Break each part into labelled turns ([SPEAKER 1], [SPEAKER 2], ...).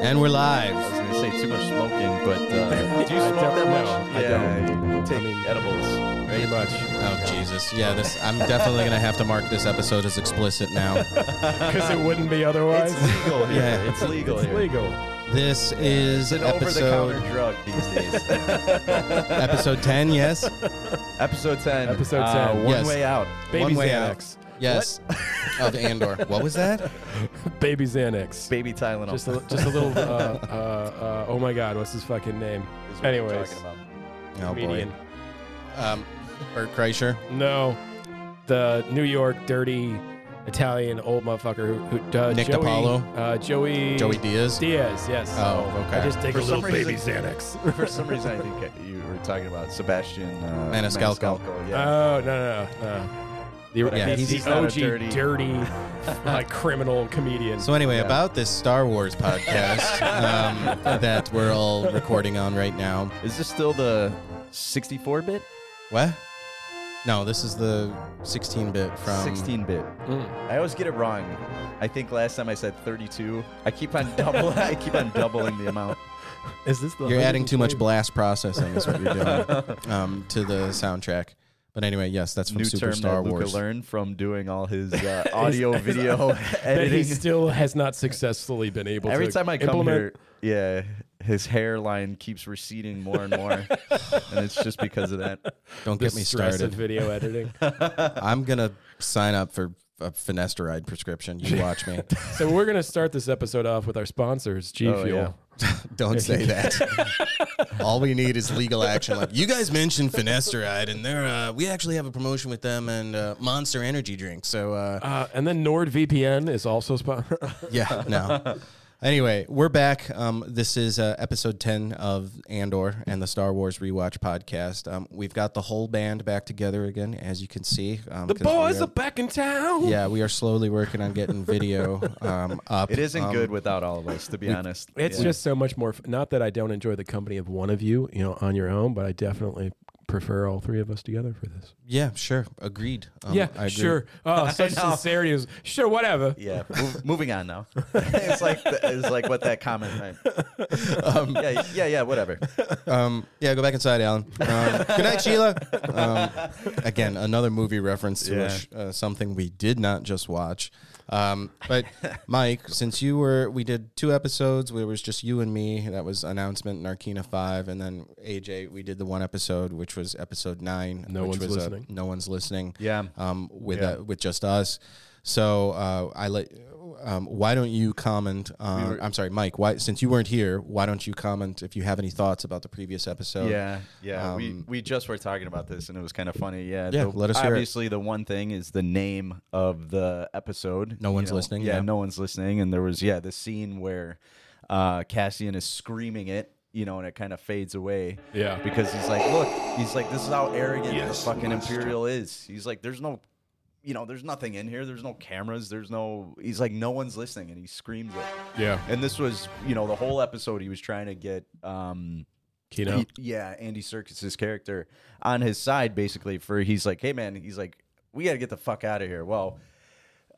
[SPEAKER 1] And we're live.
[SPEAKER 2] I was gonna say too much smoking, but uh, do you smoke that much?
[SPEAKER 3] no, I
[SPEAKER 2] yeah, take edibles. Very much.
[SPEAKER 1] Oh Jesus! Yeah, this I'm definitely gonna have to mark this episode as explicit now.
[SPEAKER 3] Because it wouldn't be otherwise.
[SPEAKER 2] It's legal here.
[SPEAKER 1] Yeah.
[SPEAKER 2] It's legal
[SPEAKER 3] It's
[SPEAKER 2] here.
[SPEAKER 3] legal.
[SPEAKER 1] This is
[SPEAKER 2] It's an
[SPEAKER 1] episode
[SPEAKER 2] over-the-counter drug these days.
[SPEAKER 1] episode ten. Yes,
[SPEAKER 2] episode ten.
[SPEAKER 3] Episode
[SPEAKER 2] Uh,
[SPEAKER 3] 10.
[SPEAKER 2] one
[SPEAKER 1] Yes.
[SPEAKER 2] way out.
[SPEAKER 3] Baby
[SPEAKER 1] One way
[SPEAKER 3] Xanax.
[SPEAKER 1] yes. Of Andor. What was that? Oh,
[SPEAKER 3] Baby Xanax.
[SPEAKER 2] Baby Tylenol.
[SPEAKER 3] just, a, just a little, uh, uh, uh, oh my God, what's his fucking name?
[SPEAKER 2] is what we're
[SPEAKER 3] anyways.
[SPEAKER 2] talking about.
[SPEAKER 1] Oh
[SPEAKER 3] Comedian.
[SPEAKER 1] boy. Um, Bert Kreischer.
[SPEAKER 3] No, the New York dirty Italian old motherfucker who, who uh,
[SPEAKER 1] Nick
[SPEAKER 3] Joey,
[SPEAKER 1] DiPaolo?
[SPEAKER 3] Uh, Joey.
[SPEAKER 1] Joey Diaz.
[SPEAKER 3] Diaz, yes.
[SPEAKER 1] Oh, okay.
[SPEAKER 3] I just take
[SPEAKER 2] For
[SPEAKER 3] a little
[SPEAKER 2] some
[SPEAKER 3] baby
[SPEAKER 2] reason-
[SPEAKER 3] Xanax.
[SPEAKER 2] For some reason, I think you were talking about Sebastian uh,
[SPEAKER 1] Maniscalco.
[SPEAKER 2] Maniscalco, Yeah.
[SPEAKER 3] Oh no no no. no. The,
[SPEAKER 1] Yeah,
[SPEAKER 3] the-
[SPEAKER 1] he's-
[SPEAKER 3] the
[SPEAKER 2] he's not a
[SPEAKER 3] OG
[SPEAKER 2] dirty-
[SPEAKER 3] dirty, like criminal comedian.
[SPEAKER 1] So anyway,
[SPEAKER 2] Yeah.
[SPEAKER 1] about this Star Wars podcast um, that we're all recording on right now.
[SPEAKER 2] is this still the 64-bit?
[SPEAKER 1] What? No, this is the 16-bit from
[SPEAKER 2] 16-bit.
[SPEAKER 3] Mm.
[SPEAKER 2] I always get it wrong. I think last time I said 32. I keep on double. I keep on doubling the amount.
[SPEAKER 3] Is this the
[SPEAKER 1] You're adding too much
[SPEAKER 3] 120?
[SPEAKER 1] blast processing, is what you're doing, um, to the soundtrack. But anyway, yes, that's from
[SPEAKER 2] New
[SPEAKER 1] Super
[SPEAKER 2] term
[SPEAKER 1] Star
[SPEAKER 2] that Luca
[SPEAKER 1] Wars.
[SPEAKER 2] learned from doing all his uh, audio,
[SPEAKER 3] his-
[SPEAKER 2] video
[SPEAKER 3] that he
[SPEAKER 2] editing.
[SPEAKER 3] still has not successfully been able
[SPEAKER 2] Every
[SPEAKER 3] to
[SPEAKER 2] time I come
[SPEAKER 3] implement.
[SPEAKER 2] here, yeah, his hairline keeps receding more and more, and it's just because of that.
[SPEAKER 1] Don't
[SPEAKER 3] the
[SPEAKER 1] get me
[SPEAKER 3] stress of
[SPEAKER 1] started.
[SPEAKER 3] video editing.
[SPEAKER 1] I'm gonna sign up for a finasteride prescription. You watch me.
[SPEAKER 3] so we're gonna start this episode off with our sponsors, G
[SPEAKER 2] Oh,
[SPEAKER 3] Fuel.
[SPEAKER 2] yeah.
[SPEAKER 1] Don't say that. All we need is legal action. Like you guys mentioned finasteride, and they're uh, we actually have a promotion with them and uh, Monster Energy drink. So uh,
[SPEAKER 3] Uh, and then NordVPN is also spon-
[SPEAKER 1] yeah, no. Anyway, we're back. Um, this is uh, episode 10 of Andor and the Star Wars Rewatch podcast. Um, we've got the whole band back together again, as you can see. Um,
[SPEAKER 3] the
[SPEAKER 1] 'cause we
[SPEAKER 3] boys
[SPEAKER 1] are-
[SPEAKER 3] are back in town.
[SPEAKER 1] yeah, we are slowly working on getting video um, up.
[SPEAKER 2] It isn't
[SPEAKER 1] Um,
[SPEAKER 2] good without all of us, to be honest.
[SPEAKER 3] It's
[SPEAKER 2] Yeah.
[SPEAKER 3] just so much more. F- not that I don't enjoy the company of one of you, you know, on your own, but I definitely prefer all three of us together for this.
[SPEAKER 1] Yeah, sure. Agreed. Um,
[SPEAKER 3] yeah,
[SPEAKER 1] I agree.
[SPEAKER 3] sure. Oh, such
[SPEAKER 2] know.
[SPEAKER 3] sincerity is sure, whatever.
[SPEAKER 2] yeah. Mo- moving on now. it's like it's like what that comment. Um, yeah, yeah, yeah. Whatever.
[SPEAKER 1] Um, yeah, go back inside, Alan. Um, good night, Sheila. Um, again, another movie reference to a
[SPEAKER 2] Yeah.
[SPEAKER 1] sh- uh, something we did not just watch. Um, but Mike, since you were, we did two episodes. Where it was just you and me. That was announcement and Arcana Five, and then AJ. We did the one episode, which was episode nine.
[SPEAKER 3] No
[SPEAKER 1] which
[SPEAKER 3] one's
[SPEAKER 1] was uh,
[SPEAKER 3] listening.
[SPEAKER 1] no one's listening.
[SPEAKER 2] Yeah.
[SPEAKER 1] Um, with
[SPEAKER 2] Yeah.
[SPEAKER 1] uh, with just us. So uh, I let. Um, why don't you comment? Uh, I'm sorry, Mike. Why, since you weren't here, why don't you comment if you have any thoughts about the previous episode?
[SPEAKER 2] Yeah, yeah. we
[SPEAKER 1] Um,
[SPEAKER 2] we just were talking about this, and it was kind of funny. Yeah,
[SPEAKER 1] Yeah,
[SPEAKER 2] the-
[SPEAKER 1] let us hear it.
[SPEAKER 2] Obviously, the one thing is the name of the episode.
[SPEAKER 1] No
[SPEAKER 2] you
[SPEAKER 1] one's
[SPEAKER 2] know.
[SPEAKER 1] listening,
[SPEAKER 2] Yeah,
[SPEAKER 1] yeah.
[SPEAKER 2] no one's listening, and there was yeah the scene where uh, Cassian is screaming it, you know, and it kind of fades away.
[SPEAKER 3] Yeah.
[SPEAKER 2] because he's like, look, he's like, this is how arrogant
[SPEAKER 3] Yes,
[SPEAKER 2] the fucking Imperial is. He's like, there's no. You know, there's nothing in here. There's no cameras. There's no. He's like, no one's listening, and he screams it.
[SPEAKER 3] Yeah.
[SPEAKER 2] And this was, you know, the whole episode. He was trying to get um,
[SPEAKER 3] Kino.
[SPEAKER 2] he- yeah, Andy Circus's character on his side basically for he's like, hey man, he's like, we got to get the fuck out of here. Well,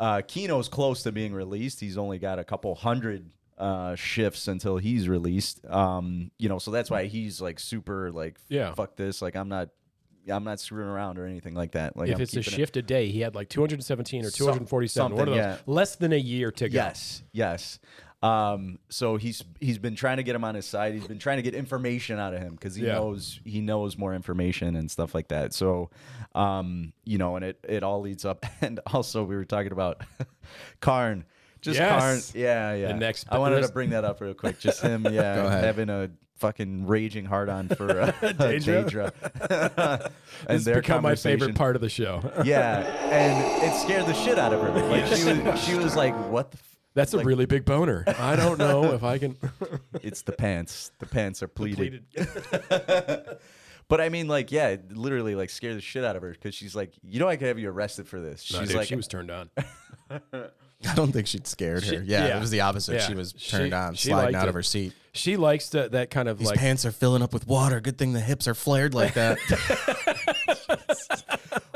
[SPEAKER 2] uh, Kino's close to being released. He's only got a couple hundred uh, shifts until he's released. Um, you know, so that's why he's like super like,
[SPEAKER 3] Yeah.
[SPEAKER 2] fuck this. Like I'm not, I'm not screwing around or anything like that. Like
[SPEAKER 3] if
[SPEAKER 2] I'm
[SPEAKER 3] it's a
[SPEAKER 2] keeping it-
[SPEAKER 3] shift a day, he had like 217 or
[SPEAKER 2] Some-
[SPEAKER 3] 247, one of
[SPEAKER 2] something,
[SPEAKER 3] those,
[SPEAKER 2] yeah.
[SPEAKER 3] less than a year to go.
[SPEAKER 2] Yes, yes. Um, so he's he's been trying to get him on his side. He's been trying to get information out of him because he
[SPEAKER 3] Yeah.
[SPEAKER 2] knows he knows more information and stuff like that. So, um, you know, and it it all leads up. And also, we were talking about Karn. Just
[SPEAKER 3] Yes.
[SPEAKER 2] Karn. Yeah, yeah.
[SPEAKER 3] next-
[SPEAKER 2] I wanted to
[SPEAKER 3] there's-
[SPEAKER 2] bring that up real quick. Just him, yeah,
[SPEAKER 1] ahead.
[SPEAKER 2] having a fucking raging hard on for uh,
[SPEAKER 3] Daedra.
[SPEAKER 2] Daedra. and
[SPEAKER 3] It's
[SPEAKER 2] their
[SPEAKER 3] become my
[SPEAKER 2] conversation.
[SPEAKER 3] favorite part of the show.
[SPEAKER 2] Yeah, and it scared the shit out of her. Like she was, she was like, "What the." F-
[SPEAKER 3] That's a really big boner. I don't know if I can.
[SPEAKER 2] It's the pants. The pants are pleated.
[SPEAKER 3] Pleated.
[SPEAKER 2] But I mean, like, yeah, it literally, like, scared the shit out of her because she's like, you know, I could have you arrested for this. She's
[SPEAKER 3] Dude,
[SPEAKER 2] like,
[SPEAKER 3] she was turned on.
[SPEAKER 1] I don't think she'd scared her.
[SPEAKER 3] She-
[SPEAKER 1] yeah,
[SPEAKER 3] yeah.
[SPEAKER 1] it was the opposite.
[SPEAKER 3] Yeah.
[SPEAKER 1] She was
[SPEAKER 3] She-
[SPEAKER 1] turned on,
[SPEAKER 3] she
[SPEAKER 1] sliding
[SPEAKER 3] liked
[SPEAKER 1] out of
[SPEAKER 3] it.
[SPEAKER 1] her seat.
[SPEAKER 3] She likes to, that kind of
[SPEAKER 1] These
[SPEAKER 3] like.
[SPEAKER 1] pants are filling up with water. Good thing the hips are flared like that.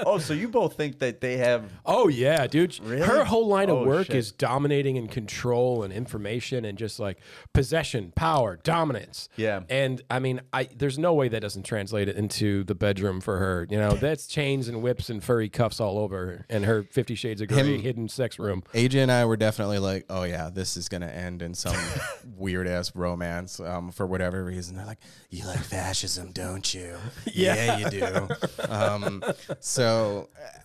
[SPEAKER 2] oh, so you both think that they have?
[SPEAKER 3] Oh yeah, dude.
[SPEAKER 2] Really?
[SPEAKER 3] Her whole line
[SPEAKER 2] Oh,
[SPEAKER 3] of work
[SPEAKER 2] shit.
[SPEAKER 3] is dominating and control and information and just like possession, power, dominance.
[SPEAKER 2] Yeah.
[SPEAKER 3] And I mean, I there's no way that doesn't translate it into the bedroom for her. You know, that's chains and whips and furry cuffs all over and her 50 shades of gray hidden sex room.
[SPEAKER 1] AJ and I were definitely like, oh yeah, this is gonna end in some weird ass romance um, for whatever reason. They're like, you like fascism, don't you? yeah, you do. Um, so uh,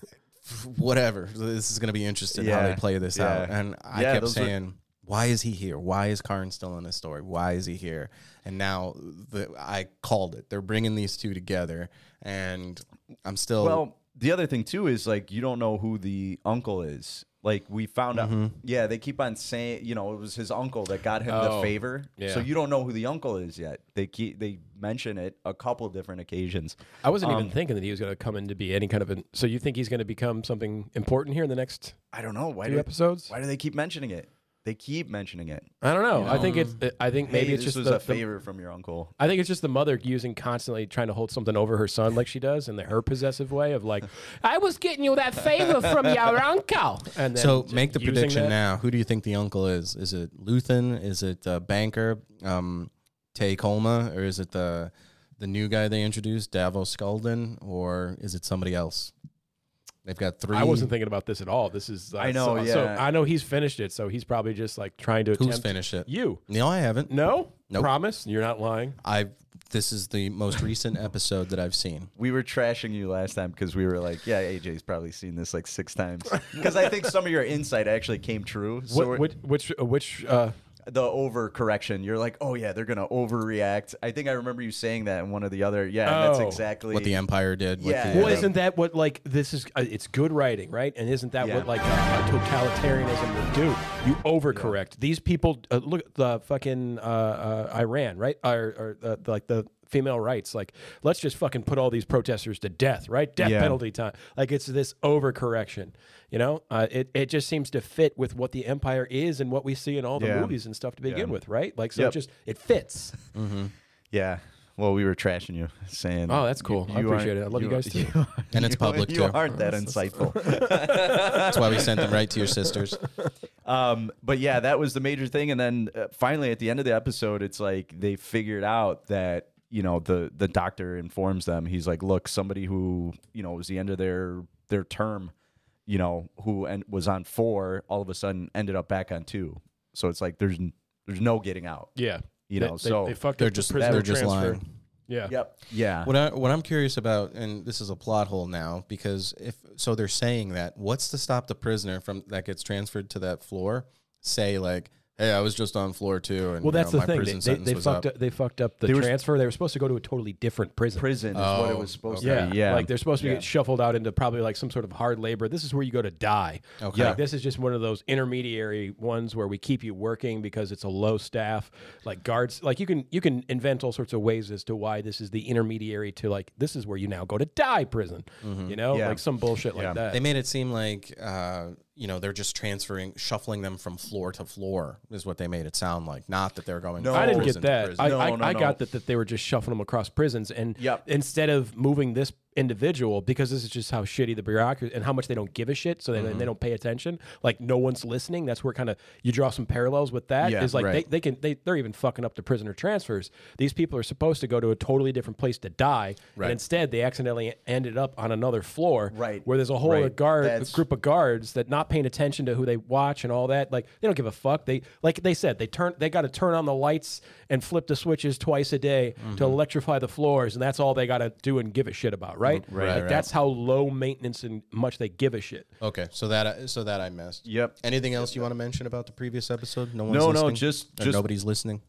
[SPEAKER 1] whatever. This is gonna be interesting how they
[SPEAKER 2] Yeah,
[SPEAKER 1] play this
[SPEAKER 2] yeah.
[SPEAKER 1] out. And I
[SPEAKER 2] Yeah,
[SPEAKER 1] kept
[SPEAKER 2] those were-
[SPEAKER 1] saying. why is he here? Why is Karn still in this story? Why is he here? And now the, I called it. They're bringing these two together, and I'm still
[SPEAKER 3] Oh.
[SPEAKER 2] Well, the other thing too is like you don't know who the uncle is. Like we found out.
[SPEAKER 3] Mm-hmm.
[SPEAKER 2] Yeah, they keep on saying you know it was his uncle that got him the
[SPEAKER 3] Oh,
[SPEAKER 2] favor. So
[SPEAKER 3] yeah.
[SPEAKER 2] you don't know who the uncle is yet. They keep they mention it a couple different occasions.
[SPEAKER 3] I wasn't
[SPEAKER 2] Um,
[SPEAKER 3] even thinking that he was going to come in to be any kind of an. So you think he's going to become something important here in the next
[SPEAKER 2] I don't know why
[SPEAKER 3] few
[SPEAKER 2] do
[SPEAKER 3] episodes?
[SPEAKER 2] why do they keep mentioning it? They keep mentioning it.
[SPEAKER 3] I don't know. I think it's. I think maybe
[SPEAKER 2] Hey,
[SPEAKER 3] it's
[SPEAKER 2] this
[SPEAKER 3] just
[SPEAKER 2] was
[SPEAKER 3] the,
[SPEAKER 2] a
[SPEAKER 3] the-
[SPEAKER 2] favor from your uncle.
[SPEAKER 3] I think it's just the mother using constantly trying to hold something over her son like she does in the, her possessive way of like, I was getting you that favor from your uncle. And then
[SPEAKER 1] So
[SPEAKER 3] just
[SPEAKER 1] make the
[SPEAKER 3] using
[SPEAKER 1] prediction
[SPEAKER 3] that.
[SPEAKER 1] now. Who do you think the uncle is? Is it Luthen? Is it uh, Banker? Um, Tay Colma? Or is it the the new guy they introduced, Davos Skulden? Or is it somebody else? They've got three.
[SPEAKER 3] I wasn't thinking about this at all. This is uh,
[SPEAKER 2] I know,
[SPEAKER 3] So, so
[SPEAKER 2] yeah.
[SPEAKER 3] I know he's finished it, so he's probably just like trying to
[SPEAKER 1] Who's
[SPEAKER 3] attempt
[SPEAKER 1] finished it?
[SPEAKER 3] you.
[SPEAKER 1] No, I haven't.
[SPEAKER 3] No,
[SPEAKER 1] Nope.
[SPEAKER 3] promise you're not lying.
[SPEAKER 1] I. This is the most recent episode that I've seen.
[SPEAKER 2] We were trashing you last time because we were like, yeah, AJ's probably seen this like six times. Because I think some of your insight actually came true. So
[SPEAKER 3] What,
[SPEAKER 2] we're-
[SPEAKER 3] which which uh, which uh,
[SPEAKER 2] the overcorrection, you're like, oh yeah, they're gonna overreact. I think I remember you saying that in one of the other. Yeah, and
[SPEAKER 3] Oh.
[SPEAKER 2] that's exactly
[SPEAKER 1] What the Empire did. with
[SPEAKER 2] Yeah.
[SPEAKER 1] the,
[SPEAKER 3] Well,
[SPEAKER 2] What
[SPEAKER 1] uh,
[SPEAKER 2] is
[SPEAKER 3] isn't that what like this is? Uh, it's good writing, right? And isn't that
[SPEAKER 2] Yeah.
[SPEAKER 3] what like uh, uh, totalitarianism would do? You overcorrect. These people uh, look at the fucking uh, uh, Iran, right? Or, or uh, like the female rights. Like, let's just fucking put all these protesters to death, right? Death
[SPEAKER 2] Yeah.
[SPEAKER 3] penalty time. Like, it's this overcorrection. You know, uh, it it just seems to fit with what the empire is and what we see in all the
[SPEAKER 2] Yeah.
[SPEAKER 3] movies and stuff to begin with, right? Like, so
[SPEAKER 2] Yep.
[SPEAKER 3] it just it fits.
[SPEAKER 2] Yeah. Well, we were trashing you, saying,
[SPEAKER 3] Oh, that's cool. I appreciate
[SPEAKER 2] aren't-
[SPEAKER 3] it. I love you guys, too.
[SPEAKER 2] aren't-
[SPEAKER 1] And it's
[SPEAKER 2] you-
[SPEAKER 1] public,
[SPEAKER 2] You
[SPEAKER 1] too.
[SPEAKER 2] aren't that insightful.
[SPEAKER 1] That's why we sent them right to your sisters.
[SPEAKER 2] um, but yeah, that was the major thing. And then uh, finally, at the end of the episode, it's like they figured out that you know the the doctor informs them. He's like, look, somebody who you know was the end of their their term, you know, who and was on four, all of a sudden ended up back on two. So it's like there's n- there's no getting out.
[SPEAKER 3] Yeah.
[SPEAKER 2] You
[SPEAKER 3] They-
[SPEAKER 2] know,
[SPEAKER 3] they-
[SPEAKER 2] so
[SPEAKER 3] they fucked
[SPEAKER 1] They're
[SPEAKER 3] up the
[SPEAKER 1] just
[SPEAKER 3] prisoner
[SPEAKER 1] they're just
[SPEAKER 3] transfer.
[SPEAKER 1] lying.
[SPEAKER 3] Yeah.
[SPEAKER 2] Yep. Yeah.
[SPEAKER 1] What I what I'm curious about, and this is a plot hole now, because if so, they're saying that what's to stop the prisoner from that gets transferred to that floor? Say like, hey, I was just on floor two, and
[SPEAKER 3] Well,
[SPEAKER 1] you
[SPEAKER 3] that's
[SPEAKER 1] know,
[SPEAKER 3] the
[SPEAKER 1] my
[SPEAKER 3] thing. They,
[SPEAKER 1] prison
[SPEAKER 3] they,
[SPEAKER 1] sentence
[SPEAKER 3] they
[SPEAKER 1] was
[SPEAKER 3] fucked up. They fucked up the
[SPEAKER 2] They were-
[SPEAKER 3] transfer. they were supposed to go to a totally different prison.
[SPEAKER 2] prison is what it
[SPEAKER 1] Oh,
[SPEAKER 2] was supposed
[SPEAKER 3] Yeah,
[SPEAKER 2] to be. Yeah.
[SPEAKER 3] like they're supposed to
[SPEAKER 2] Yeah.
[SPEAKER 3] get shuffled out into probably like some sort of hard labor. This is where you go to die.
[SPEAKER 1] Okay.
[SPEAKER 3] like, this is just one of those intermediary ones where we keep you working because it's a low staff, like guards. Like you can you can invent all sorts of ways as to why this is the intermediary to like this is where you now go to die prison.
[SPEAKER 1] Mm-hmm.
[SPEAKER 3] You know,
[SPEAKER 2] Yeah.
[SPEAKER 3] like some bullshit
[SPEAKER 2] Yeah.
[SPEAKER 3] like that.
[SPEAKER 1] They made it seem like uh, you know they're just transferring, shuffling them from floor to floor is what they made it sound like. Not that they're going.
[SPEAKER 2] No.
[SPEAKER 1] from
[SPEAKER 3] I didn't
[SPEAKER 1] prison
[SPEAKER 3] get
[SPEAKER 1] to
[SPEAKER 3] that.
[SPEAKER 1] prison.
[SPEAKER 3] I,
[SPEAKER 2] No,
[SPEAKER 3] I,
[SPEAKER 2] no,
[SPEAKER 3] I
[SPEAKER 2] no.
[SPEAKER 3] got that that they were just shuffling them across prisons, and
[SPEAKER 2] Yep.
[SPEAKER 3] instead of moving this individual because this is just how shitty the bureaucracy and how much they don't give a shit, so they, they
[SPEAKER 2] Mm-hmm.
[SPEAKER 3] don't pay attention. Like no one's listening. That's where kind of you draw some parallels with that. Is
[SPEAKER 2] Yeah,
[SPEAKER 3] like
[SPEAKER 2] right.
[SPEAKER 3] they, they can they they're even fucking up the prisoner transfers. These people are supposed to go to a totally different place to die, and instead they accidentally ended up on another floor,
[SPEAKER 2] Right.
[SPEAKER 3] Where there's a whole other
[SPEAKER 2] Right.
[SPEAKER 3] guard
[SPEAKER 2] That's-
[SPEAKER 3] group of guards that not paying attention to who they watch and all that. Like they don't give a fuck. They like they said they turn they got to turn on the lights and flip the switches twice a day
[SPEAKER 1] Mm-hmm.
[SPEAKER 3] to electrify the floors, and that's all they got to do and give a shit about, right?
[SPEAKER 1] Mm, Right,
[SPEAKER 3] Like
[SPEAKER 1] right.
[SPEAKER 3] that's how low maintenance and much they give a shit.
[SPEAKER 1] Okay, so that I- so that I missed.
[SPEAKER 2] Yep.
[SPEAKER 1] Anything else you want to mention about the previous episode? No one's
[SPEAKER 2] No, no,
[SPEAKER 1] listening?
[SPEAKER 2] just-
[SPEAKER 1] Or
[SPEAKER 2] just-
[SPEAKER 1] nobody's listening.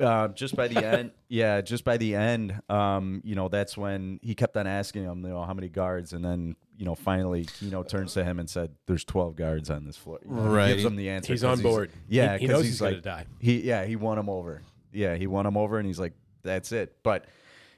[SPEAKER 2] uh, just by the end, yeah, just by the end, um, you know, that's when he kept on asking him, you know, how many guards, and then you know, finally, Kino turns to him and said, "There's 12 guards on this floor." You know, he
[SPEAKER 1] Right.
[SPEAKER 2] gives him the answer.
[SPEAKER 3] He's
[SPEAKER 2] 'cause
[SPEAKER 3] on board.
[SPEAKER 2] yeah,
[SPEAKER 3] He- he
[SPEAKER 2] 'cause
[SPEAKER 3] knows
[SPEAKER 2] he's,
[SPEAKER 3] he's
[SPEAKER 2] like,
[SPEAKER 3] gonna die.
[SPEAKER 2] He, yeah, he won him over. Yeah, he won him over, and he's like, "That's it." But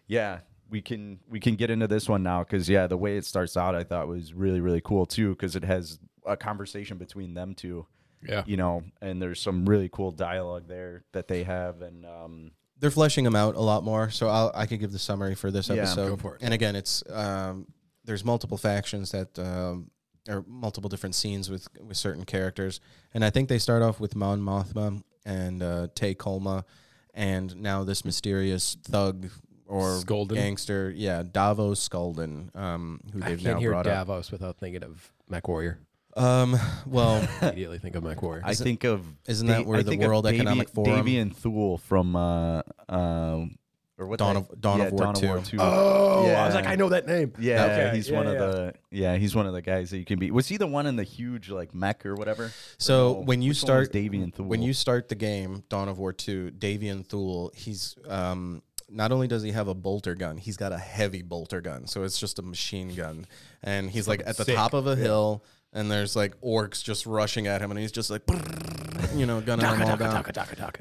[SPEAKER 2] yeah, we can we can get into this one now because yeah, the way it starts out, I thought was really really cool too because it has a conversation between them two.
[SPEAKER 3] Yeah.
[SPEAKER 2] you know, and there's some really cool dialogue there that they have, and um,
[SPEAKER 1] they're fleshing them out a lot more. So I'll, I could give the summary for this episode.
[SPEAKER 2] go for it.
[SPEAKER 1] And again, it's um, there's multiple factions that um, or multiple different scenes with with certain characters, and I think they start off with Mon Mothma and uh, Tay Colma, and now this mysterious thug or
[SPEAKER 3] Skulden?
[SPEAKER 1] gangster, yeah, Davos Skulden, um, who
[SPEAKER 3] I
[SPEAKER 1] they've
[SPEAKER 3] can't
[SPEAKER 1] now
[SPEAKER 3] hear
[SPEAKER 1] brought up.
[SPEAKER 3] Davos without thinking of Mac Warrior.
[SPEAKER 1] Um, well,
[SPEAKER 3] Immediately think of Mac Warrior.
[SPEAKER 2] I think of
[SPEAKER 1] isn't
[SPEAKER 2] Da-
[SPEAKER 1] that where
[SPEAKER 2] I
[SPEAKER 1] the
[SPEAKER 2] think of
[SPEAKER 1] World
[SPEAKER 2] Davy-
[SPEAKER 1] Economic Forum-
[SPEAKER 2] Davy and Thule from uh, um, or what
[SPEAKER 1] Dawn
[SPEAKER 2] the-
[SPEAKER 1] of- Dawn
[SPEAKER 2] yeah,
[SPEAKER 1] of War
[SPEAKER 2] Dawn of War
[SPEAKER 1] 2.
[SPEAKER 2] Two.
[SPEAKER 3] oh,
[SPEAKER 2] I was like, I
[SPEAKER 3] know that name.
[SPEAKER 2] yeah, he's one of the yeah, he's one of the guys that you can be. Was he the one in the huge like mech or whatever?
[SPEAKER 1] so
[SPEAKER 2] No,
[SPEAKER 1] when you
[SPEAKER 2] which one was
[SPEAKER 1] start
[SPEAKER 2] Davy and Thule.
[SPEAKER 1] when you start the game, Dawn of War Two, Davian Thule, he's um, not only does he have a bolter gun, he's got a heavy bolter gun, so it's just a machine gun, and he's like at the
[SPEAKER 3] Sick.
[SPEAKER 1] top of a hill, and there's like orcs just rushing at him, and he's just like, you know, gunning them all down.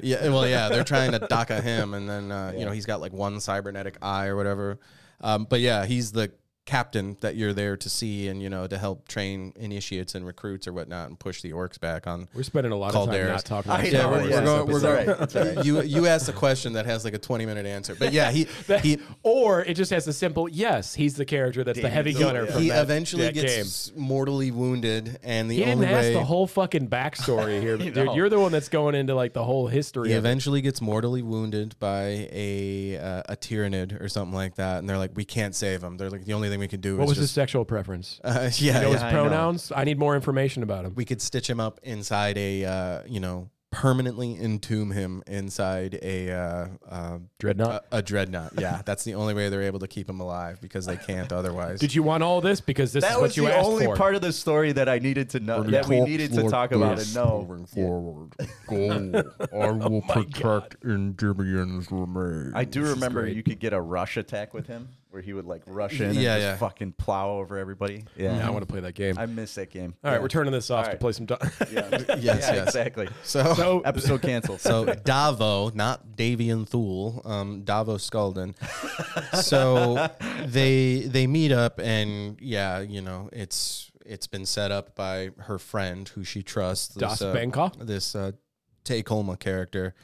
[SPEAKER 1] Yeah, well, yeah, they're trying to DACA him, and then uh, you know he's got like one cybernetic eye or whatever. Um, but yeah, he's the captain that you're there to see and you know to help train initiates and recruits or whatnot and push the orcs back on
[SPEAKER 3] We're spending a lot of time
[SPEAKER 1] Calderas.
[SPEAKER 3] not talking about
[SPEAKER 2] I
[SPEAKER 1] yeah,
[SPEAKER 2] know,
[SPEAKER 1] we're,
[SPEAKER 3] Star
[SPEAKER 1] we're going.
[SPEAKER 3] Wars.
[SPEAKER 1] We're
[SPEAKER 2] It's
[SPEAKER 1] going.
[SPEAKER 2] all right, it's all right.
[SPEAKER 1] You you asked a question that has like a twenty minute answer, but yeah, he he
[SPEAKER 3] or it just has a simple yes. He's the character that's the heavy
[SPEAKER 1] he,
[SPEAKER 3] gunner. from
[SPEAKER 1] he
[SPEAKER 3] that,
[SPEAKER 1] eventually
[SPEAKER 3] that game.
[SPEAKER 1] gets mortally wounded, and the
[SPEAKER 3] He didn't
[SPEAKER 1] only
[SPEAKER 3] ask
[SPEAKER 1] way
[SPEAKER 3] the whole fucking backstory here, dude.
[SPEAKER 2] know.
[SPEAKER 3] You're the one that's going into like the whole history.
[SPEAKER 1] he
[SPEAKER 3] of it.
[SPEAKER 1] eventually gets mortally wounded by a uh, a tyrannid or something like that, and they're like, we can't save him. They're like, the only thing we can do
[SPEAKER 3] What
[SPEAKER 1] is
[SPEAKER 3] was his
[SPEAKER 1] just
[SPEAKER 3] sexual preference?
[SPEAKER 1] uh, yeah,
[SPEAKER 3] You know
[SPEAKER 1] yeah.
[SPEAKER 3] his
[SPEAKER 2] I know.
[SPEAKER 3] pronouns. I need more information about him.
[SPEAKER 1] we could stitch him up inside a uh, you know permanently entomb him inside a uh, uh,
[SPEAKER 3] Dreadnought.
[SPEAKER 1] a, a dreadnought. Yeah, that's the only way they're able to keep him alive because they can't otherwise.
[SPEAKER 3] Did you want all this? Because this is
[SPEAKER 2] that
[SPEAKER 3] what
[SPEAKER 2] was
[SPEAKER 3] you
[SPEAKER 2] the
[SPEAKER 3] asked
[SPEAKER 2] only
[SPEAKER 3] for.
[SPEAKER 2] part of the story that I needed to know that we needed to talk about and know.
[SPEAKER 4] forward. Go. I will protect Endymion's remains.
[SPEAKER 2] Oh I do remember you could get a rush attack with him where he would like rush in and
[SPEAKER 1] Yeah,
[SPEAKER 2] just
[SPEAKER 1] yeah. Mm-hmm.
[SPEAKER 2] fucking plow over everybody. Yeah,
[SPEAKER 3] Yeah, I want to play that game.
[SPEAKER 2] I miss that game.
[SPEAKER 3] all right, we're turning this off
[SPEAKER 2] All
[SPEAKER 3] to
[SPEAKER 2] right.
[SPEAKER 3] play some.
[SPEAKER 2] Yeah, yeah
[SPEAKER 1] yes.
[SPEAKER 2] exactly.
[SPEAKER 1] So, so,
[SPEAKER 2] Episode canceled.
[SPEAKER 1] Davo, not Davian Thule, um, Davo Skulden. so they they meet up and yeah, you know it's it's been set up by her friend who she trusts.
[SPEAKER 3] Das
[SPEAKER 1] uh,
[SPEAKER 3] Bangkok?
[SPEAKER 1] this uh, Tay Colma character.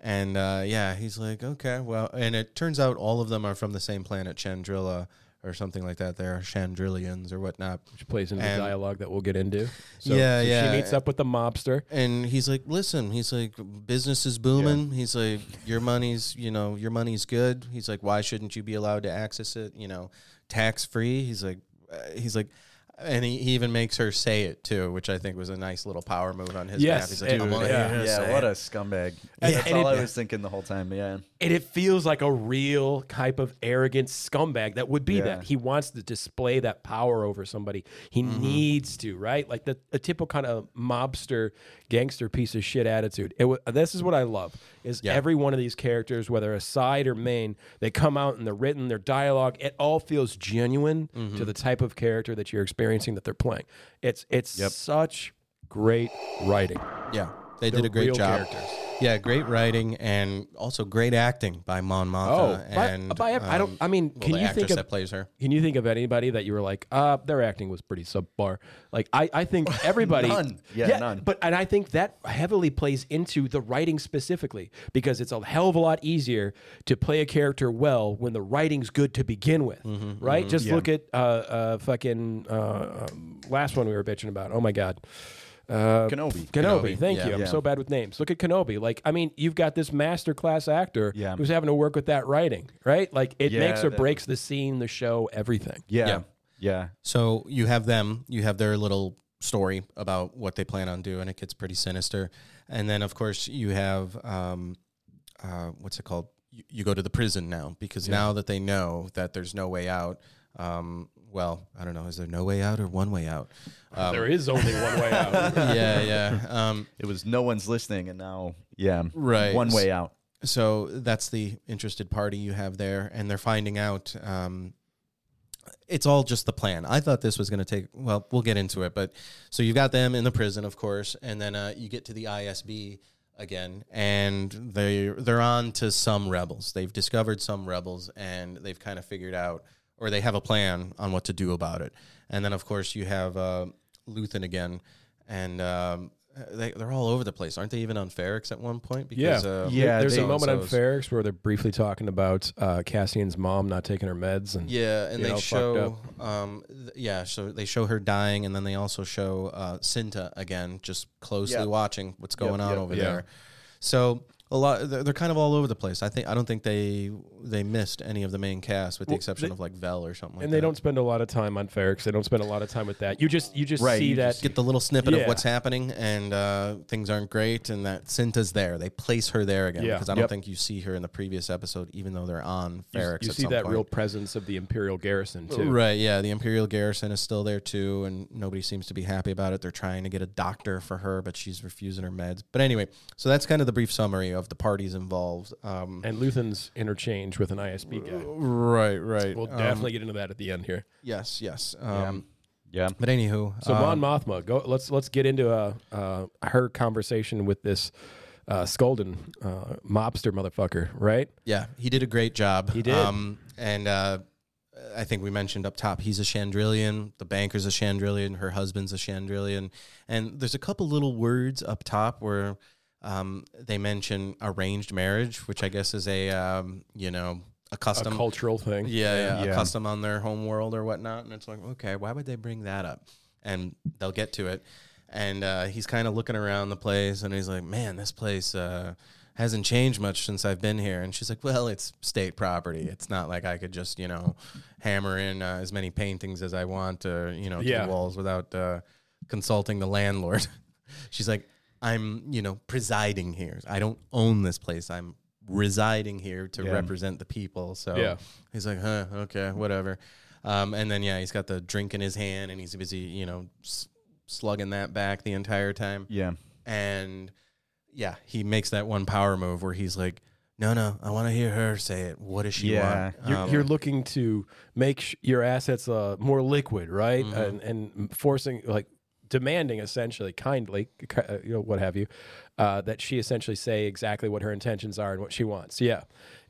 [SPEAKER 1] And uh, yeah, he's like, okay, well, and it turns out all of them are from the same planet, Chandrilla or something like that. They're Chandrillians or whatnot.
[SPEAKER 3] which plays into
[SPEAKER 1] And-
[SPEAKER 3] the dialogue that we'll get into. So,
[SPEAKER 1] Yeah,
[SPEAKER 3] so
[SPEAKER 1] yeah.
[SPEAKER 3] She meets up with the mobster.
[SPEAKER 1] and he's like, "Listen, he's like, business is booming. He's like, your money's, you know, your money's good. He's like, why shouldn't you be allowed to access it? You know, tax free. He's like, uh, he's like, and he, he even makes her say it too, which I think was a nice little power move on his
[SPEAKER 3] Yes,
[SPEAKER 1] behalf. He's like,
[SPEAKER 3] dude,
[SPEAKER 1] I'm gonna
[SPEAKER 3] yeah.
[SPEAKER 1] hear her say
[SPEAKER 2] yeah,
[SPEAKER 1] it."
[SPEAKER 2] what a scumbag. That's
[SPEAKER 3] and
[SPEAKER 2] all
[SPEAKER 3] it-
[SPEAKER 2] I was thinking the whole time. Yeah.
[SPEAKER 3] And it feels like a real type of arrogant scumbag that would be
[SPEAKER 2] Yeah.
[SPEAKER 3] that. He wants to display that power over somebody. He
[SPEAKER 1] Mm-hmm.
[SPEAKER 3] needs to, right? Like the a typical kind of mobster, gangster piece of shit attitude. It wa this is what I love is every one of these characters, whether a side or main, they come out and they're written, their dialogue, it all feels genuine
[SPEAKER 1] Mm-hmm.
[SPEAKER 3] to the type of character that you're experiencing that they're playing. It's it's such great writing.
[SPEAKER 1] Yeah, they did a great
[SPEAKER 3] real
[SPEAKER 1] job.
[SPEAKER 3] characters.
[SPEAKER 1] Yeah, great writing and also great acting by Mon Mothma.
[SPEAKER 3] Oh, by-
[SPEAKER 1] and um,
[SPEAKER 3] by- I don't- I mean,
[SPEAKER 1] well,
[SPEAKER 3] can
[SPEAKER 1] the
[SPEAKER 3] you think
[SPEAKER 1] actress
[SPEAKER 3] of-
[SPEAKER 1] that plays her?
[SPEAKER 3] Can you think of anybody that you were like, uh, their acting was pretty subpar? Like, I, I think everybody.
[SPEAKER 2] None. Yeah, none.
[SPEAKER 3] But, and I think that heavily plays into the writing specifically because it's a hell of a lot easier to play a character well when the writing's good to begin with,
[SPEAKER 2] Mm-hmm,
[SPEAKER 3] right? Just look at uh, uh, fucking uh, um, last one we were bitching about. Oh my God. Uh,
[SPEAKER 2] Kenobi.
[SPEAKER 3] Kenobi, thank
[SPEAKER 1] yeah.
[SPEAKER 3] you. I'm
[SPEAKER 2] Yeah.
[SPEAKER 3] so bad with names. Look at Kenobi. Like, I mean, you've got this master class actor
[SPEAKER 2] Yeah.
[SPEAKER 3] who's having to work with that writing, right? Like, it
[SPEAKER 2] Yeah,
[SPEAKER 3] makes or
[SPEAKER 2] that-
[SPEAKER 3] breaks the scene, the show, everything.
[SPEAKER 1] Yeah.
[SPEAKER 2] Yeah. Yeah.
[SPEAKER 1] So you have them, you have their little story about what they plan on doing. It gets pretty sinister. And then, of course, you have um, uh, what's it called? You, you go to the prison now because now that they know that there's no way out. Um, well, I don't know. Is there no way out or one way out? Um,
[SPEAKER 3] There is only one way out.
[SPEAKER 1] yeah, yeah. Um,
[SPEAKER 2] It was no one's listening, and now, yeah.
[SPEAKER 1] Right.
[SPEAKER 2] One way out.
[SPEAKER 1] so that's the interested party you have there, and they're finding out. Um, it's all just the plan. I thought this was going to take. Well, we'll get into it, but so you've got them in the prison, of course, and then uh, you get to the ISB again, and they they're on to some rebels. They've discovered some rebels, and they've kind of figured out, or they have a plan on what to do about it. And then, of course, you have uh, Luthen again, and um, they, they're all over the place, aren't they? Even on Ferrex at one point,
[SPEAKER 3] Yeah.
[SPEAKER 1] uh,
[SPEAKER 2] Yeah,
[SPEAKER 3] There's
[SPEAKER 2] they-
[SPEAKER 3] a moment on
[SPEAKER 1] so-and-so's-
[SPEAKER 3] Ferrex where they're briefly talking about uh, Cassian's mom not taking her meds, and
[SPEAKER 1] Yeah, and
[SPEAKER 3] You
[SPEAKER 1] they
[SPEAKER 3] know, fucked
[SPEAKER 1] show, um, th- yeah, so they show her dying, and then they also show uh, Cinta again, just closely
[SPEAKER 2] Yep.
[SPEAKER 1] watching what's going on
[SPEAKER 2] yep,
[SPEAKER 1] over
[SPEAKER 3] yeah.
[SPEAKER 1] there. So a lot, they're, they're kind of all over the place. I think I don't think they they missed any of the main cast, with the exception of like Vel or something. like
[SPEAKER 3] and they
[SPEAKER 1] that.
[SPEAKER 3] don't spend a lot of time on Ferrex. They don't spend a lot of time with that. You just you just
[SPEAKER 2] Right,
[SPEAKER 3] see
[SPEAKER 2] you
[SPEAKER 3] that
[SPEAKER 2] just
[SPEAKER 1] get the little snippet
[SPEAKER 3] Yeah.
[SPEAKER 1] of what's happening, and uh, things aren't great, and that Cinta's there. They place her there again
[SPEAKER 3] Yeah.
[SPEAKER 1] because I don't
[SPEAKER 2] Yep.
[SPEAKER 1] think you see her in the previous episode, even though they're on
[SPEAKER 3] you,
[SPEAKER 1] Ferrex.
[SPEAKER 3] you
[SPEAKER 1] at
[SPEAKER 3] see
[SPEAKER 1] some
[SPEAKER 3] that
[SPEAKER 1] point.
[SPEAKER 3] real presence of the Imperial garrison too.
[SPEAKER 1] Right, yeah. The Imperial Garrison is still there too, and nobody seems to be happy about it. They're trying to get a doctor for her, but she's refusing her meds. But anyway, so that's kind of the brief summary of the parties involved. Um,
[SPEAKER 3] And Luthen's interchange with an ISB guy.
[SPEAKER 1] right, right.
[SPEAKER 3] We'll
[SPEAKER 1] Um,
[SPEAKER 3] definitely get into that at the end here.
[SPEAKER 1] yes, yes. Um,
[SPEAKER 2] Yeah.
[SPEAKER 1] But anywho,
[SPEAKER 3] So
[SPEAKER 1] um,
[SPEAKER 3] Mon Mothma, go. Let's let's get into uh, uh, her conversation with this uh, Skulden uh, mobster motherfucker, right?
[SPEAKER 1] yeah, he did a great job. He
[SPEAKER 3] did.
[SPEAKER 1] Um, and uh, I think we mentioned up top, he's a Chandrillian. The banker's a Chandrillian. Her husband's a Chandrillian. And there's a couple little words up top where um, they mention arranged marriage, which I guess is a um, you know a
[SPEAKER 3] A
[SPEAKER 1] custom.
[SPEAKER 3] cultural thing.
[SPEAKER 1] yeah, yeah,
[SPEAKER 2] Yeah.
[SPEAKER 1] a custom on their home world or whatnot. And it's like, okay, why would they bring that up? And they'll get to it. And uh, he's kind of looking around the place, and he's like, man, this place uh, hasn't changed much since I've been here. And she's like, well, it's state property. It's not like I could just, you know, hammer in uh, as many paintings as I want, uh, you know, to
[SPEAKER 3] Yeah.
[SPEAKER 1] the walls without uh, consulting the landlord. she's like, I'm, you know, presiding here. I don't own this place. I'm residing here to
[SPEAKER 2] Yeah.
[SPEAKER 1] represent the people. So
[SPEAKER 3] Yeah.
[SPEAKER 1] He's like, huh, okay, whatever. Um, and then yeah, he's got the drink in his hand, and he's busy, you know, s- slugging that back the entire time.
[SPEAKER 2] Yeah.
[SPEAKER 1] And yeah, he makes that one power move where he's like, no, no, I want to hear her say it. What does she
[SPEAKER 2] Yeah.
[SPEAKER 1] want?
[SPEAKER 3] You're,
[SPEAKER 1] Um,
[SPEAKER 3] you're looking to make sh- your assets uh, more liquid, right?
[SPEAKER 2] Mm-hmm.
[SPEAKER 3] And, and forcing, like, demanding essentially, kindly, ki- uh, you know, what have you, uh, that she essentially say exactly what her intentions are and what she wants. Yeah,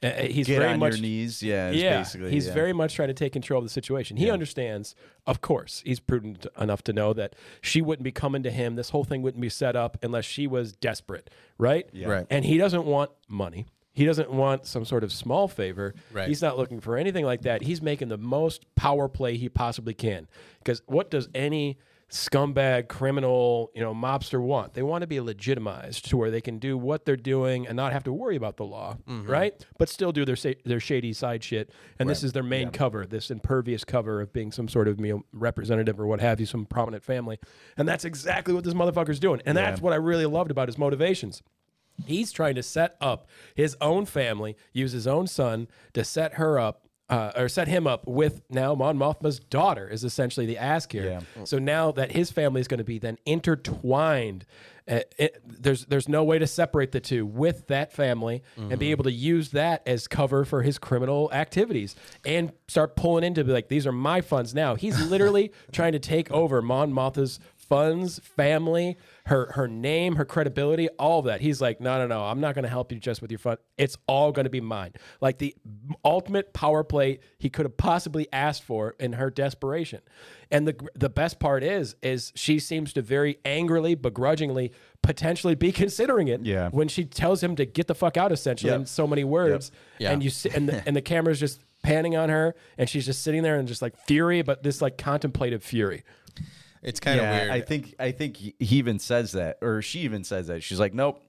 [SPEAKER 3] Uh, uh, he's
[SPEAKER 2] Get
[SPEAKER 3] very
[SPEAKER 2] on
[SPEAKER 3] much
[SPEAKER 2] your knees. Yeah. is
[SPEAKER 3] yeah,
[SPEAKER 2] Basically,
[SPEAKER 3] he's
[SPEAKER 2] yeah.
[SPEAKER 3] very much trying to take control of the situation. He understands, of course. He's prudent enough to know that she wouldn't be coming to him. This whole thing wouldn't be set up unless she was desperate, right?
[SPEAKER 1] Right.
[SPEAKER 3] And he doesn't want money. He doesn't want some sort of small favor.
[SPEAKER 1] Right.
[SPEAKER 3] He's not looking for anything like that. He's making the most power play he possibly can. Because what does any scumbag, criminal, you know, mobster want? They want to be legitimized to where they can do what they're doing and not have to worry about the law, right? But still do their sa- their shady side shit. And this is their main cover, this impervious cover of being some sort of you know, representative or what have you, some prominent family. And that's exactly what this motherfucker's doing. And that's what I really loved about his motivations. He's trying to set up his own family, use his own son to set her up. Uh, or set him up with now Mon Mothma's daughter is essentially the ask here. So now that his family is going to be then intertwined, uh, it- there's there's no way to separate the two with that family and be able to use that as cover for his criminal activities and start pulling into be like these are my funds now. He's literally trying to take over Mon Mothma's funds, family, her her name, her credibility, all of that. He's like, no, no, no, I'm not going to help you just with your fund. It's all going to be mine. Like the ultimate power play he could have possibly asked for in her desperation. And the the best part is is she seems to very angrily, begrudgingly, potentially be considering it.
[SPEAKER 2] Yeah.
[SPEAKER 3] When she tells him to get the fuck out, essentially in so many words,
[SPEAKER 1] Yeah.
[SPEAKER 3] and you see, and the, and the camera's just panning on her and she's just sitting there and just like fury but this like contemplative fury
[SPEAKER 1] it's kind of
[SPEAKER 2] yeah,
[SPEAKER 1] weird.
[SPEAKER 2] I think I think he he even says that, or she even says that. She's like, "Nope,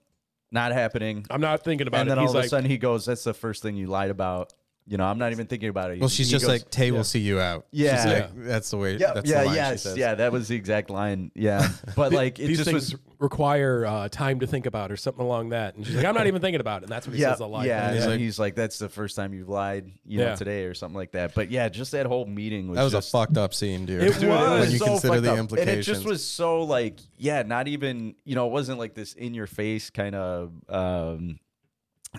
[SPEAKER 2] not happening."
[SPEAKER 3] i'm not thinking about
[SPEAKER 2] and
[SPEAKER 3] it
[SPEAKER 2] then all
[SPEAKER 3] He's
[SPEAKER 2] of
[SPEAKER 3] like,
[SPEAKER 2] a sudden, he goes, "That's the first thing you lied about." You know, I'm not even thinking about it.
[SPEAKER 1] well, she's just like, Tay will see you out. She's
[SPEAKER 2] Yeah.
[SPEAKER 1] like, that's the way.
[SPEAKER 2] "Yeah,
[SPEAKER 1] that's
[SPEAKER 2] yeah,
[SPEAKER 1] the line she
[SPEAKER 2] yes,
[SPEAKER 1] says.
[SPEAKER 2] yeah." That was the exact line. Yeah, but like, it
[SPEAKER 3] these
[SPEAKER 2] just
[SPEAKER 3] things
[SPEAKER 2] was.
[SPEAKER 3] require uh, time to think about or something along that. And she's like, I'm not even thinking about it. And that's what he
[SPEAKER 2] Yeah,
[SPEAKER 3] says a lot.
[SPEAKER 2] yeah.
[SPEAKER 1] He's
[SPEAKER 2] He's,
[SPEAKER 1] like-
[SPEAKER 2] like, he's like, "That's the first time you've lied, you know,
[SPEAKER 3] Yeah.
[SPEAKER 2] today or something like that." But yeah, just that whole meeting was
[SPEAKER 1] That was
[SPEAKER 2] just,
[SPEAKER 1] a fucked up scene, dude.
[SPEAKER 3] It
[SPEAKER 2] Dude,
[SPEAKER 3] was.
[SPEAKER 1] when you
[SPEAKER 2] so
[SPEAKER 1] consider
[SPEAKER 2] fucked
[SPEAKER 1] the
[SPEAKER 2] up.
[SPEAKER 1] implications.
[SPEAKER 2] And it just was so like, yeah, not even, you know, it wasn't like this in your face kind of um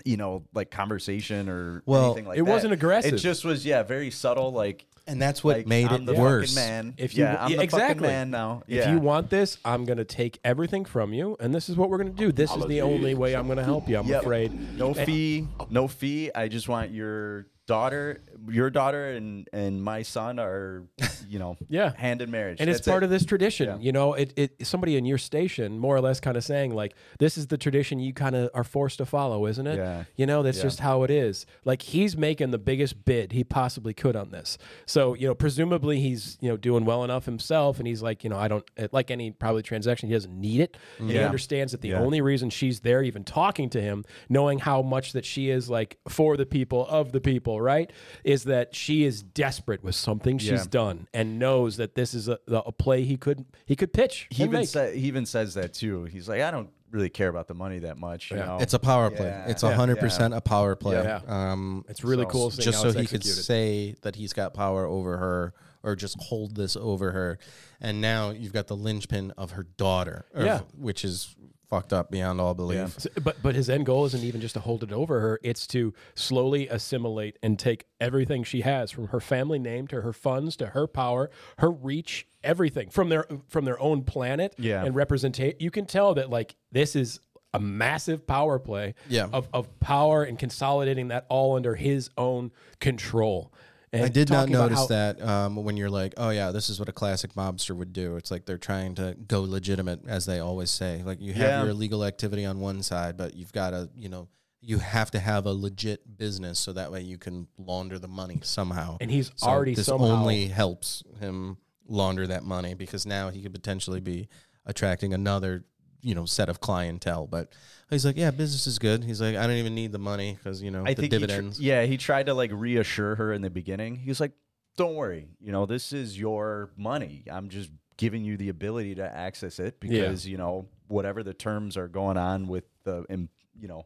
[SPEAKER 2] you know, like conversation or
[SPEAKER 1] Well,
[SPEAKER 2] anything like
[SPEAKER 3] it
[SPEAKER 2] that.
[SPEAKER 3] wasn't aggressive.
[SPEAKER 2] It just was, yeah, very subtle, like
[SPEAKER 1] and that's what
[SPEAKER 2] like,
[SPEAKER 1] made
[SPEAKER 2] I'm
[SPEAKER 1] it
[SPEAKER 2] the
[SPEAKER 1] worse.
[SPEAKER 2] Fucking man.
[SPEAKER 3] If you,
[SPEAKER 2] yeah, I'm
[SPEAKER 3] yeah,
[SPEAKER 2] the
[SPEAKER 3] exactly.
[SPEAKER 2] fucking man now. Yeah.
[SPEAKER 3] If you want this, I'm going to take everything from you. And this is what we're going to do. This is the only way I'm going to help you. I'm
[SPEAKER 2] Yep.
[SPEAKER 3] afraid.
[SPEAKER 2] no fee, no fee. I just want your daughter, your daughter, and and my son are, you know,
[SPEAKER 3] Yeah.
[SPEAKER 2] hand in marriage,
[SPEAKER 3] And it's
[SPEAKER 2] That's
[SPEAKER 3] part
[SPEAKER 2] it.
[SPEAKER 3] of this tradition,
[SPEAKER 2] Yeah.
[SPEAKER 3] you know. It, it somebody in your station, more or less, kind of saying like, "This is the tradition you kind of are forced to follow, isn't it?"
[SPEAKER 2] Yeah.
[SPEAKER 3] You know, that's just how it is. Like he's making the biggest bid he possibly could on this. So you know, presumably he's you know doing well enough himself, and he's like, you know, I don't eh, like any probably transaction. He doesn't need it. And He
[SPEAKER 2] Yeah.
[SPEAKER 3] understands that the
[SPEAKER 2] Yeah.
[SPEAKER 3] only reason she's there, even talking to him, knowing how much that she is like for the people of the people, right, is that she is desperate with something she's
[SPEAKER 2] Yeah.
[SPEAKER 3] done and knows that this is a, the- a play he could he could pitch.
[SPEAKER 2] He
[SPEAKER 3] and
[SPEAKER 2] even
[SPEAKER 3] make.
[SPEAKER 2] sa- he even says that too. He's like, I don't really care about the money that much. You know,
[SPEAKER 1] It's a power play.
[SPEAKER 2] Yeah.
[SPEAKER 1] It's
[SPEAKER 2] Yeah.
[SPEAKER 1] hundred percent a power play.
[SPEAKER 3] Yeah.
[SPEAKER 1] Um,
[SPEAKER 3] it's really cool. Seeing
[SPEAKER 1] just
[SPEAKER 3] how
[SPEAKER 1] so
[SPEAKER 3] it's
[SPEAKER 1] he
[SPEAKER 3] executed.
[SPEAKER 1] could say that he's got power over her or just hold this over her. And now you've got the linchpin of her daughter, or-
[SPEAKER 3] Yeah.
[SPEAKER 1] which is fucked up beyond all belief.
[SPEAKER 3] So- But but his end goal isn't even just to hold it over her. It's to slowly assimilate and take everything she has from her family name to her funds to her power, her reach, everything from their from their own planet.
[SPEAKER 2] Yeah.
[SPEAKER 3] and representate. You can tell that like this is a massive power play.
[SPEAKER 1] Yeah.
[SPEAKER 3] of of power and consolidating that all under his own control. And
[SPEAKER 1] I did not
[SPEAKER 3] talking about
[SPEAKER 1] notice
[SPEAKER 3] how-
[SPEAKER 1] that um, when you're like, oh yeah, this is what a classic mobster would do. It's like they're trying to go legitimate, as they always say. Like you have
[SPEAKER 2] Yeah.
[SPEAKER 1] your illegal activity on one side, but you've got to, you know, you have to have a legit business so that way you can launder the money somehow.
[SPEAKER 3] And he's
[SPEAKER 1] So
[SPEAKER 3] already
[SPEAKER 1] this
[SPEAKER 3] somehow
[SPEAKER 1] only helps him launder that money because now he could potentially be attracting another you know set of clientele but he's like yeah business is good he's like i don't even need the money because you know
[SPEAKER 2] I
[SPEAKER 1] the
[SPEAKER 2] think he tr-
[SPEAKER 1] dividends
[SPEAKER 2] yeah, he tried to like reassure her in the beginning. He was like, "Don't worry, you know this is your money. I'm just giving you the ability to access it because you know whatever the terms are going on with the im- you know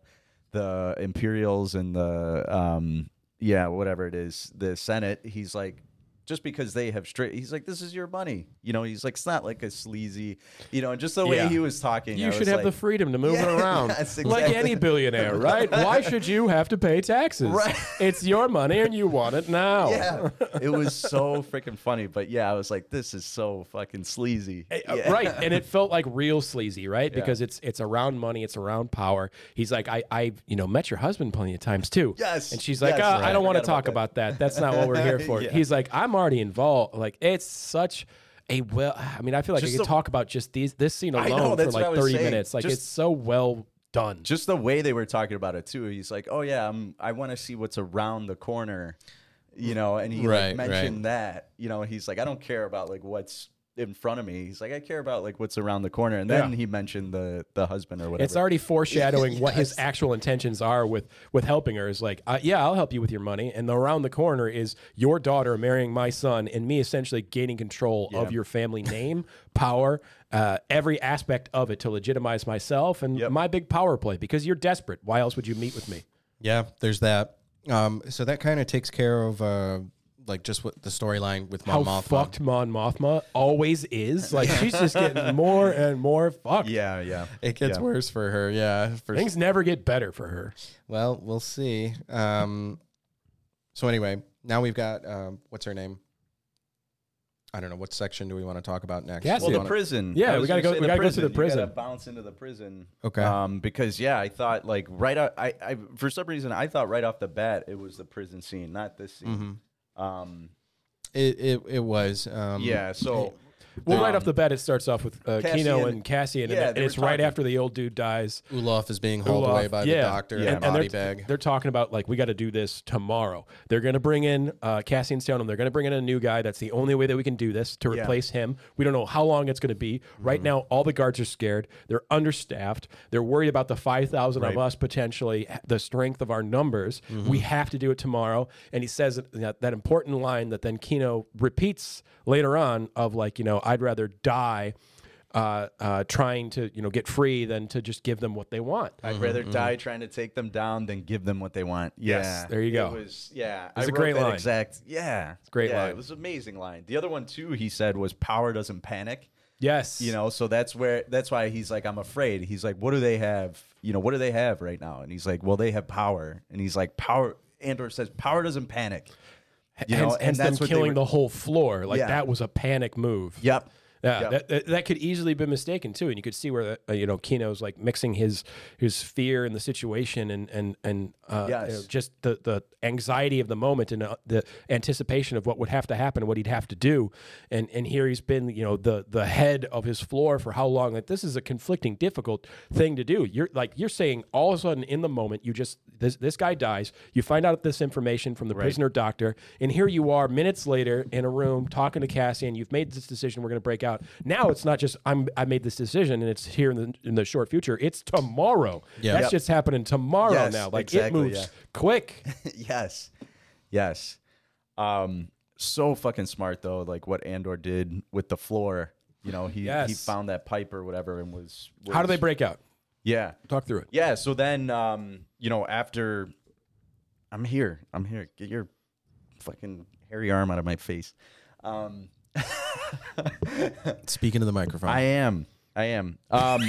[SPEAKER 2] the Imperials and the um yeah whatever it is the Senate. He's like." Just because they have straight, he's like, "This is your money," you know. He's like, "It's not like a sleazy," you know. And just the way
[SPEAKER 3] Yeah.
[SPEAKER 2] he was talking, I
[SPEAKER 3] You should
[SPEAKER 2] was
[SPEAKER 3] have the
[SPEAKER 2] like-
[SPEAKER 3] freedom to move it around
[SPEAKER 2] Yes,
[SPEAKER 3] like
[SPEAKER 2] exactly.
[SPEAKER 3] any billionaire, right? Why should you have to pay taxes?
[SPEAKER 2] Right.
[SPEAKER 3] It's your money and you want it now.
[SPEAKER 2] Yeah, Oh. it was so freaking funny. But yeah, I was like, this is so fucking sleazy.
[SPEAKER 3] Uh,
[SPEAKER 2] Yeah.
[SPEAKER 3] Right, and it felt like real sleazy, right? Because it's it's around money, it's around power. He's like, I I've you know met your husband plenty of times too.
[SPEAKER 2] Yes,
[SPEAKER 3] and she's like,
[SPEAKER 2] yes,
[SPEAKER 3] "Uh, I
[SPEAKER 2] right.
[SPEAKER 3] don't want to
[SPEAKER 2] Forgot
[SPEAKER 3] talk about
[SPEAKER 2] about
[SPEAKER 3] that. That's not what we're here for.
[SPEAKER 2] Yeah.
[SPEAKER 3] He's like, I'm already involved. Like it's such a well. I mean, I feel like I
[SPEAKER 2] Just
[SPEAKER 3] could
[SPEAKER 2] the-
[SPEAKER 3] talk about just these this scene
[SPEAKER 2] I know,
[SPEAKER 3] alone for
[SPEAKER 2] that's what I
[SPEAKER 3] like
[SPEAKER 2] was
[SPEAKER 3] 30
[SPEAKER 2] saying.
[SPEAKER 3] minutes. Like
[SPEAKER 2] Just-
[SPEAKER 3] it's so well done.
[SPEAKER 2] Just the way they were talking about it too. He's like, oh yeah, I'm, I want to see what's around the corner, you know. And he
[SPEAKER 1] Right,
[SPEAKER 2] like, mentioned that, you know. He's like, I don't care about like what's in front of me. He's like, I care about like what's around the corner. And then
[SPEAKER 3] Yeah.
[SPEAKER 2] he mentioned the the husband or whatever.
[SPEAKER 3] It's already foreshadowing what his actual intentions are with with helping her. Is like, uh, yeah, I'll help you with your money, and around the corner is your daughter marrying my son, and me essentially gaining control of your family name, power, uh, every aspect of it to legitimize myself and my big power play. Because you're desperate. Why else would you meet with me?
[SPEAKER 1] Yeah, there's that. Um, so that kind of takes care of uh, like just what the storyline with
[SPEAKER 3] How
[SPEAKER 1] Mon Mothma.
[SPEAKER 3] fucked Mon Mothma always is. Like she's just getting more and more fucked.
[SPEAKER 2] yeah, yeah.
[SPEAKER 1] It gets
[SPEAKER 2] Yeah.
[SPEAKER 1] worse for her. Yeah. For,
[SPEAKER 3] Things never get better for her.
[SPEAKER 1] well, we'll see. Um, so anyway, now we've got um, what's her name? I don't know. What section do we want to talk about next?
[SPEAKER 3] Yes,
[SPEAKER 1] Do
[SPEAKER 2] Well,
[SPEAKER 1] we
[SPEAKER 2] the
[SPEAKER 1] wanna-
[SPEAKER 2] prison.
[SPEAKER 3] Yeah,
[SPEAKER 2] I
[SPEAKER 3] we
[SPEAKER 2] was
[SPEAKER 3] gotta
[SPEAKER 2] gonna
[SPEAKER 3] go-
[SPEAKER 2] say
[SPEAKER 3] we gotta go to the
[SPEAKER 2] You
[SPEAKER 3] prison.
[SPEAKER 2] gotta bounce into the prison.
[SPEAKER 1] Okay.
[SPEAKER 2] Um, because yeah, I thought like right. Out, I, I for some reason I thought right off the bat it was the prison scene, not this scene.
[SPEAKER 3] Mm-hmm.
[SPEAKER 2] Um,
[SPEAKER 1] it, it, it was. Um,
[SPEAKER 2] yeah. So
[SPEAKER 3] Well, right
[SPEAKER 2] Um,
[SPEAKER 3] off the bat, it starts off with uh, Kino
[SPEAKER 2] Cassian-
[SPEAKER 3] and Cassian,
[SPEAKER 2] Yeah,
[SPEAKER 3] and,
[SPEAKER 2] they
[SPEAKER 3] and
[SPEAKER 2] were
[SPEAKER 3] it's right
[SPEAKER 2] talking.
[SPEAKER 3] after the old dude dies.
[SPEAKER 1] Olaf is being hauled
[SPEAKER 3] Olaf,
[SPEAKER 1] away by the doctor in a
[SPEAKER 3] they're-
[SPEAKER 1] body bag.
[SPEAKER 3] They're talking about like we got to do this tomorrow. They're going to bring in uh, Cassian Stone, and they're going to bring in a new guy. That's the only way that we can do this to replace him. We don't know how long it's going to be. Right
[SPEAKER 1] Mm-hmm.
[SPEAKER 3] now, all the guards are scared. They're understaffed. They're worried about the five thousand of us potentially, the strength of our numbers.
[SPEAKER 1] Mm-hmm.
[SPEAKER 3] We have to do it tomorrow. And he says that, that important line that then Kino repeats later on of like you know I'd rather die. Uh, uh, trying to you know get free than to just give them what they want.
[SPEAKER 2] I'd rather die trying to take them down than give them what they want.
[SPEAKER 3] mm-hmm. Yes,
[SPEAKER 2] yeah,
[SPEAKER 3] there you go.
[SPEAKER 2] It was yeah. I
[SPEAKER 3] a
[SPEAKER 2] wrote
[SPEAKER 3] great
[SPEAKER 2] that
[SPEAKER 3] line.
[SPEAKER 2] Exact. Yeah, it's
[SPEAKER 3] great
[SPEAKER 2] yeah,
[SPEAKER 3] line.
[SPEAKER 2] It was an amazing line. The other one too, he said was power doesn't panic.
[SPEAKER 3] Yes,
[SPEAKER 2] you know so that's where that's why he's like i'm afraid he's like what do they have you know what do they have right now and he's like well they have power and he's like power andor says power doesn't panic you
[SPEAKER 3] hence,
[SPEAKER 2] know
[SPEAKER 3] hence
[SPEAKER 2] and that's
[SPEAKER 3] them
[SPEAKER 2] what
[SPEAKER 3] killing
[SPEAKER 2] they were,
[SPEAKER 3] the whole floor. Like
[SPEAKER 2] Yeah.
[SPEAKER 3] that was a panic move.
[SPEAKER 2] yep
[SPEAKER 3] Yeah,
[SPEAKER 2] Yeah.
[SPEAKER 3] That, that, that could easily be mistaken too, and you could see where uh, you know Kino's like mixing his his fear and the situation and and and uh, you know,
[SPEAKER 2] Yes.
[SPEAKER 3] just the the anxiety of the moment and uh, the anticipation of what would have to happen and what he'd have to do, and and here he's been you know the the head of his floor for how long? Like this is a conflicting, difficult thing to do. You're like you're saying all of a sudden in the moment you just this this guy dies. You find out this information from the prisoner doctor, and here you are minutes later in a room talking to Cassian. You've made this decision. We're going to break out. Now it's not just I'm I made this decision and it's here in the in the short future. It's tomorrow.
[SPEAKER 1] Yeah.
[SPEAKER 3] that's
[SPEAKER 1] Yep.
[SPEAKER 3] just happening tomorrow
[SPEAKER 2] Yes,
[SPEAKER 3] now. Like
[SPEAKER 2] exactly,
[SPEAKER 3] it moves
[SPEAKER 2] yeah.
[SPEAKER 3] quick.
[SPEAKER 2] yes. Yes. Um, so fucking smart though, like what Andor did with the floor. You know, he he
[SPEAKER 3] Yes.
[SPEAKER 2] found that pipe or whatever and was,
[SPEAKER 3] How do
[SPEAKER 2] was-
[SPEAKER 3] they break out?
[SPEAKER 2] Yeah.
[SPEAKER 3] Talk through it.
[SPEAKER 2] Yeah, so then um, you know, after I'm here. I'm here. Get your fucking hairy arm out of my face. Um
[SPEAKER 1] Speaking to the microphone,
[SPEAKER 2] I am. I am. Um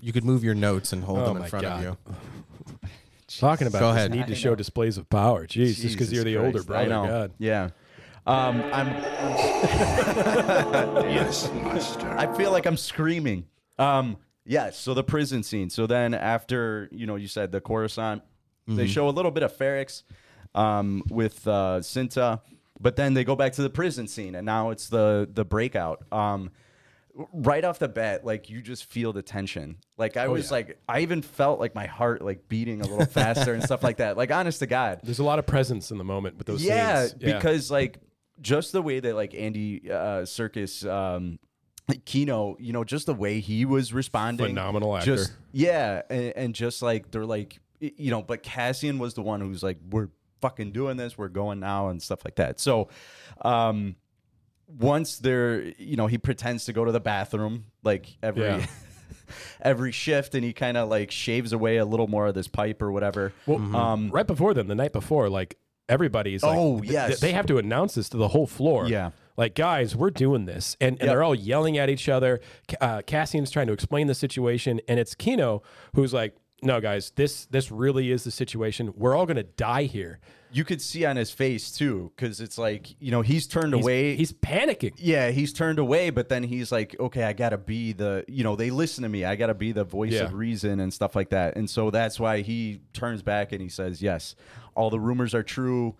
[SPEAKER 1] you could move your notes and hold
[SPEAKER 3] Oh
[SPEAKER 1] them
[SPEAKER 3] my
[SPEAKER 1] in front of
[SPEAKER 3] God.
[SPEAKER 1] you.
[SPEAKER 3] Talking about
[SPEAKER 1] Go
[SPEAKER 3] this
[SPEAKER 1] ahead.
[SPEAKER 3] need to show displays of power. Jeez, just because
[SPEAKER 2] Jesus
[SPEAKER 3] you're the older
[SPEAKER 2] Christ, I
[SPEAKER 3] brother.
[SPEAKER 2] know.
[SPEAKER 3] God.
[SPEAKER 2] Yeah. Um, I'm.
[SPEAKER 5] Yes, master.
[SPEAKER 2] I feel like I'm screaming. Um, yeah. So the prison scene. So then after you know you said the Coruscant, they show a little bit of Ferrex, um, with uh, Cinta, but then they go back to the prison scene, and now it's the the breakout. Um, right off the bat, like you just feel the tension. Like I was like, I even felt like my heart like beating a little faster and stuff like that. Like honest to God,
[SPEAKER 3] There's a lot of presence in the moment with those
[SPEAKER 2] yeah,
[SPEAKER 3] scenes.
[SPEAKER 2] because like just the way that like Andy uh, Circus um, Kino, you know, just the way he was responding,
[SPEAKER 3] Phenomenal actor.
[SPEAKER 2] Just yeah, and, and just like they're like y- you know, but Cassian was the one who's like, we're fucking doing this, we're going now, and stuff like that. So, um, once they're you know he pretends to go to the bathroom like every.
[SPEAKER 3] Yeah.
[SPEAKER 2] Every shift, and he kind of like shaves away a little more of this pipe or whatever. Um,
[SPEAKER 3] Well, right before them, the night before, like everybody's like,
[SPEAKER 2] Oh,
[SPEAKER 3] th-
[SPEAKER 2] yes.
[SPEAKER 3] they have to announce this to the whole floor.
[SPEAKER 2] Yeah.
[SPEAKER 3] Like, guys, we're doing this. And, and they're all yelling at each other. Ca- Uh, Cassian's trying to explain the situation. And it's Kino who's like, no, guys, this this really is the situation. We're all going to die here.
[SPEAKER 2] you could see on his face too, because it's like you know he's turned
[SPEAKER 3] He's,
[SPEAKER 2] away.
[SPEAKER 3] he's panicking.
[SPEAKER 2] yeah, he's turned away, but then he's like, okay, I gotta be the you know they listen to me. I gotta be the voice
[SPEAKER 3] Yeah.
[SPEAKER 2] of reason and stuff like that. And so that's why he turns back and he says, yes, all the rumors are true.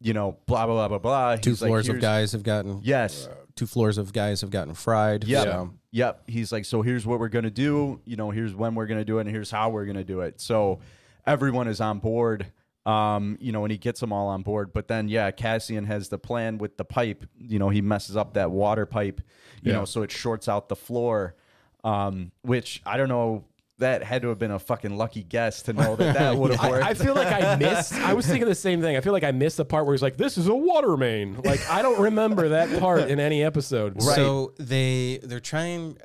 [SPEAKER 2] You know, blah blah blah blah blah.
[SPEAKER 1] Two
[SPEAKER 2] He's like,
[SPEAKER 1] floors of
[SPEAKER 2] "Here's-"
[SPEAKER 1] guys have gotten
[SPEAKER 2] Yes.
[SPEAKER 1] Two floors of guys have gotten fried.
[SPEAKER 2] Yep.
[SPEAKER 1] so-
[SPEAKER 2] Yep. He's like, so here's what we're gonna do. You know, here's when we're gonna do it, and here's how we're gonna do it. So everyone is on board. Um, you know, and he gets them all on board. But then, yeah, Cassian has the plan with the pipe. You know, he messes up that water pipe. You know, so it shorts out the floor. Um, which I don't know. That had to have been a fucking lucky guess to know that that would have
[SPEAKER 3] I,
[SPEAKER 2] worked.
[SPEAKER 3] I feel like I missed. I was thinking the same thing. I feel like I missed the part where he's like, "This is a water main." Like I don't remember that part in any episode.
[SPEAKER 1] So they they're trying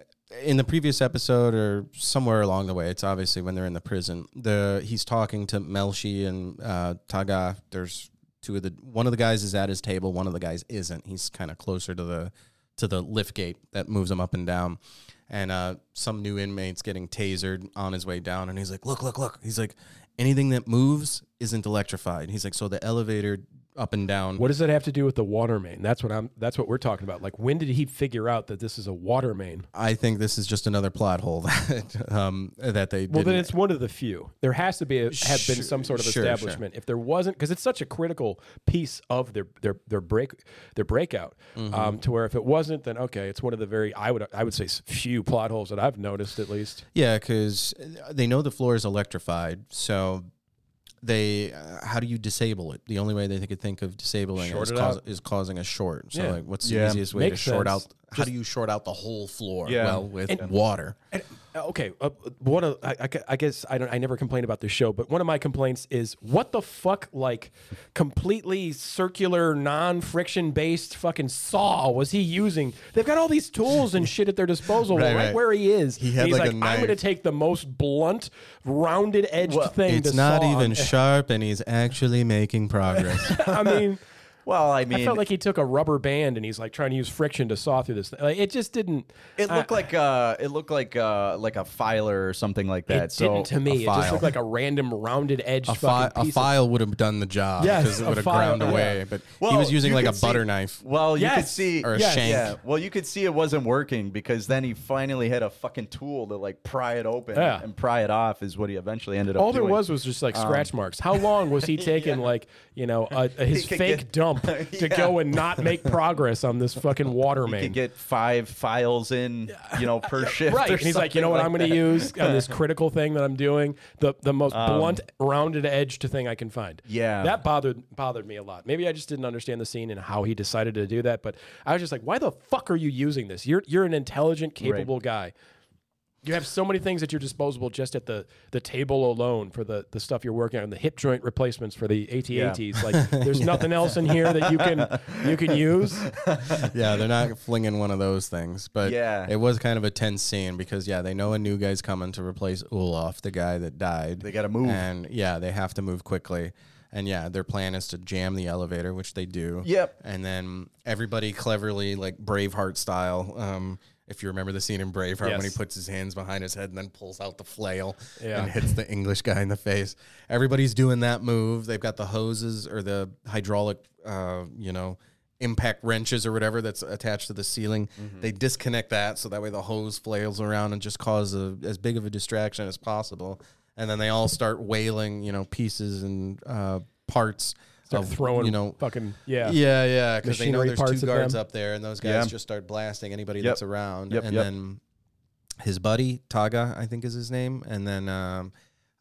[SPEAKER 1] in the previous episode or somewhere along the way. It's obviously when they're in the prison. The he's talking to Melshi and uh, Taga. There's two of the one of the guys is at his table. One of the guys isn't. He's kind of closer to the to the lift gate that moves him up and down. And uh, some new inmate's getting tasered on his way down, and he's like, "Look, look, look!" He's like, "Anything that moves isn't electrified." He's like, "So the elevator up and down."
[SPEAKER 3] What does that have to do with the water main? That's what I'm. That's what we're talking about. Like, when did he figure out that this is a water main?
[SPEAKER 1] I think this is just another plot hole that um, that they
[SPEAKER 3] Well,
[SPEAKER 1] didn't.
[SPEAKER 3] then it's one of the few. There has to be a, have been some sort of
[SPEAKER 1] sure, sure.
[SPEAKER 3] establishment. If there wasn't, because it's such a critical piece of their their their break their breakout, um, to where if it wasn't, then okay, it's one of the very I would I would say s- few plot holes that I've noticed at least.
[SPEAKER 1] yeah, because they know the floor is electrified, so they uh, how do you disable it? The only way they could think of disabling it
[SPEAKER 3] Short
[SPEAKER 1] is,
[SPEAKER 3] it
[SPEAKER 1] cause,
[SPEAKER 3] out.
[SPEAKER 1] is causing a short. So
[SPEAKER 3] Yeah.
[SPEAKER 1] like, what's the
[SPEAKER 2] Yeah.
[SPEAKER 1] easiest way
[SPEAKER 3] Makes
[SPEAKER 1] to short
[SPEAKER 3] sense.
[SPEAKER 1] out? How do you short out the whole floor?
[SPEAKER 2] Yeah.
[SPEAKER 1] Well, with water.
[SPEAKER 3] And, uh, okay, uh, one of I, I gu- I guess I don't I never complain about this show, but one of my complaints is what the fuck like completely circular, non-friction based fucking saw was he using? They've got all these tools and shit at their disposal right,
[SPEAKER 1] Right, right.
[SPEAKER 3] where he is.
[SPEAKER 1] He had,
[SPEAKER 3] he's
[SPEAKER 1] like, a
[SPEAKER 3] I'm going to
[SPEAKER 1] knife."
[SPEAKER 3] take the most blunt, rounded edged thing.
[SPEAKER 1] It's
[SPEAKER 3] to
[SPEAKER 1] not
[SPEAKER 3] saw on
[SPEAKER 1] even sharp, and he's actually making progress.
[SPEAKER 3] I mean,
[SPEAKER 2] Well, I mean,
[SPEAKER 3] I felt like he took a rubber band and he's like trying to use friction to saw through this. Thing. Like it just didn't.
[SPEAKER 2] it looked like uh, it looked like uh, like a filer or something like that.
[SPEAKER 3] it
[SPEAKER 2] so
[SPEAKER 3] didn't to me.
[SPEAKER 2] a
[SPEAKER 3] It just
[SPEAKER 2] file.
[SPEAKER 3] looked like a random rounded edge.
[SPEAKER 1] A, fi-
[SPEAKER 3] fucking
[SPEAKER 1] a
[SPEAKER 3] piece of-
[SPEAKER 1] file would have done the job
[SPEAKER 3] Yes,
[SPEAKER 1] because it
[SPEAKER 3] a
[SPEAKER 1] would have
[SPEAKER 3] file,
[SPEAKER 1] ground
[SPEAKER 3] yeah.
[SPEAKER 1] away. But he
[SPEAKER 2] Well,
[SPEAKER 1] was using
[SPEAKER 2] you
[SPEAKER 1] like a
[SPEAKER 2] could see-
[SPEAKER 1] butter knife.
[SPEAKER 2] Well, you could
[SPEAKER 3] Yes.
[SPEAKER 2] see
[SPEAKER 1] Or a
[SPEAKER 3] Yes.
[SPEAKER 1] shank.
[SPEAKER 2] Yeah. Well, you could see it wasn't working because then he finally had a fucking tool to like pry it open
[SPEAKER 3] Yeah.
[SPEAKER 2] and pry it off is what he eventually ended up
[SPEAKER 3] All there
[SPEAKER 2] doing.
[SPEAKER 3] was was just like scratch marks. How long was he taking like you know a, a- his
[SPEAKER 2] could
[SPEAKER 3] fake
[SPEAKER 2] get-
[SPEAKER 3] dump to go and not make progress on this fucking water
[SPEAKER 2] you
[SPEAKER 3] main?
[SPEAKER 2] could get five files in, you know, per shift.
[SPEAKER 3] Right,
[SPEAKER 2] or
[SPEAKER 3] and he's like, you know
[SPEAKER 2] something
[SPEAKER 3] what, I'm going
[SPEAKER 2] that.
[SPEAKER 3] to use on this critical thing that I'm doing the the most blunt, rounded edge to thing I can find.
[SPEAKER 2] Um, Yeah.
[SPEAKER 3] that bothered bothered me a lot. Maybe I just didn't understand the scene and how he decided to do that. But I was just like, why the fuck are you using this? You're you're an intelligent, capable guy. You have so many things at your disposal just at the, the table alone for the, the stuff you're working on, the hip joint replacements for the AT-ATs. Like, there's nothing else in here that you can you can use.
[SPEAKER 1] yeah, they're not flinging one of those things. But
[SPEAKER 2] Yeah.
[SPEAKER 1] it was kind of a tense scene because yeah, they know a new guy's coming to replace Olaf, the guy that died.
[SPEAKER 2] They gotta move.
[SPEAKER 1] and yeah, they have to move quickly. And yeah, their plan is to jam the elevator, which they do.
[SPEAKER 2] Yep.
[SPEAKER 1] And then everybody cleverly, like Braveheart style. Um, if you remember the scene in Braveheart when he
[SPEAKER 3] Yes.
[SPEAKER 1] puts his hands behind his head and then pulls out the flail
[SPEAKER 3] Yeah.
[SPEAKER 1] and hits the English guy in the face. Everybody's doing that move. They've got the hoses or the hydraulic, uh, you know, impact wrenches or whatever that's attached to the ceiling.
[SPEAKER 3] Mm-hmm.
[SPEAKER 1] They disconnect that so that way the hose flails around and just cause a, as big of a distraction as possible. And then they all start wailing, you know, pieces and uh, parts.
[SPEAKER 3] Start
[SPEAKER 1] of,
[SPEAKER 3] throwing,
[SPEAKER 1] you know,
[SPEAKER 3] fucking yeah,
[SPEAKER 1] yeah, yeah, because they know
[SPEAKER 3] Machinery
[SPEAKER 1] there's
[SPEAKER 3] parts
[SPEAKER 1] two
[SPEAKER 3] of
[SPEAKER 1] guards
[SPEAKER 3] them.
[SPEAKER 1] up there, and those guys
[SPEAKER 2] Yeah.
[SPEAKER 1] just start blasting anybody
[SPEAKER 2] Yep.
[SPEAKER 1] that's around.
[SPEAKER 2] Yep,
[SPEAKER 1] and
[SPEAKER 2] yep.
[SPEAKER 1] then his buddy Taga, I think is his name, and then um,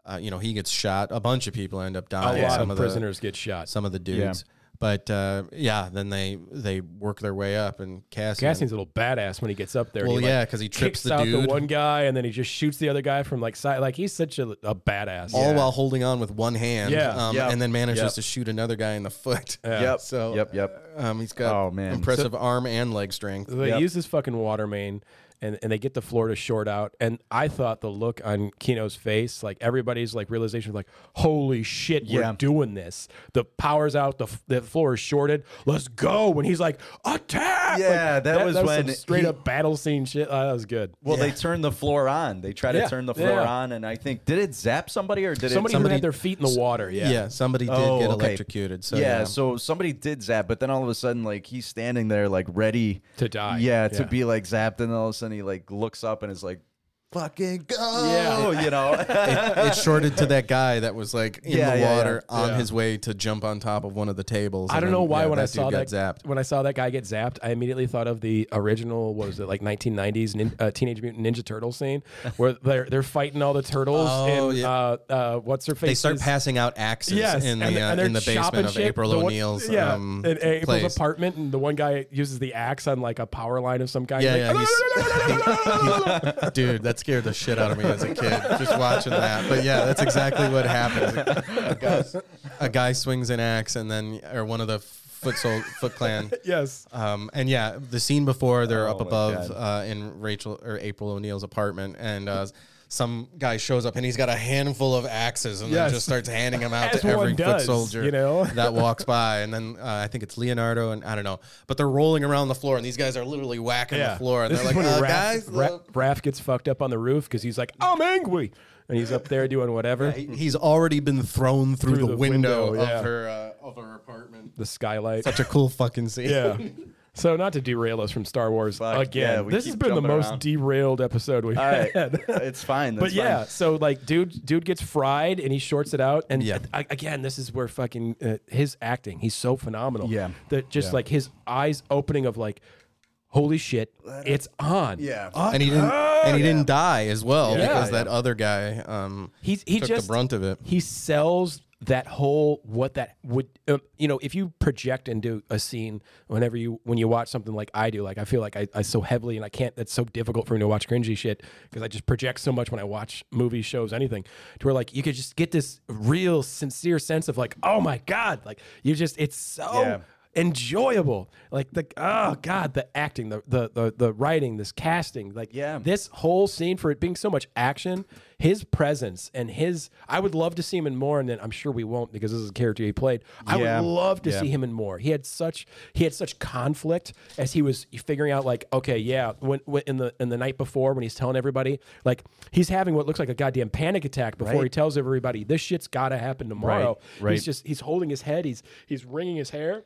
[SPEAKER 1] uh, you know he gets shot. A bunch of people end up
[SPEAKER 3] A
[SPEAKER 1] dying.
[SPEAKER 3] lot
[SPEAKER 1] some
[SPEAKER 3] of
[SPEAKER 1] the
[SPEAKER 3] prisoners get shot.
[SPEAKER 1] some of the dudes. But uh, yeah, then they they work their way up, and Cassian.
[SPEAKER 3] Cassian's a little badass when he gets up there.
[SPEAKER 1] well,
[SPEAKER 3] and he,
[SPEAKER 1] yeah,
[SPEAKER 3] like,
[SPEAKER 1] because he trips
[SPEAKER 3] trips
[SPEAKER 1] the
[SPEAKER 3] out
[SPEAKER 1] dude.
[SPEAKER 3] the one guy and then he just shoots the other guy from like side. Like he's such a, a badass.
[SPEAKER 1] all while holding on with one hand,
[SPEAKER 3] Yeah.
[SPEAKER 1] um,
[SPEAKER 2] Yep.
[SPEAKER 1] and then manages
[SPEAKER 3] Yep.
[SPEAKER 1] to shoot another guy in the foot.
[SPEAKER 2] Yep.
[SPEAKER 1] So,
[SPEAKER 2] yep. Yep.
[SPEAKER 1] Um, he's got
[SPEAKER 2] Oh, man.
[SPEAKER 1] impressive arm and leg strength.
[SPEAKER 3] They
[SPEAKER 2] Yep.
[SPEAKER 3] use this fucking water main and, and they get the Florida short out. And I thought the look on Kino's face, like everybody's like realization, like, holy shit,
[SPEAKER 2] Yeah.
[SPEAKER 3] we're doing this. The power's out, the, f- the floor is shorted. Let's go. And he's like, attack.
[SPEAKER 2] Yeah,
[SPEAKER 3] Like,
[SPEAKER 2] that was
[SPEAKER 3] some
[SPEAKER 2] when
[SPEAKER 3] straight
[SPEAKER 2] he-
[SPEAKER 3] up battle scene shit. Oh, that was good.
[SPEAKER 2] Well, they turned the floor on. They tried
[SPEAKER 3] Yeah.
[SPEAKER 2] to turn the floor
[SPEAKER 3] Yeah.
[SPEAKER 2] on, and I think did it zap somebody or did
[SPEAKER 3] Somebody,
[SPEAKER 2] it?
[SPEAKER 3] who
[SPEAKER 1] somebody-
[SPEAKER 3] had their feet in the water.
[SPEAKER 1] Yeah, somebody did
[SPEAKER 2] Oh,
[SPEAKER 1] get
[SPEAKER 2] okay.
[SPEAKER 1] electrocuted. So
[SPEAKER 2] yeah, so somebody did zap, but then all of a sudden, like he's standing there, like ready
[SPEAKER 3] To die.
[SPEAKER 2] Yeah, to
[SPEAKER 3] Yeah.
[SPEAKER 2] be like zapped, and all of a sudden he like looks up and is like,
[SPEAKER 1] fucking go.
[SPEAKER 2] "Oh, you know."
[SPEAKER 1] it shorted to that guy that was like in
[SPEAKER 2] Yeah,
[SPEAKER 1] the
[SPEAKER 2] yeah,
[SPEAKER 1] water
[SPEAKER 2] yeah.
[SPEAKER 1] on
[SPEAKER 3] Yeah.
[SPEAKER 1] his way to jump on top of one of the tables.
[SPEAKER 3] I
[SPEAKER 1] and
[SPEAKER 3] don't
[SPEAKER 1] then,
[SPEAKER 3] know why
[SPEAKER 1] yeah,
[SPEAKER 3] when I
[SPEAKER 1] dude
[SPEAKER 3] saw
[SPEAKER 1] got
[SPEAKER 3] that
[SPEAKER 1] zapped.
[SPEAKER 3] when I saw that guy get zapped, I immediately thought of the original what was it like 1990s nin, uh, Teenage Mutant Ninja Turtle scene where they're they're fighting all the turtles
[SPEAKER 1] Oh,
[SPEAKER 3] and
[SPEAKER 1] yeah.
[SPEAKER 3] uh, uh, what's her face?
[SPEAKER 1] They start passing out axes
[SPEAKER 3] Yes,
[SPEAKER 1] in the
[SPEAKER 3] and, they-
[SPEAKER 1] uh,
[SPEAKER 3] and they're
[SPEAKER 1] in the
[SPEAKER 3] chopping
[SPEAKER 1] basement of
[SPEAKER 3] shit.
[SPEAKER 1] April
[SPEAKER 3] The one-
[SPEAKER 1] O'Neil's
[SPEAKER 3] yeah,
[SPEAKER 1] um,
[SPEAKER 3] in April's
[SPEAKER 1] place.
[SPEAKER 3] apartment, and the one guy uses the axe on like a power line of some kind.
[SPEAKER 1] Yeah,
[SPEAKER 3] He's
[SPEAKER 1] yeah,
[SPEAKER 3] like,
[SPEAKER 1] he's- dude, that scared the shit out of me as a kid just watching that. But yeah, that's exactly what happens. A guy, a guy swings an axe, and then or one of the foot sol- foot clan
[SPEAKER 3] yes,
[SPEAKER 1] Um, and yeah, the scene before they're up
[SPEAKER 3] Oh
[SPEAKER 2] my
[SPEAKER 1] above uh, in Rachel or April O'Neil's apartment, and uh, some guy shows up and he's got a handful of axes and
[SPEAKER 3] Yes.
[SPEAKER 1] then just starts handing them out
[SPEAKER 3] As
[SPEAKER 1] to every
[SPEAKER 3] one
[SPEAKER 1] foot
[SPEAKER 3] does,
[SPEAKER 1] soldier
[SPEAKER 3] you know?
[SPEAKER 1] that walks by. And then uh, I think it's Leonardo and I don't know, but they're rolling around the floor and these guys are literally whacking
[SPEAKER 3] yeah.
[SPEAKER 1] the floor and
[SPEAKER 3] This
[SPEAKER 1] they're
[SPEAKER 3] is
[SPEAKER 1] like,
[SPEAKER 3] when
[SPEAKER 1] uh,
[SPEAKER 3] Raph,
[SPEAKER 1] guys,
[SPEAKER 3] Ra-
[SPEAKER 1] uh,
[SPEAKER 3] Raph gets fucked up on the roof because he's like, I'm angry, and he's up there doing whatever.
[SPEAKER 1] he's already been thrown through,
[SPEAKER 3] Through
[SPEAKER 1] the,
[SPEAKER 3] the
[SPEAKER 1] window,
[SPEAKER 3] window, yeah.
[SPEAKER 1] of her uh, of her apartment.
[SPEAKER 3] the skylight.
[SPEAKER 1] Such a cool fucking scene.
[SPEAKER 3] Yeah. So not to derail us from Star Wars
[SPEAKER 2] Fuck, yeah,
[SPEAKER 3] again.
[SPEAKER 2] we
[SPEAKER 3] this
[SPEAKER 2] keep
[SPEAKER 3] has been the
[SPEAKER 2] jumping
[SPEAKER 3] most
[SPEAKER 2] around.
[SPEAKER 3] derailed episode we've
[SPEAKER 2] all right,
[SPEAKER 3] had.
[SPEAKER 2] it's fine.
[SPEAKER 3] but
[SPEAKER 2] That's
[SPEAKER 3] yeah,
[SPEAKER 2] fine.
[SPEAKER 3] so like dude dude gets fried and he shorts it out and
[SPEAKER 1] Yeah.
[SPEAKER 3] a- again this is where fucking uh, his acting, he's so phenomenal.
[SPEAKER 2] Yeah.
[SPEAKER 3] That just like his eyes opening of like holy shit, it's on.
[SPEAKER 2] Yeah.
[SPEAKER 3] Up.
[SPEAKER 1] and he didn't and he didn't die as well
[SPEAKER 3] Oh, Yeah.
[SPEAKER 1] because
[SPEAKER 3] Yeah.
[SPEAKER 1] that other guy um
[SPEAKER 3] He's he
[SPEAKER 1] took
[SPEAKER 3] just
[SPEAKER 1] the brunt of it.
[SPEAKER 3] he sells that whole what that would um, you know if you project into a scene whenever you when you watch something like i do like i feel like i, I so heavily and i can't that's so difficult for me to watch cringy shit because i just project so much when i watch movies shows anything to where like you could just get this real sincere sense of like oh my god like you just it's so
[SPEAKER 2] Yeah.
[SPEAKER 3] enjoyable. Like the oh god, the acting, the the the, the writing, this casting, like
[SPEAKER 2] Yeah.
[SPEAKER 3] this whole scene for it being so much action, his presence and his I would love to see him in more, and then I'm sure we won't because this is a character he played. I
[SPEAKER 2] Yeah.
[SPEAKER 3] would love to
[SPEAKER 2] Yeah.
[SPEAKER 3] see him in more. He had such he had such conflict as he was figuring out like okay yeah when, when in the in the night before when he's telling everybody like he's having what looks like a goddamn panic attack before he
[SPEAKER 2] Right.
[SPEAKER 3] tells everybody this shit's got to happen tomorrow.
[SPEAKER 2] right.
[SPEAKER 3] He's just he's holding his head. He's he's wringing his hair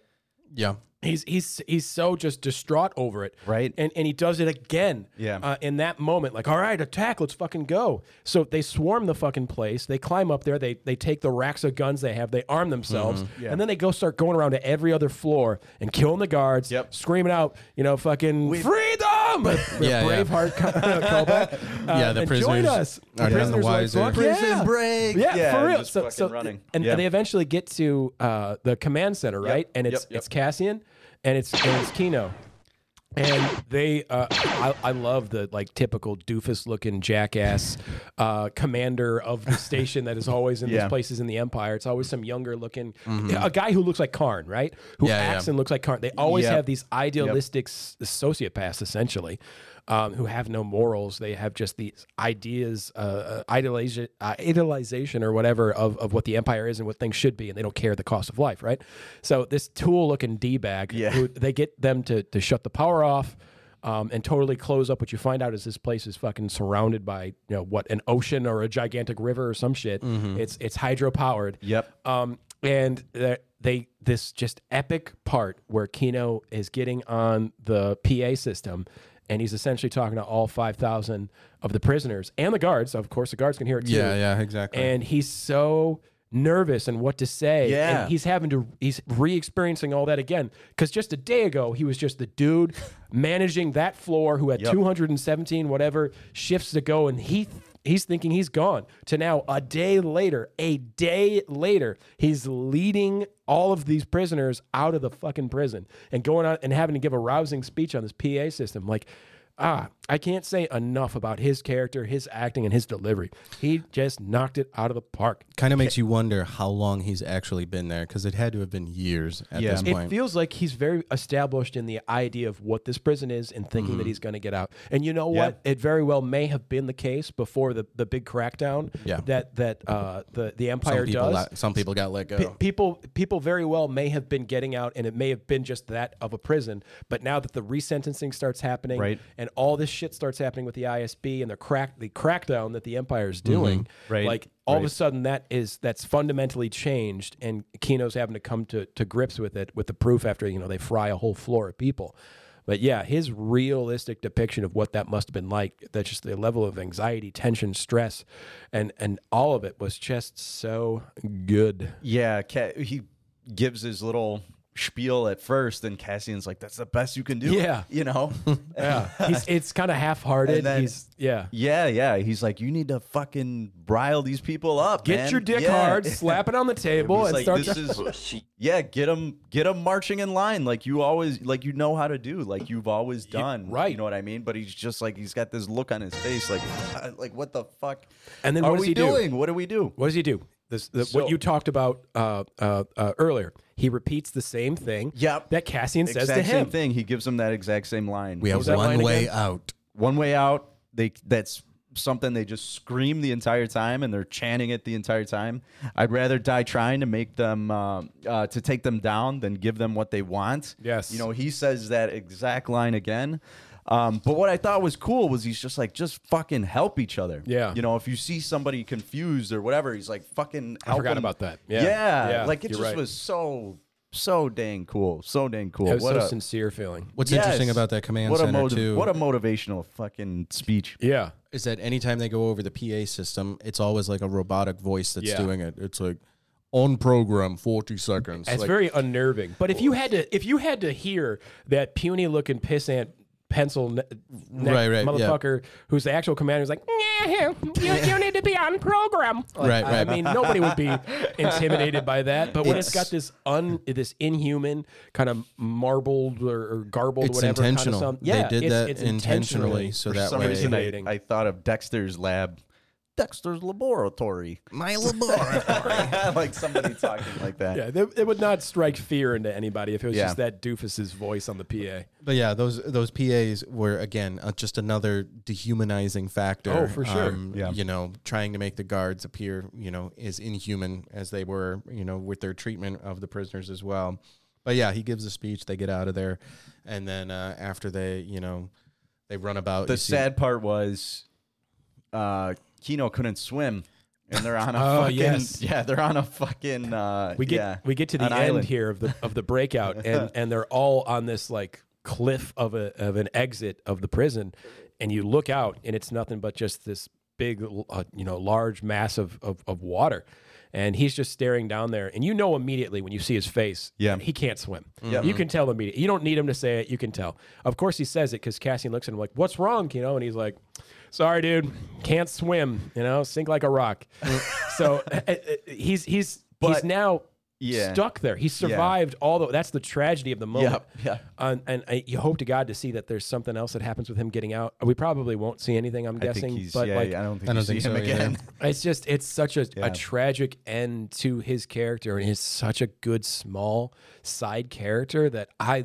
[SPEAKER 3] Uh,
[SPEAKER 1] Yeah.
[SPEAKER 3] he's he's he's so just distraught over it
[SPEAKER 2] Right.
[SPEAKER 3] and and he does it again
[SPEAKER 2] Yeah.
[SPEAKER 3] uh, in that moment like all right attack let's fucking go so they swarm the fucking place they climb up there they they take the racks of guns they have they arm themselves
[SPEAKER 2] Mm-hmm.
[SPEAKER 3] and then they go start going around to every other floor and killing the guards
[SPEAKER 2] Yep.
[SPEAKER 3] screaming out you know fucking freedom with, with
[SPEAKER 1] Yeah, yeah.
[SPEAKER 3] braveheart callback uh,
[SPEAKER 1] Yeah, the
[SPEAKER 3] and
[SPEAKER 1] prisoners
[SPEAKER 3] join us
[SPEAKER 1] are none the
[SPEAKER 3] prisoners like,
[SPEAKER 1] wiser.
[SPEAKER 3] "Fuck
[SPEAKER 2] Prison
[SPEAKER 3] yeah."
[SPEAKER 2] break.
[SPEAKER 3] yeah,
[SPEAKER 2] Yeah,
[SPEAKER 3] for
[SPEAKER 2] and
[SPEAKER 3] real
[SPEAKER 2] just
[SPEAKER 3] so,
[SPEAKER 2] fucking
[SPEAKER 3] so
[SPEAKER 2] running.
[SPEAKER 3] and,
[SPEAKER 2] Yeah.
[SPEAKER 3] and they eventually get to uh, the command center right and it's
[SPEAKER 2] Yep, yep.
[SPEAKER 3] it's cassian and it's and it's kino and they uh, I, I love the like typical doofus looking jackass uh, commander of the station that is always in
[SPEAKER 2] Yeah.
[SPEAKER 3] these places in the empire it's always some younger looking a guy who looks like karn right who
[SPEAKER 1] Mm-hmm. Yeah,
[SPEAKER 3] acts
[SPEAKER 1] yeah.
[SPEAKER 3] and looks like karn they always
[SPEAKER 2] Yep.
[SPEAKER 3] have these idealistic s- sociopaths essentially um, who have no morals they have just these ideas uh, uh, idolization, uh, idolization or whatever of, of what the empire is and what things should be and they don't care the cost of life right so this tool looking d-bag
[SPEAKER 2] Yeah.
[SPEAKER 3] who they get them to, to shut the power off um, and totally close up. What you find out is this place is fucking surrounded by you know what an ocean or a gigantic river or some shit. It's it's hydropowered.
[SPEAKER 2] Mm-hmm. Yep.
[SPEAKER 3] Um, and they, they this just epic part where Kino is getting on the PA system. And he's essentially talking to all 5,000 of the prisoners and the guards. Of course, the guards can hear it too
[SPEAKER 1] Yeah. Yeah. Exactly.
[SPEAKER 3] and he's so nervous and what to say.
[SPEAKER 2] Yeah.
[SPEAKER 3] And he's having to he's re-experiencing all that again. Cause just a day ago he was just the dude managing that floor who had 217 whatever shifts to go and he he's thinking he's gone. To now a day later, a day later, he's leading all of these prisoners out of the fucking prison and going out and having to give a rousing speech on this PA system. Like ah, I can't say enough about his character, his acting, and his delivery. He just knocked it out of the park.
[SPEAKER 1] kind of makes you wonder how long he's actually been there because it had to have been years at
[SPEAKER 2] Yeah.
[SPEAKER 1] this
[SPEAKER 3] It
[SPEAKER 1] point.
[SPEAKER 3] feels like he's very established in the idea of what this prison is and thinking
[SPEAKER 1] Mm-hmm.
[SPEAKER 3] that he's going to get out. And you know what? It very well may have been the case before the, the big crackdown
[SPEAKER 1] Yeah.
[SPEAKER 3] that that uh, the the
[SPEAKER 1] some
[SPEAKER 3] empire
[SPEAKER 1] people,
[SPEAKER 3] does.
[SPEAKER 1] la- some people got let go.
[SPEAKER 3] Pe- people people very well may have been getting out and it may have been just that of a prison but now that the resentencing starts happening
[SPEAKER 2] Right.
[SPEAKER 3] and all this shit starts happening with the ISB and the crack the crackdown that the empire is doing
[SPEAKER 2] Mm-hmm. Right.
[SPEAKER 3] like all of a
[SPEAKER 2] Right.
[SPEAKER 3] sudden that is that's fundamentally changed and Kino's having to come to, to grips with it with the proof after you know they fry a whole floor of people but yeah, his realistic depiction of what that must have been like, that's just the level of anxiety, tension, stress, and and all of it was just so good.
[SPEAKER 2] Yeah, Ca- he gives his little spiel at first, and Cassian's like, "That's the best you can do."
[SPEAKER 3] Yeah.
[SPEAKER 2] you know.
[SPEAKER 3] Yeah, he's, it's kind of half-hearted.
[SPEAKER 2] And then-
[SPEAKER 3] he's yeah.
[SPEAKER 2] yeah, yeah. He's like, "You need to fucking rile these people up.
[SPEAKER 3] Get
[SPEAKER 2] man."
[SPEAKER 3] your dick
[SPEAKER 2] Yeah.
[SPEAKER 3] hard, slap it on the table,
[SPEAKER 2] He's
[SPEAKER 3] and
[SPEAKER 2] like,
[SPEAKER 3] start.
[SPEAKER 2] "This is yeah. Get them, get them marching in line like you always, like you know how to do, like you've always done.
[SPEAKER 3] right.
[SPEAKER 2] You know what I mean? But he's just like he's got this look on his face, like, "Uh, like what the fuck?
[SPEAKER 3] And then
[SPEAKER 2] are
[SPEAKER 3] what does
[SPEAKER 2] we
[SPEAKER 3] he do?
[SPEAKER 2] doing? What do we do?
[SPEAKER 3] what does he do? This, the,
[SPEAKER 2] So-
[SPEAKER 3] what you talked about uh, uh, uh, earlier. He repeats the same thing.
[SPEAKER 2] Yep.
[SPEAKER 3] That Cassian says
[SPEAKER 2] exact
[SPEAKER 3] to
[SPEAKER 2] same
[SPEAKER 3] him.
[SPEAKER 2] thing. He gives him that exact same line.
[SPEAKER 1] we have
[SPEAKER 3] that line
[SPEAKER 1] one
[SPEAKER 3] again?
[SPEAKER 1] way out.
[SPEAKER 2] one way out they that's something they just scream the entire time and they're chanting it the entire time i'd rather die trying to make them uh, uh, to take them down than give them what they want
[SPEAKER 3] Yes.
[SPEAKER 2] you know he says that exact line again um, but what i thought was cool was he's just like just fucking help each other
[SPEAKER 3] Yeah.
[SPEAKER 2] you know if you see somebody confused or whatever he's like fucking help
[SPEAKER 3] forgot
[SPEAKER 2] 'em.
[SPEAKER 3] about that. Yeah.
[SPEAKER 2] yeah,
[SPEAKER 3] Yeah,
[SPEAKER 2] like it
[SPEAKER 3] you're
[SPEAKER 2] just
[SPEAKER 3] right.
[SPEAKER 2] was so so dang cool so dang cool
[SPEAKER 3] It was
[SPEAKER 2] what
[SPEAKER 3] so
[SPEAKER 2] a,
[SPEAKER 3] sincere feeling.
[SPEAKER 1] What's
[SPEAKER 2] Yes.
[SPEAKER 1] interesting about that command
[SPEAKER 2] what a
[SPEAKER 1] center
[SPEAKER 2] motiv-
[SPEAKER 1] too
[SPEAKER 2] what a motivational fucking speech
[SPEAKER 3] Yeah.
[SPEAKER 1] is that anytime they go over the PA system, it's always like a robotic voice that's
[SPEAKER 3] Yeah.
[SPEAKER 1] doing it. It's like on program, forty seconds.
[SPEAKER 3] It's
[SPEAKER 1] Like,
[SPEAKER 3] very unnerving. But if you had to, if you had to hear that puny looking pissant pencil ne- neck
[SPEAKER 1] Right, right, yeah.
[SPEAKER 3] motherfucker who's the actual commander, who's like, "Nah, you, you need to be on program. Like,
[SPEAKER 1] Right,
[SPEAKER 3] I-
[SPEAKER 1] right.
[SPEAKER 3] I mean, nobody would be intimidated by that. But when it's
[SPEAKER 1] It's-
[SPEAKER 3] got this un, this inhuman kind of marbled or, or garbled,
[SPEAKER 1] it's
[SPEAKER 3] whatever,
[SPEAKER 1] intentional.
[SPEAKER 3] Kind of sound-
[SPEAKER 1] they did
[SPEAKER 3] it's-
[SPEAKER 1] that
[SPEAKER 3] it's
[SPEAKER 1] intentionally, so
[SPEAKER 2] For
[SPEAKER 1] that
[SPEAKER 2] some
[SPEAKER 1] way.
[SPEAKER 2] reason, I,
[SPEAKER 3] Intimidating.
[SPEAKER 2] I thought of Dexter's Lab. Dexter's laboratory.
[SPEAKER 1] My laboratory.
[SPEAKER 2] like somebody talking like that.
[SPEAKER 3] Yeah, they, it would not strike fear into anybody if it was
[SPEAKER 2] Yeah.
[SPEAKER 3] just that doofus's voice on the PA.
[SPEAKER 1] but yeah, those those PAs were again uh, just another dehumanizing factor. Um,
[SPEAKER 3] Oh, for sure.
[SPEAKER 2] Yeah.
[SPEAKER 1] You know, trying to make the guards appear, you know, as inhuman as they were, you know, with their treatment of the prisoners as well. But yeah, he gives a speech. They get out of there, and then uh, after they, you know, they run about.
[SPEAKER 2] The
[SPEAKER 1] you see-
[SPEAKER 2] sad part was uh Kino couldn't swim. And they're on a
[SPEAKER 3] Oh,
[SPEAKER 2] fucking
[SPEAKER 3] yes.
[SPEAKER 2] yeah, they're on a fucking uh
[SPEAKER 3] We get
[SPEAKER 2] yeah,
[SPEAKER 3] we get to the
[SPEAKER 2] an
[SPEAKER 3] end
[SPEAKER 2] island.
[SPEAKER 3] here of the of the breakout, and and they're all on this like cliff of a of an exit of the prison, and you look out, and it's nothing but just this big, uh, you know, large mass of, of of water, and he's just staring down there, and you know immediately when you see his face,
[SPEAKER 2] Yeah.
[SPEAKER 3] he can't swim.
[SPEAKER 2] Yep.
[SPEAKER 3] You can tell immediately. You don't need him to say it. You can tell. Of course, he says it because Cassian looks at him like, "What's wrong, Kino?" And he's like, "Sorry, dude, can't swim. You know, sink like a rock." so uh, uh, he's he's he's
[SPEAKER 2] But-
[SPEAKER 3] now
[SPEAKER 2] Yeah.
[SPEAKER 3] stuck there. He survived all the. That's the tragedy of the moment.
[SPEAKER 2] yeah.
[SPEAKER 3] And, and I, you hope to God to see that there's something else that happens with him getting out. We probably won't see anything. I'm
[SPEAKER 2] I
[SPEAKER 3] guessing,
[SPEAKER 2] think he's
[SPEAKER 3] but
[SPEAKER 2] yeah,
[SPEAKER 3] like,
[SPEAKER 2] I don't think
[SPEAKER 1] I
[SPEAKER 2] you
[SPEAKER 1] don't
[SPEAKER 2] see
[SPEAKER 1] think
[SPEAKER 2] him
[SPEAKER 1] so either.
[SPEAKER 2] again.
[SPEAKER 3] it's just it's such a,
[SPEAKER 2] Yeah.
[SPEAKER 3] a tragic end to his character, and he's such a good small side character that I,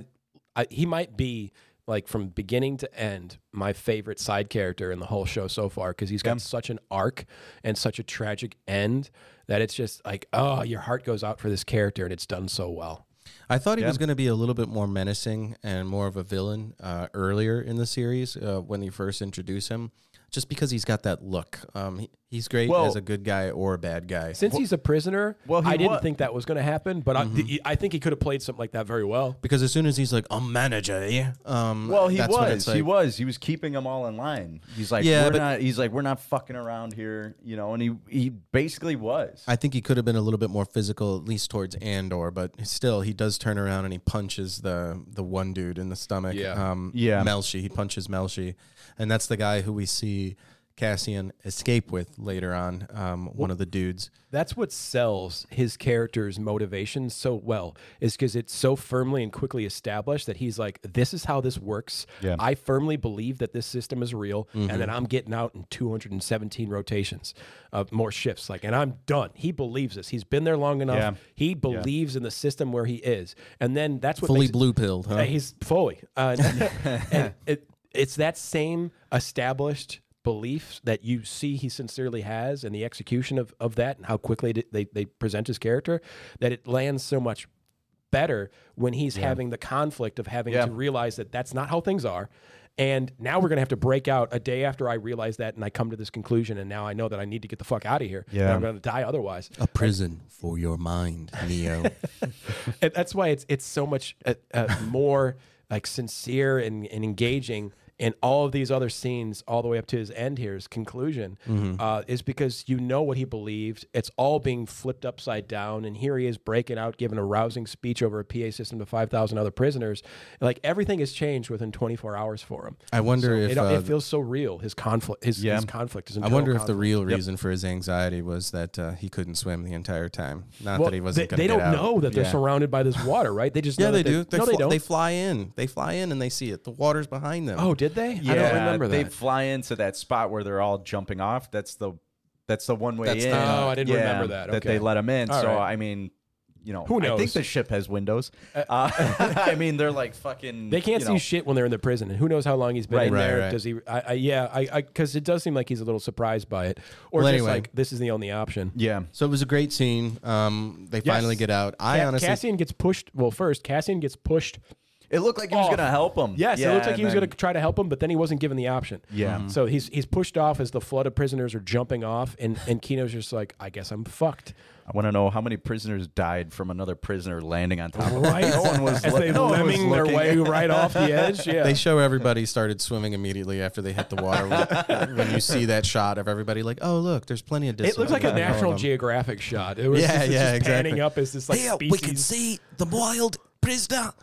[SPEAKER 3] I he might be like from beginning to end my favorite side character in the whole show so far because he's got such an arc and such a tragic end that it's just like oh your heart goes out for this character and it's done so well.
[SPEAKER 1] I thought he was going to be a little bit more menacing and more of a villain uh, earlier in the series uh, when you first introduce him, just because he's got that look. Um, he, he's great
[SPEAKER 2] Well-
[SPEAKER 1] as a good guy or a bad guy.
[SPEAKER 3] Since he's a prisoner,
[SPEAKER 2] well, he
[SPEAKER 3] I didn't
[SPEAKER 2] wa-
[SPEAKER 3] think that was going to happen, but I, I think he could have played something like that very well.
[SPEAKER 1] because as soon as he's like, I'm manager, yeah," um,
[SPEAKER 2] Well, he
[SPEAKER 1] that's when
[SPEAKER 2] was.
[SPEAKER 1] it's like-
[SPEAKER 2] He was. He was keeping them all in line. He's like,
[SPEAKER 1] Yeah,
[SPEAKER 2] we're
[SPEAKER 1] but-
[SPEAKER 2] not. He's like, we're not fucking around here, you know. And he he basically was.
[SPEAKER 1] I think he could have been a little bit more physical, at least towards Andor, but still, he does turn around and he punches the the one dude in the stomach.
[SPEAKER 3] Yeah.
[SPEAKER 1] um,
[SPEAKER 2] Yeah.
[SPEAKER 1] Melshi. He punches Melshi, and that's the guy who we see Cassian escape with later on. Um, one of the dudes.
[SPEAKER 3] That's what sells his character's motivation so well, is because it's so firmly and quickly established that he's like, this is how this works. I firmly believe that this system is real and that I'm getting out in 217 rotations of more shifts. Like, and I'm done. He believes this. He's been there long enough.
[SPEAKER 2] Yeah.
[SPEAKER 3] He believes in the system where he is. And then that's what
[SPEAKER 1] Fully
[SPEAKER 3] makes it-
[SPEAKER 1] blue pilled, huh?
[SPEAKER 3] Uh, he's fully. Uh, and- and it, it's that same established belief that you see he sincerely has and the execution of, of that and how quickly d- they, they present his character that it lands so much better when he's having the conflict of having
[SPEAKER 2] Yeah.
[SPEAKER 3] to realize that that's not how things are. And now we're going to have to break out a day after I realize that and I come to this conclusion. And now I know that I need to get the fuck out of here. and
[SPEAKER 2] Yeah.
[SPEAKER 3] I'm going to die otherwise.
[SPEAKER 1] A prison for your mind, Neo.
[SPEAKER 3] And that's why it's it's so much uh, uh, more like sincere and, and engaging in all of these other scenes all the way up to his end here his conclusion
[SPEAKER 1] Mm-hmm.
[SPEAKER 3] uh, is because you know what he believed it's all being flipped upside down and here he is breaking out giving a rousing speech over a pa system to 5000 other prisoners like everything has changed within 24 hours for him
[SPEAKER 1] I wonder if
[SPEAKER 3] it,
[SPEAKER 1] uh,
[SPEAKER 3] it feels so real his conflict his, his conflict his
[SPEAKER 1] I wonder if the real reason for his anxiety was that uh, he couldn't swim the entire time. Not
[SPEAKER 3] well,
[SPEAKER 1] that he wasn't.
[SPEAKER 3] they,
[SPEAKER 1] gonna
[SPEAKER 3] they
[SPEAKER 1] get
[SPEAKER 3] don't
[SPEAKER 1] out.
[SPEAKER 3] know that they're surrounded by this water right they just
[SPEAKER 1] Yeah,
[SPEAKER 3] know
[SPEAKER 1] they
[SPEAKER 3] that
[SPEAKER 1] do. They,
[SPEAKER 3] no
[SPEAKER 1] fly,
[SPEAKER 3] they don't
[SPEAKER 1] they fly in. They fly in and they see it. The water's behind them.
[SPEAKER 3] oh did they
[SPEAKER 2] yeah,
[SPEAKER 3] i don't remember that
[SPEAKER 2] they fly into that spot where they're all jumping off. That's the that's the one way
[SPEAKER 1] That's
[SPEAKER 2] in.
[SPEAKER 1] the-
[SPEAKER 3] Oh, I didn't
[SPEAKER 2] Yeah,
[SPEAKER 3] remember that.
[SPEAKER 2] That they
[SPEAKER 3] Okay.
[SPEAKER 2] let them in.
[SPEAKER 3] All
[SPEAKER 2] so
[SPEAKER 3] right.
[SPEAKER 2] I mean, you know,
[SPEAKER 3] Who
[SPEAKER 2] I
[SPEAKER 3] knows?
[SPEAKER 2] think the ship has windows. Uh, I mean, they're like fucking.
[SPEAKER 3] They can't
[SPEAKER 2] you
[SPEAKER 3] see
[SPEAKER 2] know,
[SPEAKER 3] shit when they're in the prison, and who knows how long he's been
[SPEAKER 2] Right,
[SPEAKER 3] in
[SPEAKER 1] right,
[SPEAKER 3] there?
[SPEAKER 1] right.
[SPEAKER 3] Does he? I, I, yeah, I because it does seem like he's a little surprised by it, or
[SPEAKER 1] Well,
[SPEAKER 3] just
[SPEAKER 1] anyway.
[SPEAKER 3] like this is the only option.
[SPEAKER 2] Yeah,
[SPEAKER 1] So it was a great scene. Um, they finally get out. I
[SPEAKER 3] Ca-
[SPEAKER 1] honestly,
[SPEAKER 3] Cassian gets pushed. Well, first Cassian gets pushed.
[SPEAKER 2] it looked like he was
[SPEAKER 3] Off.
[SPEAKER 2] gonna help them.
[SPEAKER 3] Oh. Yes,
[SPEAKER 2] yeah,
[SPEAKER 3] it looks like he
[SPEAKER 2] and
[SPEAKER 3] was
[SPEAKER 2] then-
[SPEAKER 3] going to try to help him, but then he wasn't given the option.
[SPEAKER 2] Yeah. Mhm.
[SPEAKER 3] So he's he's pushed off as the flood of prisoners are jumping off, and and Kino's just like, I guess I'm fucked.
[SPEAKER 2] I want to know how many prisoners died from another prisoner landing on top of them.
[SPEAKER 3] Right.
[SPEAKER 2] No one was
[SPEAKER 3] As
[SPEAKER 2] look-
[SPEAKER 3] they
[SPEAKER 2] no one was
[SPEAKER 3] lemming their
[SPEAKER 2] looking.
[SPEAKER 3] way right off the edge. Yeah.
[SPEAKER 1] they show everybody started swimming immediately after they hit the water. when- when you see that shot of everybody, like, oh look, there's plenty of distance.
[SPEAKER 3] it looks like a
[SPEAKER 1] between all of
[SPEAKER 3] National
[SPEAKER 1] them.
[SPEAKER 3] Geographic shot. It was
[SPEAKER 1] Yeah,
[SPEAKER 3] just, it's
[SPEAKER 1] yeah,
[SPEAKER 3] just panning
[SPEAKER 1] exactly.
[SPEAKER 3] up as this like
[SPEAKER 5] Here
[SPEAKER 3] species.
[SPEAKER 5] we can see the wild prisoner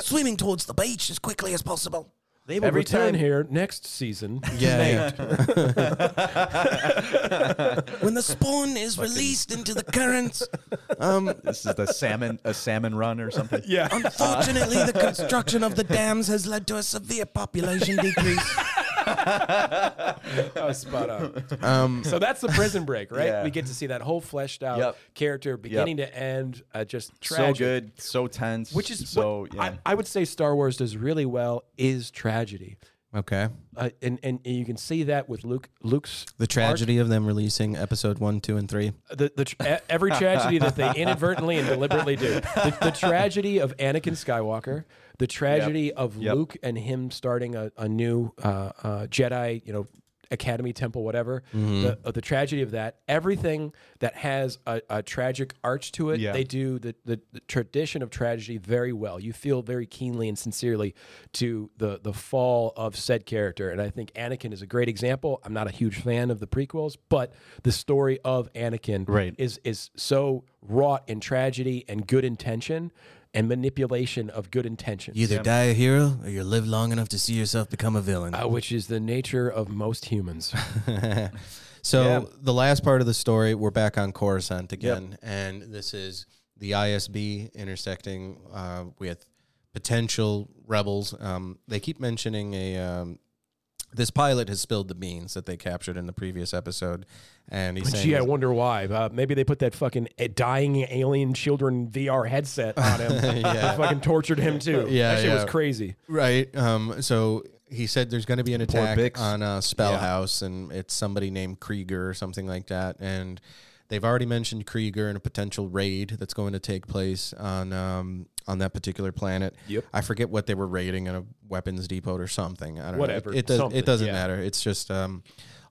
[SPEAKER 5] swimming towards the beach as quickly as possible.
[SPEAKER 3] They will
[SPEAKER 2] Every
[SPEAKER 3] return
[SPEAKER 2] time-
[SPEAKER 3] here next season.
[SPEAKER 1] Yeah, yeah.
[SPEAKER 5] When the spawn is released into the currents,
[SPEAKER 2] This is the salmon, a salmon run or something.
[SPEAKER 3] yeah.
[SPEAKER 5] unfortunately, the construction of the dams has led to a severe population decrease.
[SPEAKER 3] spot on. so that's the prison break, right?
[SPEAKER 2] Yeah.
[SPEAKER 3] We get to see that whole fleshed out
[SPEAKER 2] Yep.
[SPEAKER 3] character beginning to end, uh, just
[SPEAKER 2] so
[SPEAKER 3] tragic.
[SPEAKER 2] good, so tense.
[SPEAKER 3] Which is
[SPEAKER 2] so
[SPEAKER 3] what
[SPEAKER 2] yeah.
[SPEAKER 3] I, I would say Star Wars does really well is tragedy.
[SPEAKER 1] Okay.
[SPEAKER 3] Uh, and, and you can see that with Luke Luke's
[SPEAKER 1] The tragedy of them releasing episode one, two, and three.
[SPEAKER 3] the, the tr- e- every tragedy that they inadvertently and deliberately do. The, the tragedy of Anakin Skywalker, the tragedy of
[SPEAKER 2] Yep.
[SPEAKER 3] Luke and him starting a, a new uh, uh, Jedi, you know, academy temple, whatever.
[SPEAKER 2] Mm-hmm.
[SPEAKER 3] The, uh, the tragedy of that. Everything that has a, a tragic arch to it,
[SPEAKER 2] Yeah.
[SPEAKER 3] they do the, the, the tradition of tragedy very well. You feel very keenly and sincerely to the the fall of said character, and I think Anakin is a great example. I'm not a huge fan of the prequels, but the story of Anakin
[SPEAKER 2] Right.
[SPEAKER 3] is is so wrought in tragedy and good intention and manipulation of good intention.
[SPEAKER 1] You either die a hero or you live long enough to see yourself become a villain.
[SPEAKER 3] uh, which is the nature of most humans.
[SPEAKER 1] So the last part of the story, we're back on Coruscant again, and this is the ISB intersecting uh, with potential rebels. Um, they keep mentioning a um, this pilot has spilled the beans that they captured in the previous episode, and he's saying,
[SPEAKER 3] Gee, I wonder why. Uh, maybe they put that fucking uh, dying alien children VR headset on him.
[SPEAKER 1] Yeah.
[SPEAKER 3] They fucking tortured him too.
[SPEAKER 1] Yeah,
[SPEAKER 3] that shit was
[SPEAKER 1] yeah.
[SPEAKER 3] crazy.
[SPEAKER 1] right?" Um, so he said there's going to be an attack
[SPEAKER 2] Bix.
[SPEAKER 1] on uh, Spellhouse, and it's somebody named Krieger or something like that, and. They've already mentioned Krieger and a potential raid that's going to take place on um, on that particular planet.
[SPEAKER 3] Yep.
[SPEAKER 1] I forget what they were raiding in a weapons depot or something. I don't
[SPEAKER 3] Whatever,
[SPEAKER 1] know. It- It, does,
[SPEAKER 3] something,
[SPEAKER 1] it doesn't
[SPEAKER 3] yeah.
[SPEAKER 1] matter. It's just um,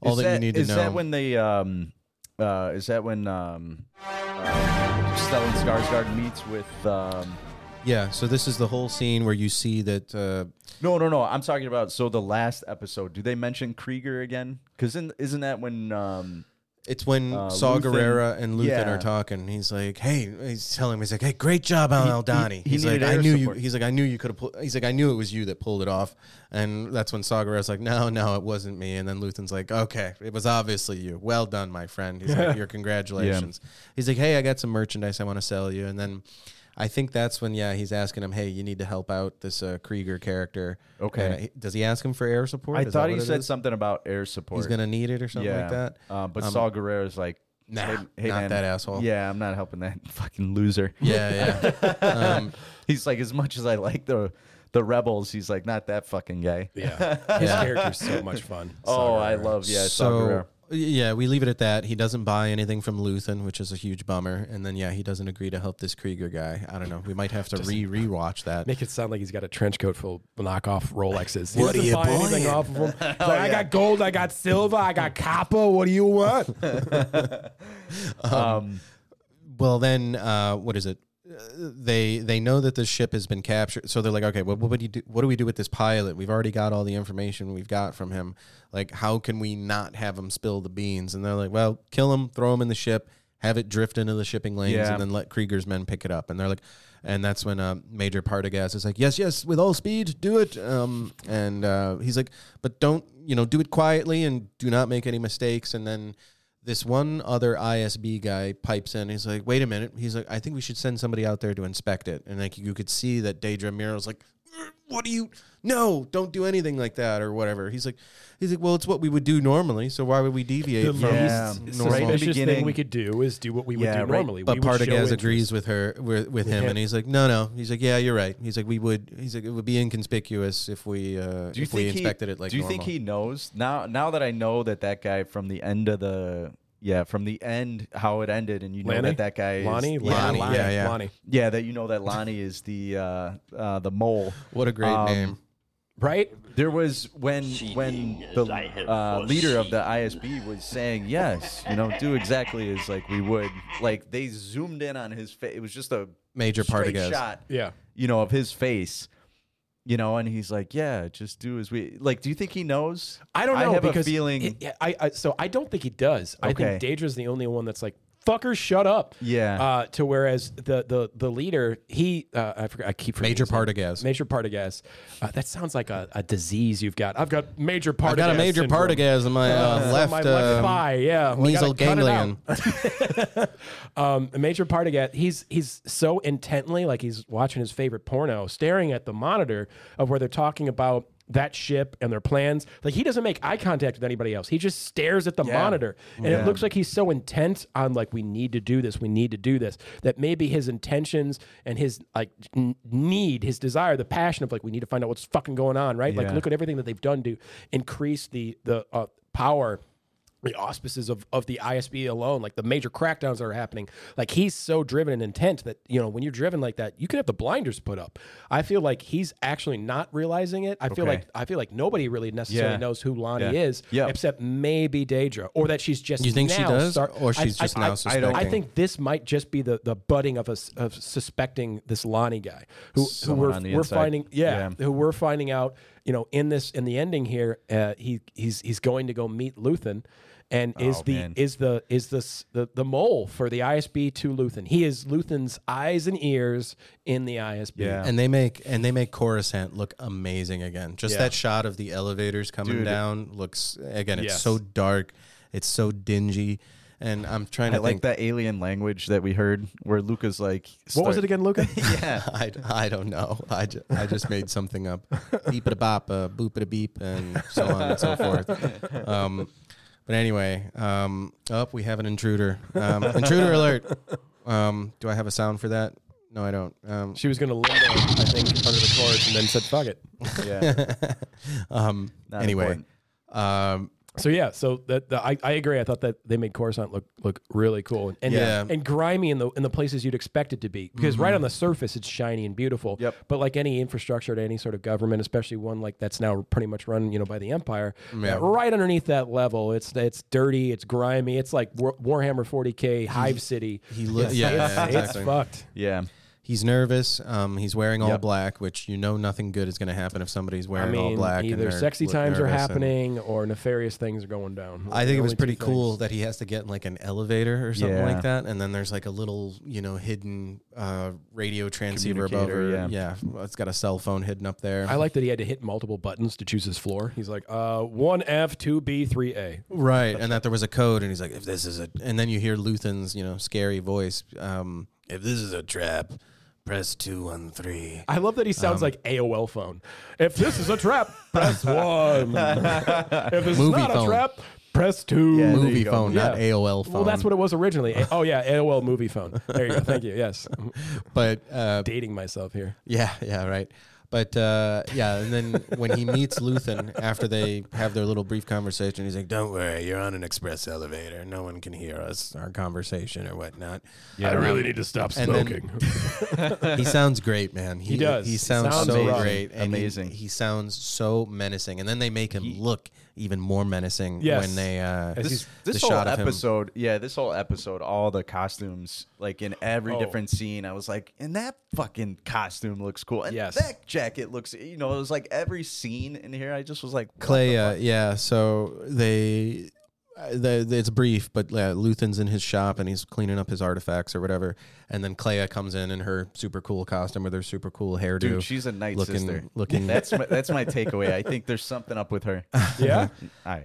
[SPEAKER 1] all that, you need to
[SPEAKER 2] is
[SPEAKER 1] know.
[SPEAKER 2] that when they um uh is that when um uh, Stellan Skarsgård meets with um
[SPEAKER 1] yeah. So this is the whole scene where you see that. Uh,
[SPEAKER 2] no no no I'm talking about so the last episode do they mention Krieger again because isn't that when um
[SPEAKER 1] it's when
[SPEAKER 2] Uh,
[SPEAKER 1] Saw
[SPEAKER 2] Luthen-
[SPEAKER 1] Gerrera and Luthen
[SPEAKER 2] yeah.
[SPEAKER 1] are talking. He's like, "Hey," he's telling me, "He's like, hey, great job on Aldani."
[SPEAKER 2] he
[SPEAKER 1] he's like,
[SPEAKER 2] needed
[SPEAKER 1] "I
[SPEAKER 2] air
[SPEAKER 1] knew
[SPEAKER 2] support.
[SPEAKER 1] you." He's like, "I knew you could have." Pull-. He's like, "I knew it was you that pulled it off." And that's when Saw Gerrera's like, "No, no, it wasn't me." And then Luthen's like, "Okay, it was obviously you. Well done, my friend." He's like, "Your congratulations." He's like, "Hey, I got some merchandise I want to sell you." And then. I think that's when, yeah, he's asking him, "Hey, you need to help out this uh, Krieger character."
[SPEAKER 2] Okay.
[SPEAKER 1] And he- does he ask him for air support?
[SPEAKER 2] I
[SPEAKER 1] Is that
[SPEAKER 2] thought
[SPEAKER 1] what
[SPEAKER 2] he
[SPEAKER 1] it
[SPEAKER 2] said
[SPEAKER 1] is?
[SPEAKER 2] something about air support
[SPEAKER 1] he's gonna need it or something
[SPEAKER 2] yeah
[SPEAKER 1] like that.
[SPEAKER 2] uh, but Saul Guerrero's like
[SPEAKER 1] Nah,
[SPEAKER 2] hey, hey,
[SPEAKER 1] not
[SPEAKER 2] man,
[SPEAKER 1] that asshole.
[SPEAKER 2] yeah I'm not helping that fucking loser
[SPEAKER 1] Yeah, yeah. um,
[SPEAKER 2] he's like as much as I like the the rebels he's like not that fucking guy
[SPEAKER 3] Yeah, his character's so much fun.
[SPEAKER 2] oh I love yeah Saw
[SPEAKER 1] so
[SPEAKER 2] Gerrera.
[SPEAKER 1] yeah, we leave it at that. He doesn't buy anything from Luthen, which is a huge bummer. And then yeah, he doesn't agree to help this Krieger guy. I don't know. We might have to re rewatch that.
[SPEAKER 3] Make it sound like he's got a trench coat full of knockoff Rolexes. He
[SPEAKER 5] What are
[SPEAKER 3] doesn't
[SPEAKER 5] you
[SPEAKER 3] buy anything
[SPEAKER 5] buying?
[SPEAKER 3] off of him. He's like, I got gold, I got silver, I got copper. What do you want?
[SPEAKER 1] Well, then uh, what is it? Uh, They they know that this ship has been captured, so they're like, okay, well, what would you do? What do we do with this pilot? We've already got all the information we've got from him. Like, how can we not have him spill the beans? And they're like, well, kill him, throw him in the ship, have it drift into the shipping lanes,
[SPEAKER 2] Yeah.
[SPEAKER 1] and then let Krieger's men pick it up. And they're like, and that's when uh, Major Partagas is like, yes, yes, with all speed, do it. Um, and uh, he's like, but don't you know, do it quietly and do not make any mistakes. And then this one other ISB guy pipes in. He's like, wait a minute. He's like, I think we should send somebody out there to inspect it. And like you could see that Daedra Miro's like, "Er, what do you? No, don't do anything like that or whatever. He's like, he's like, well, it's what we would do normally. So why would we deviate
[SPEAKER 3] The
[SPEAKER 1] from
[SPEAKER 2] Yeah.
[SPEAKER 3] least
[SPEAKER 1] normal?
[SPEAKER 2] Right in the
[SPEAKER 3] suspicious thing
[SPEAKER 2] beginning.
[SPEAKER 3] we could do is do what we would
[SPEAKER 2] Yeah,
[SPEAKER 3] do
[SPEAKER 2] right.
[SPEAKER 3] normally.
[SPEAKER 1] But
[SPEAKER 3] we would show
[SPEAKER 1] Partagas
[SPEAKER 3] interest.
[SPEAKER 1] agrees with her, with, with him,
[SPEAKER 3] him.
[SPEAKER 1] and he's like, no, no. He's like, yeah, you're right. He's like, we would. He's like, it would be inconspicuous if we uh,
[SPEAKER 2] Do you
[SPEAKER 1] if we
[SPEAKER 2] think he-
[SPEAKER 1] inspected it like.
[SPEAKER 2] Do you
[SPEAKER 1] normal.
[SPEAKER 2] think he knows now? Now that I know that that guy from the end of the yeah from the end how it ended, and you know
[SPEAKER 3] Lanny?
[SPEAKER 2] that that guy is-
[SPEAKER 3] Lonnie,
[SPEAKER 2] yeah,
[SPEAKER 1] Lonnie,
[SPEAKER 3] Lonnie,
[SPEAKER 1] yeah, yeah.
[SPEAKER 3] Lonnie.
[SPEAKER 2] yeah, that you know that Lonnie is the uh, uh, the mole.
[SPEAKER 1] What a great
[SPEAKER 2] Um,
[SPEAKER 1] name.
[SPEAKER 3] Right?
[SPEAKER 2] There was when when the uh, leader of the ISB was saying yes, you know, do exactly as like we would. Like they zoomed in on his face. It was just a
[SPEAKER 1] Major
[SPEAKER 2] straight
[SPEAKER 1] Partagas.
[SPEAKER 2] shot.
[SPEAKER 3] Yeah.
[SPEAKER 2] you know, of his face, you know, and he's like, "Yeah, just do as we like." Do you think he knows?
[SPEAKER 3] I don't know
[SPEAKER 2] I have
[SPEAKER 3] because
[SPEAKER 2] a feeling.
[SPEAKER 3] it- yeah, I, I so I don't think he does. I think
[SPEAKER 2] Okay.
[SPEAKER 3] Daedra's the only one that's like fucker, shut up.
[SPEAKER 2] Yeah.
[SPEAKER 3] Uh, to whereas the the the leader, he uh, I forget, I keep forgetting
[SPEAKER 1] Major
[SPEAKER 3] his name.
[SPEAKER 1] Partagas.
[SPEAKER 3] Major Partagas. Uh, that sounds like a, a disease you've got. I've got major Partagas.
[SPEAKER 1] I got a major
[SPEAKER 3] syndrome.
[SPEAKER 1] Partagas in my
[SPEAKER 3] Uh,
[SPEAKER 1] uh, left,
[SPEAKER 3] my
[SPEAKER 1] uh,
[SPEAKER 3] left thigh, yeah, We gotta
[SPEAKER 1] Measle
[SPEAKER 3] cut it out.
[SPEAKER 1] ganglion.
[SPEAKER 3] Um, Major Partagat, he's he's so intently like he's watching his favorite porno, staring at the monitor of where they're talking about that ship and their plans. Like he doesn't make eye contact with anybody else. He just stares at the monitor, and it looks like he's so intent on like we need to do this, we need to do this that maybe his intentions and his like n- need, his desire, the passion of like we need to find out what's fucking going on, right? Like
[SPEAKER 2] Yeah.
[SPEAKER 3] look at everything that they've done to increase the the uh, power the auspices of, of the ISB alone, like the major crackdowns that are happening, like he's so driven and intent that, you know, when you're driven like that, you can have the blinders put up. I feel like he's actually not realizing it. I feel
[SPEAKER 2] Okay.
[SPEAKER 3] like I feel like nobody really necessarily
[SPEAKER 2] Yeah.
[SPEAKER 3] knows who Lonnie
[SPEAKER 2] Yeah.
[SPEAKER 3] is,
[SPEAKER 2] Yeah.
[SPEAKER 3] except maybe Daedra, or that she's just
[SPEAKER 1] You think she
[SPEAKER 3] now
[SPEAKER 1] does?
[SPEAKER 3] start-
[SPEAKER 1] Or she's just now
[SPEAKER 3] I, don't- I
[SPEAKER 1] suspecting?
[SPEAKER 3] think this might just be the the budding of us of suspecting this Lonnie guy who, who
[SPEAKER 2] Someone
[SPEAKER 3] we're,
[SPEAKER 2] on the
[SPEAKER 3] we're
[SPEAKER 2] inside.
[SPEAKER 3] finding yeah,
[SPEAKER 2] Yeah.
[SPEAKER 3] who we're finding out, you know, in this in the ending here, uh, he he's he's going to go meet Luthen, and is
[SPEAKER 2] Oh,
[SPEAKER 3] the
[SPEAKER 2] man.
[SPEAKER 3] is the is the, s- the the mole for the ISB to Luthen. He is Luthen's eyes and ears in the ISB.
[SPEAKER 2] Yeah.
[SPEAKER 1] And they make and they make Coruscant look amazing again. Just that shot of the elevators coming down looks again. It's
[SPEAKER 3] Yes.
[SPEAKER 1] so dark. It's so dingy. And I'm trying
[SPEAKER 2] I
[SPEAKER 1] to
[SPEAKER 2] like
[SPEAKER 1] think.
[SPEAKER 2] that alien language that we heard where Luca's like,
[SPEAKER 3] What was it again, Luca?
[SPEAKER 2] yeah.
[SPEAKER 1] I, I don't know. I, ju- I just made something up. Beep it a bop, uh, boop it a beep, and so on and so forth. Um, but anyway, um, up we have an intruder. Um, intruder alert. Um, do I have a sound for that? No, I don't. Um,
[SPEAKER 3] she was going to limbo, I think, under the cords, and then said, "Fuck it."
[SPEAKER 2] Yeah.
[SPEAKER 1] um,
[SPEAKER 2] Not
[SPEAKER 1] anyway,
[SPEAKER 2] important.
[SPEAKER 1] um,
[SPEAKER 3] So yeah, so that the, I, I agree. I thought that they made Coruscant look look really cool and and,
[SPEAKER 1] Yeah. Mm-hmm.
[SPEAKER 3] and grimy in the in the places you'd expect it to be because right on the surface it's shiny and beautiful.
[SPEAKER 2] Yep.
[SPEAKER 3] But like any infrastructure to any sort of government, especially one like that's now pretty much run you know by the Empire,
[SPEAKER 1] Mm, Yeah.
[SPEAKER 3] right underneath that level it's it's dirty, it's grimy, it's like War, Warhammer 40k Hive City.
[SPEAKER 1] he looks. Yeah, yeah,
[SPEAKER 3] It's, it's
[SPEAKER 1] exactly.
[SPEAKER 3] fucked.
[SPEAKER 2] Yeah.
[SPEAKER 1] He's nervous. Um, he's wearing all
[SPEAKER 2] Yep.
[SPEAKER 1] black, which you know nothing good is going to happen if somebody's
[SPEAKER 3] I
[SPEAKER 1] wearing all
[SPEAKER 3] mean,
[SPEAKER 1] black. and
[SPEAKER 3] either
[SPEAKER 1] they're
[SPEAKER 3] sexy
[SPEAKER 1] look
[SPEAKER 3] times are
[SPEAKER 1] nervous and-
[SPEAKER 3] happening or nefarious things are going down.
[SPEAKER 1] I think
[SPEAKER 3] The
[SPEAKER 1] it was
[SPEAKER 3] only two
[SPEAKER 1] pretty
[SPEAKER 3] things.
[SPEAKER 1] cool that he has to get in like an elevator or something
[SPEAKER 2] Yeah.
[SPEAKER 1] like that, and then there's like a little, you know, hidden uh, radio transceiver above her.
[SPEAKER 2] Communicator,
[SPEAKER 1] Yeah. it's got a cell phone hidden up there.
[SPEAKER 3] I like that he had to hit multiple buttons to choose his floor. He's like, uh, one F, two B, three A.
[SPEAKER 1] right, and that there was a code, and he's like, "If this is a," and then you hear Luthen's, you know, scary voice. Um,
[SPEAKER 5] If this is a trap, press two on three.
[SPEAKER 3] I love that he sounds like AOL phone. If this is a trap, press one. if it's
[SPEAKER 1] Movie
[SPEAKER 3] not
[SPEAKER 1] phone.
[SPEAKER 3] a trap, press two.
[SPEAKER 2] Yeah, there
[SPEAKER 1] movie
[SPEAKER 2] you go.
[SPEAKER 1] phone, not
[SPEAKER 3] Yeah.
[SPEAKER 1] AOL phone.
[SPEAKER 3] Well, that's what it was originally. A- oh yeah, AOL movie phone. There you go. Thank you. Yes, I'm
[SPEAKER 1] But uh,
[SPEAKER 3] dating myself here.
[SPEAKER 1] Yeah, yeah, right. But uh, yeah, and then when he meets Luthen after they have their little brief conversation, he's like,
[SPEAKER 5] Don't worry, you're on an express elevator. No one can hear us, our conversation or whatnot.
[SPEAKER 3] I really need to stop
[SPEAKER 1] And then- "He sounds great, man. He,
[SPEAKER 3] does.
[SPEAKER 1] He
[SPEAKER 3] He
[SPEAKER 1] sounds,
[SPEAKER 3] sounds
[SPEAKER 1] so
[SPEAKER 3] amazing.
[SPEAKER 1] great, and he-
[SPEAKER 2] Amazing.
[SPEAKER 1] He, sounds so menacing." And then they make him look even more menacing
[SPEAKER 3] Yes.
[SPEAKER 1] when they uh,
[SPEAKER 3] As
[SPEAKER 1] this,
[SPEAKER 3] he's-
[SPEAKER 2] This
[SPEAKER 1] the
[SPEAKER 2] whole
[SPEAKER 1] shot of him.
[SPEAKER 2] episode, yeah, this whole episode, all the costumes, like in every
[SPEAKER 3] Oh.
[SPEAKER 2] different scene, I was like, and that fucking costume looks cool. And
[SPEAKER 3] Yes.
[SPEAKER 2] that jacket looks, you know, it was like every scene in here, I just was like, what
[SPEAKER 1] Clay,
[SPEAKER 2] the
[SPEAKER 1] uh, yeah. So they, uh, the, the- it's brief, but uh, Luthen's in his shop and he's cleaning up his artifacts or whatever. And then Clea comes in in her super cool costume with her super cool hairdo.
[SPEAKER 2] Dude, she's a night
[SPEAKER 1] looking,
[SPEAKER 2] sister.
[SPEAKER 1] Looking,
[SPEAKER 2] That's my, that's my takeaway. I think there's something up with her.
[SPEAKER 3] Yeah,
[SPEAKER 2] I.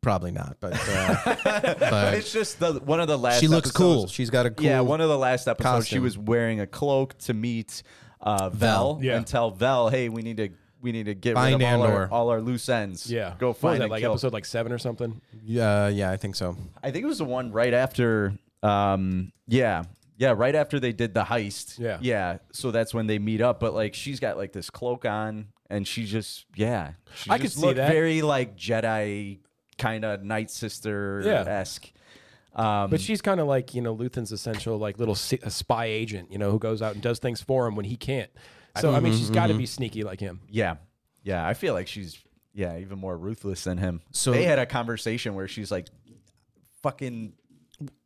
[SPEAKER 1] probably not, but, uh, but
[SPEAKER 2] It's just the one of the last.
[SPEAKER 1] she looks
[SPEAKER 2] episodes-
[SPEAKER 1] cool. She's got a cool.
[SPEAKER 2] yeah, one of the last episodes, she
[SPEAKER 1] costume.
[SPEAKER 2] was wearing a cloak to meet uh, Vel,
[SPEAKER 1] Vel.
[SPEAKER 3] Yeah.
[SPEAKER 2] and tell Vel, "Hey, we need to we need to get
[SPEAKER 1] Find
[SPEAKER 2] rid of all our,
[SPEAKER 1] Andor.
[SPEAKER 2] all our loose ends.
[SPEAKER 3] yeah.
[SPEAKER 2] go
[SPEAKER 3] What was
[SPEAKER 2] find
[SPEAKER 3] that
[SPEAKER 2] and
[SPEAKER 3] like
[SPEAKER 2] kill."
[SPEAKER 3] episode like seven or something?
[SPEAKER 1] yeah, uh, yeah, I think so.
[SPEAKER 2] I think it was the one right after. Um, yeah, yeah, right after they did the heist.
[SPEAKER 3] Yeah.
[SPEAKER 2] yeah. So that's when they meet up. But like, she's got like this cloak on, and she just yeah, she
[SPEAKER 3] I could
[SPEAKER 2] just
[SPEAKER 3] see
[SPEAKER 2] looked
[SPEAKER 3] that.
[SPEAKER 2] very like Jedi kind of Night Sister esque. Um,
[SPEAKER 3] But she's kind of like you know Luthen's essential like little si- a spy agent, you know, who goes out and does things for him when he can't. So I mean,
[SPEAKER 1] Mm-hmm,
[SPEAKER 3] she's got to be sneaky like him.
[SPEAKER 2] Yeah. Yeah. I feel like she's, yeah, even more ruthless than him.
[SPEAKER 1] So-
[SPEAKER 2] So they had a conversation where she's like, fucking,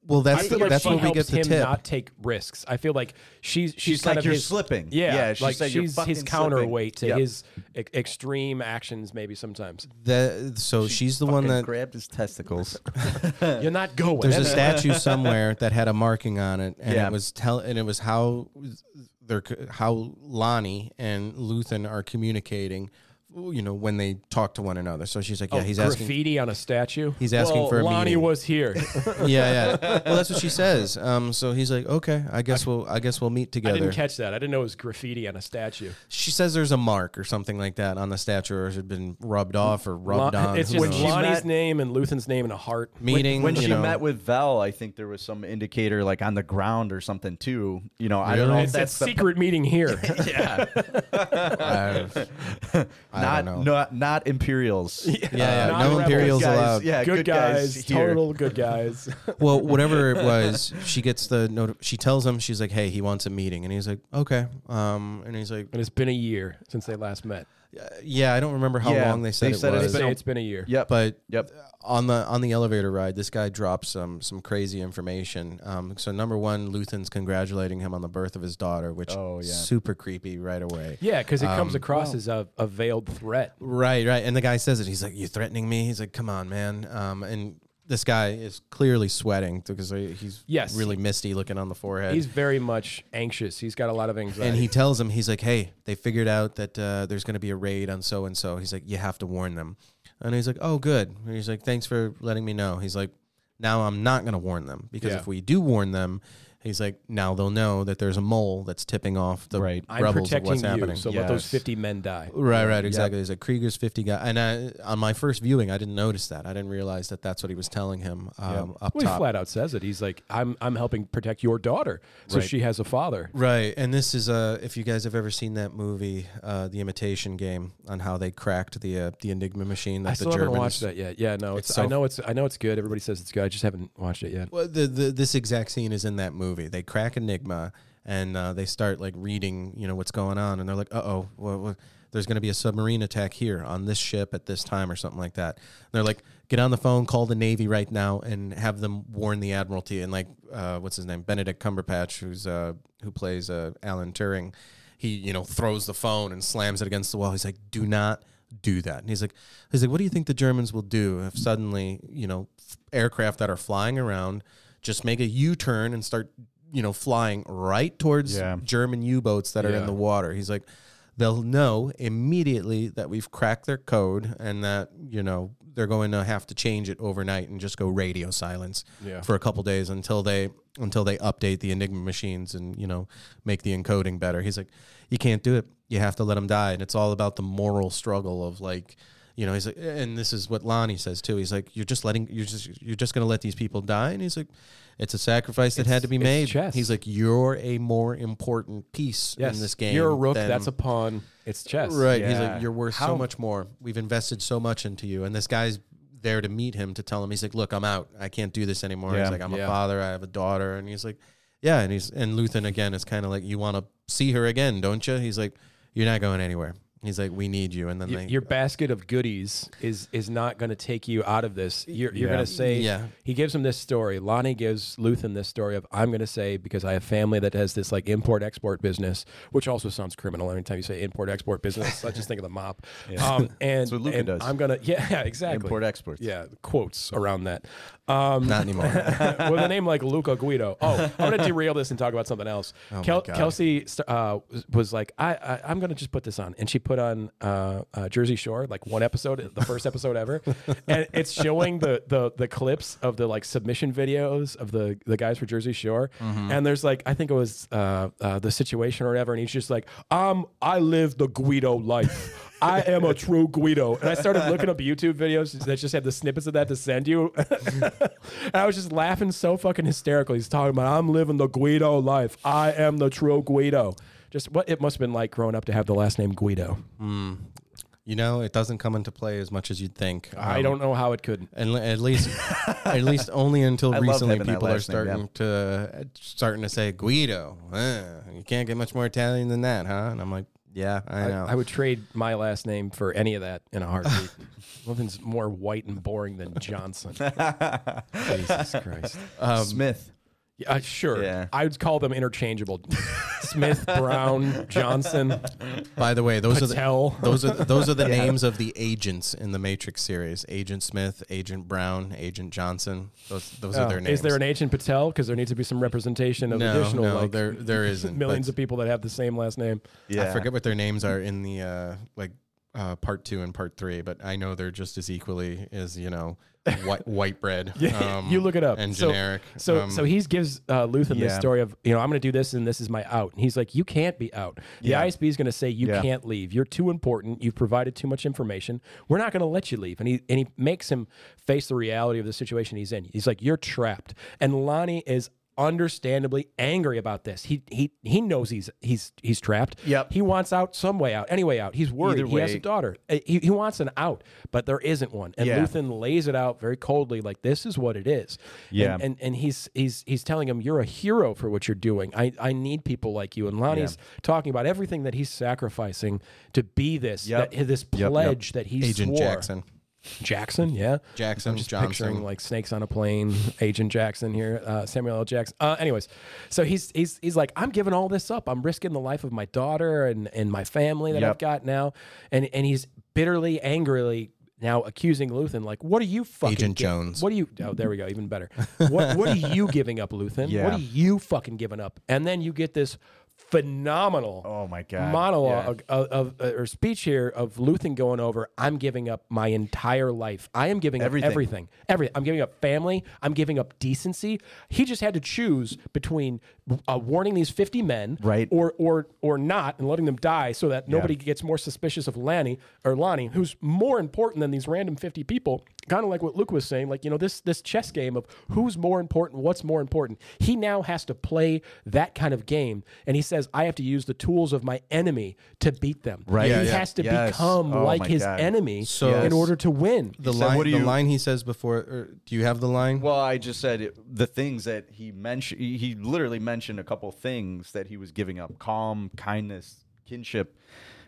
[SPEAKER 1] Well, that's
[SPEAKER 3] I feel
[SPEAKER 1] the,
[SPEAKER 3] like
[SPEAKER 1] that's
[SPEAKER 3] she
[SPEAKER 1] when we
[SPEAKER 3] helps
[SPEAKER 1] get the
[SPEAKER 3] him
[SPEAKER 1] tip.
[SPEAKER 3] not take risks. I feel like she's she's,
[SPEAKER 2] She's
[SPEAKER 3] kind
[SPEAKER 2] like,
[SPEAKER 3] of
[SPEAKER 2] "You're
[SPEAKER 3] his-
[SPEAKER 2] slipping."
[SPEAKER 3] Yeah,
[SPEAKER 2] Yeah,
[SPEAKER 3] like
[SPEAKER 2] she's like, "You're
[SPEAKER 3] she's
[SPEAKER 2] fucking
[SPEAKER 3] his
[SPEAKER 2] slipping."
[SPEAKER 3] counterweight to
[SPEAKER 2] Yep.
[SPEAKER 3] his e- extreme actions, maybe sometimes.
[SPEAKER 1] The- so she's the one
[SPEAKER 2] fucking
[SPEAKER 1] that
[SPEAKER 2] grabbed his testicles.
[SPEAKER 3] You're not going.
[SPEAKER 1] There's a
[SPEAKER 3] That's-
[SPEAKER 1] statue somewhere that had a marking on it, and
[SPEAKER 2] Yeah.
[SPEAKER 1] it was tell, and it was how their how Lonnie and Luthen are communicating you know, when they talk to one another. So she's
[SPEAKER 3] Oh,
[SPEAKER 1] like, yeah, he's asking.
[SPEAKER 3] graffiti on a statue.
[SPEAKER 1] He's asking
[SPEAKER 3] well,
[SPEAKER 1] for a
[SPEAKER 3] Lonnie
[SPEAKER 1] meeting.
[SPEAKER 3] was here.
[SPEAKER 1] yeah, yeah. Well, that's what she says. Um, so he's like, okay, I guess we'll, I guess we'll meet
[SPEAKER 3] I
[SPEAKER 1] together.
[SPEAKER 3] didn't catch that. I didn't know it was graffiti on a statue.
[SPEAKER 1] she says there's a mark or something like that on the statue, or it had been rubbed off or rubbed
[SPEAKER 3] Lon-
[SPEAKER 1] on.
[SPEAKER 3] it's
[SPEAKER 1] who
[SPEAKER 3] just
[SPEAKER 1] knows?
[SPEAKER 2] she
[SPEAKER 3] Lonnie's
[SPEAKER 2] met-
[SPEAKER 3] name and Luthen's name and a heart.
[SPEAKER 1] meeting.
[SPEAKER 2] When
[SPEAKER 1] you
[SPEAKER 2] she
[SPEAKER 1] know.
[SPEAKER 2] met with Val, I think there was some indicator like on the ground or something too. You know, I don't know
[SPEAKER 1] Really?
[SPEAKER 2] if
[SPEAKER 3] It's that
[SPEAKER 2] that's the
[SPEAKER 3] secret meeting here.
[SPEAKER 2] yeah,
[SPEAKER 1] Uh,
[SPEAKER 2] not
[SPEAKER 1] know.
[SPEAKER 2] not not Imperials.
[SPEAKER 1] yeah, no
[SPEAKER 3] Not rebels.
[SPEAKER 1] Imperials
[SPEAKER 2] Good guys,
[SPEAKER 1] allowed.
[SPEAKER 2] Yeah,
[SPEAKER 3] good, guys,
[SPEAKER 2] here.
[SPEAKER 3] total good guys.
[SPEAKER 1] Well, whatever it was, she gets the note. She tells him, she's like, "Hey, he wants a meeting," and he's like, "Okay." Um, and he's like,
[SPEAKER 3] and it's been a year since they last met.
[SPEAKER 1] "Yeah, I don't remember how
[SPEAKER 2] Yeah,
[SPEAKER 1] long they said
[SPEAKER 2] they
[SPEAKER 1] it
[SPEAKER 2] said
[SPEAKER 1] was."
[SPEAKER 2] it's
[SPEAKER 3] They say
[SPEAKER 2] been a-
[SPEAKER 3] it's been a year.
[SPEAKER 2] Yep.
[SPEAKER 1] but
[SPEAKER 2] Yep.
[SPEAKER 1] on the on the elevator ride, this guy drops some some crazy information. Um, so number one, Luthen's congratulating him on the birth of his daughter, which
[SPEAKER 2] Oh, yeah.
[SPEAKER 1] super creepy right away.
[SPEAKER 3] Yeah, because it
[SPEAKER 1] Um,
[SPEAKER 3] comes across as a, a veiled threat.
[SPEAKER 1] Right, right. And the guy says it. He's like, "You threatening me?" He's like, "Come on, man." Um, and this guy is clearly sweating because he- he's
[SPEAKER 3] Yes.
[SPEAKER 1] really misty looking on the forehead.
[SPEAKER 3] He's very much anxious. He's got a lot of anxiety.
[SPEAKER 1] and he tells him, he's like, "Hey, they figured out that uh, there's going to be a raid on so and so." He's like, "You have to warn them." And he's like, "Oh, good." And he's like, "Thanks for letting me know." He's like, "Now I'm not going to warn them because
[SPEAKER 3] Yeah.
[SPEAKER 1] if we do warn them." He's like, now they'll know that there's a mole that's tipping off the
[SPEAKER 2] Right.
[SPEAKER 3] I'm
[SPEAKER 1] rebels of
[SPEAKER 3] protecting
[SPEAKER 1] what's
[SPEAKER 3] you,
[SPEAKER 1] happening.
[SPEAKER 3] so let those
[SPEAKER 2] Yes.
[SPEAKER 3] 50 men die.
[SPEAKER 1] Right, right, exactly. There's a Krieger's 50 guy. And I, on my first viewing, I didn't notice that. I didn't realize that that's what he was telling him um, up
[SPEAKER 3] Well, he
[SPEAKER 1] top.
[SPEAKER 3] flat out says it. He's like, I'm, I'm helping protect your daughter. So
[SPEAKER 1] Right.
[SPEAKER 3] she has a father.
[SPEAKER 1] Right. And this is, uh, if you guys have ever seen that movie, uh, The Imitation Game, on how they cracked the uh, the Enigma machine that
[SPEAKER 3] I
[SPEAKER 1] the
[SPEAKER 3] still
[SPEAKER 1] Germans.
[SPEAKER 3] haven't watched that yet. Yeah, no, it's,
[SPEAKER 1] It's so-
[SPEAKER 3] I know it's I know it's good. Everybody says it's good. I just haven't watched it yet.
[SPEAKER 1] Well, the, the, this exact scene is in that movie. They crack Enigma and uh, they start like reading, you know, what's going on. And they're like, uh oh, what, what, there's going to be a submarine attack here on this ship at this time or something like that. And they're like, get on the phone, call the Navy right now and have them warn the Admiralty. And like, uh, what's his name? Benedict Cumberpatch, who's uh, who plays uh, Alan Turing. He, you know, throws the phone and slams it against the wall. He's like, do not do that. And he's like, he's like, what do you think the Germans will do if suddenly, you know, f- aircraft that are flying around just make a U-turn and start, you know, flying right towards
[SPEAKER 2] Yeah.
[SPEAKER 1] German U-boats that are
[SPEAKER 3] Yeah.
[SPEAKER 1] in the water. He's like, they'll know immediately that we've cracked their code and that, you know, they're going to have to change it overnight and just go radio silence
[SPEAKER 3] Yeah.
[SPEAKER 1] for a couple days until they until they update the Enigma machines and, you know, make the encoding better. He's like, you can't do it. You have to let them die. And it's all about the moral struggle of like, you know, he's like, and this is what Lonnie says too. He's like, you're just letting, you're just, you're just going to let these people die. And he's like, it's a sacrifice that had to be
[SPEAKER 3] it's
[SPEAKER 1] made.
[SPEAKER 3] chess.
[SPEAKER 1] He's like, you're a more important piece
[SPEAKER 3] Yes,
[SPEAKER 1] in this game.
[SPEAKER 3] you're a rook.
[SPEAKER 1] than-
[SPEAKER 3] That's a pawn. It's chess.
[SPEAKER 1] right. He's
[SPEAKER 2] Yeah.
[SPEAKER 1] like, you're worth
[SPEAKER 2] How-
[SPEAKER 1] so much more. We've invested so much into you. And this guy's there to meet him to tell him. He's like, look, I'm out. I can't do this anymore.
[SPEAKER 2] Yeah.
[SPEAKER 1] He's like, I'm
[SPEAKER 3] Yeah.
[SPEAKER 1] a father. I have a daughter. And he's like, yeah. And he's and Luthen again is kind of like, you want to see her again, don't you? He's like, you're not going anywhere. He's like, we need you. And then
[SPEAKER 3] Y-
[SPEAKER 1] they,
[SPEAKER 3] your basket of goodies is is not going to take you out of this. You're, you're
[SPEAKER 2] Yeah.
[SPEAKER 3] going to say,
[SPEAKER 1] Yeah.
[SPEAKER 3] He gives him this story. Lonnie gives Luthen this story of I'm going to say because I have family that has this like import export business, which also sounds criminal. Anytime you say import export business, I just think of the mop. Um, and
[SPEAKER 2] what Luca
[SPEAKER 3] and
[SPEAKER 2] does.
[SPEAKER 3] I'm gonna yeah exactly
[SPEAKER 2] Import exports.
[SPEAKER 3] Yeah, quotes around that. Um,
[SPEAKER 1] not anymore.
[SPEAKER 3] with a name like Luca Guido. Oh, I'm going to derail this and talk about something else. Kel- Kelsey st- uh, was- was like, I, I, I'm going to just put this on. And she put on uh, uh, Jersey Shore, like one episode, the first episode ever. And it's showing the, the the clips of the like submission videos of the, the guys for Jersey Shore. And there's like, I think it was uh, uh, The Situation or whatever. And he's just like, um, I live the Guido life. I am a true Guido. And I started looking up YouTube videos that just had the snippets of that to send you. and I was just laughing so fucking hysterical. He's talking about, I'm living the Guido life. I am the true Guido. Just what it must have been like growing up to have the last name Guido.
[SPEAKER 1] You know, it doesn't come into play as much as you'd think.
[SPEAKER 3] I
[SPEAKER 1] Um,
[SPEAKER 3] don't know how it couldn't.
[SPEAKER 1] And le- at least, at least only until
[SPEAKER 2] I love
[SPEAKER 1] recently,
[SPEAKER 2] having that
[SPEAKER 1] people are
[SPEAKER 2] last name, yeah.
[SPEAKER 1] starting to starting to say Guido. Uh, you can't get much more Italian than that, huh? And I'm like, yeah, I know.
[SPEAKER 3] I would trade my last name for any of that in a heartbeat. Nothing's more white and boring than Johnson. Jesus Christ.
[SPEAKER 1] um,
[SPEAKER 2] Smith.
[SPEAKER 3] Yeah, uh, sure.
[SPEAKER 2] Yeah.
[SPEAKER 3] I would call them interchangeable. Smith, Brown, Johnson.
[SPEAKER 1] By the way, those
[SPEAKER 3] Patel.
[SPEAKER 1] are the, those are those are the names of the agents in the Matrix series: Agent Smith, Agent Brown, Agent Johnson. Those those
[SPEAKER 2] Oh.
[SPEAKER 1] are their names.
[SPEAKER 3] Is there an agent Patel? Because there needs to be some representation of
[SPEAKER 1] no,
[SPEAKER 3] additional
[SPEAKER 1] no,
[SPEAKER 3] like,
[SPEAKER 1] there there isn't.
[SPEAKER 3] millions
[SPEAKER 1] but
[SPEAKER 3] of people that have the same last name.
[SPEAKER 2] Yeah.
[SPEAKER 1] I forget what their names are in the uh, like uh, part two and part three, but I know they're just as equally as you know white white bread. um,
[SPEAKER 3] you look it up.
[SPEAKER 1] and
[SPEAKER 3] So-
[SPEAKER 1] generic.
[SPEAKER 3] So
[SPEAKER 1] Um,
[SPEAKER 3] so he gives uh, Luthen this
[SPEAKER 2] Yeah.
[SPEAKER 3] story of you know I'm going to do this and this is my out, and he's like you can't be out. The ISB is going to say you
[SPEAKER 2] Yeah.
[SPEAKER 3] can't leave. You're too important. You've provided too much information. We're not going to let you leave. And he and he makes him face the reality of the situation he's in. He's like you're trapped. And Lonnie is understandably angry about this. He he he knows he's he's he's trapped.
[SPEAKER 2] Yep.
[SPEAKER 3] He wants out some way out. Anyway out. He's worried.
[SPEAKER 2] Either
[SPEAKER 3] he has
[SPEAKER 2] way-
[SPEAKER 3] a daughter. Uh, He, he wants an out, but there isn't one. And
[SPEAKER 2] Yeah.
[SPEAKER 3] Luthen lays it out very coldly, like this is what it is.
[SPEAKER 2] Yeah.
[SPEAKER 3] And, and and he's he's he's telling him, You're a hero for what you're doing. I, I need people like you. And Lonnie's talking about everything that he's sacrificing to be this,
[SPEAKER 2] Yep.
[SPEAKER 3] that, this
[SPEAKER 2] yep.
[SPEAKER 3] pledge that he
[SPEAKER 1] Agent
[SPEAKER 3] swore.
[SPEAKER 1] Jackson,
[SPEAKER 3] Jackson, yeah.
[SPEAKER 1] Jackson,
[SPEAKER 3] Picturing
[SPEAKER 1] Johnson.
[SPEAKER 3] like snakes on a plane, Agent Jackson here, uh, Samuel L. Jackson. Uh, anyways, so he's he's he's like, I'm giving all this up. I'm risking the life of my daughter and and my family that
[SPEAKER 2] Yep.
[SPEAKER 3] I've got now, and and he's bitterly, angrily now accusing Luthen, like, what are you fucking
[SPEAKER 1] Agent
[SPEAKER 3] gi-
[SPEAKER 1] Jones.
[SPEAKER 3] What are you? Oh, there we go, even better. What what are you giving up, Luthen? What
[SPEAKER 2] Yeah.
[SPEAKER 3] are you fucking giving up? And then you get this phenomenal
[SPEAKER 2] Oh my God.
[SPEAKER 3] monologue of, of uh, or speech here of Luthen going over. I'm giving up my entire life. I am giving
[SPEAKER 2] Everything.
[SPEAKER 3] up everything. Everything. I'm giving up family. I'm giving up decency. He just had to choose between uh, warning these 50 men,
[SPEAKER 2] Right.
[SPEAKER 3] or or or not, and letting them die so that nobody gets more suspicious of Lanny or Lonnie, who's more important than these random 50 people. Kind of like what Luke was saying, like you know this this chess game of who's more important, what's more important. He now has to play that kind of game, and he says, "I have to use the tools of my enemy to beat them." Right.
[SPEAKER 2] Yeah,
[SPEAKER 3] he
[SPEAKER 2] yeah.
[SPEAKER 3] has to
[SPEAKER 2] Yes.
[SPEAKER 3] become
[SPEAKER 2] Oh
[SPEAKER 3] like
[SPEAKER 2] my
[SPEAKER 3] his
[SPEAKER 2] God.
[SPEAKER 3] enemy
[SPEAKER 1] So-
[SPEAKER 3] in order to win.
[SPEAKER 1] The
[SPEAKER 2] said,
[SPEAKER 1] line,
[SPEAKER 2] what do
[SPEAKER 1] the
[SPEAKER 2] you-
[SPEAKER 1] line he says before. Or do you have the line?
[SPEAKER 2] Well, I just said it, the things that he mentioned. He he literally mentioned a couple things that he was giving up: calm, kindness, kinship,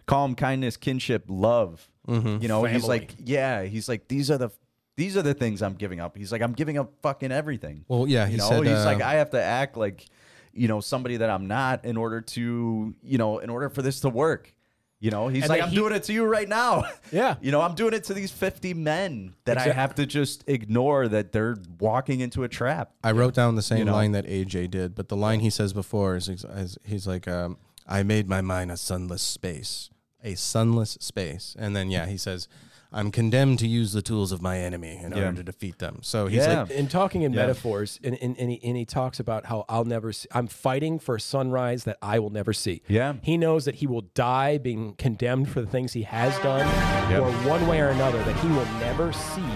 [SPEAKER 2] calm, kindness, kinship, love.
[SPEAKER 1] Mm-hmm.
[SPEAKER 2] You know, he's
[SPEAKER 3] Family.
[SPEAKER 2] like, yeah, he's like, these are the these are the things I'm giving up. He's like, I'm giving up fucking everything.
[SPEAKER 1] Well, yeah, he
[SPEAKER 2] you know,
[SPEAKER 1] said,
[SPEAKER 2] he's like,
[SPEAKER 1] uh,
[SPEAKER 2] I have to act like, you know, somebody that I'm not in order to, you know, in order for this to work. You know, he's
[SPEAKER 3] And
[SPEAKER 2] like,
[SPEAKER 3] then
[SPEAKER 2] I'm
[SPEAKER 3] he-
[SPEAKER 2] doing it to you right now.
[SPEAKER 3] Yeah.
[SPEAKER 2] You know, I'm doing it to these 50 men that I
[SPEAKER 3] Exact-
[SPEAKER 2] have to just ignore that they're walking into a trap.
[SPEAKER 1] I wrote down the same
[SPEAKER 2] know?
[SPEAKER 1] line that AJ did, but the line he says before is, ex- is he's like, um, "I made my mind a sunless space, a sunless space," and then yeah, he says, "I'm condemned to use the tools of my enemy in order to defeat them." So he's
[SPEAKER 2] Yeah.
[SPEAKER 1] like,
[SPEAKER 3] in talking in metaphors, and, and, and, he, and he talks about how I'll never see, I'm fighting for a sunrise that I will never see.
[SPEAKER 2] Yeah.
[SPEAKER 3] He knows that he will die being condemned for the things he has done, or one way or another, that he will never see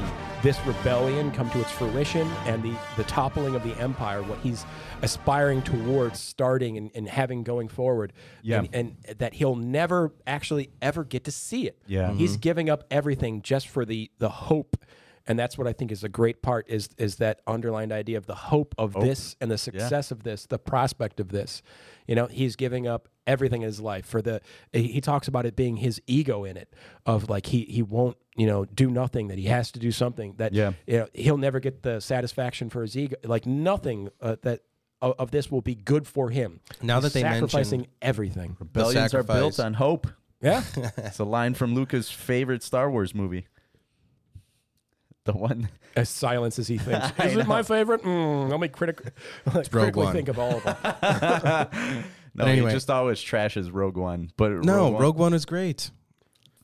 [SPEAKER 3] this rebellion come to its fruition and the, the toppling of the empire, what he's aspiring towards starting and, and having going forward.
[SPEAKER 2] Yeah.
[SPEAKER 3] And, and that he'll never actually ever get to see it.
[SPEAKER 2] Yeah.
[SPEAKER 3] He's giving up everything just for the the hope and that's what i think is a great part is is that underlined idea of the hope of this and the success of this the prospect of this you know he's giving up everything in his life for the he he talks about it being his ego in it of like he he won't you know do nothing that he has to do something that
[SPEAKER 2] Yeah.
[SPEAKER 3] you know, he'll never get the satisfaction for his ego like nothing uh, that of, of this will be good for him
[SPEAKER 1] Now
[SPEAKER 3] He's
[SPEAKER 1] that they mentioned-
[SPEAKER 3] sacrificing everything
[SPEAKER 2] Rebellions are built
[SPEAKER 1] sacrifice.
[SPEAKER 2] on hope.
[SPEAKER 3] yeah
[SPEAKER 2] That's a line from Luca's favorite Star Wars movie. The one.
[SPEAKER 3] as silence as he thinks.
[SPEAKER 2] I
[SPEAKER 3] Is it my
[SPEAKER 2] know.
[SPEAKER 3] favorite? Mm, let me critic- like,
[SPEAKER 1] Rogue
[SPEAKER 3] critically
[SPEAKER 1] One.
[SPEAKER 3] think of all of them.
[SPEAKER 2] No,
[SPEAKER 1] anyway.
[SPEAKER 2] he just always trashes Rogue One. But
[SPEAKER 1] "No,
[SPEAKER 2] Rogue One,
[SPEAKER 1] Rogue One is great."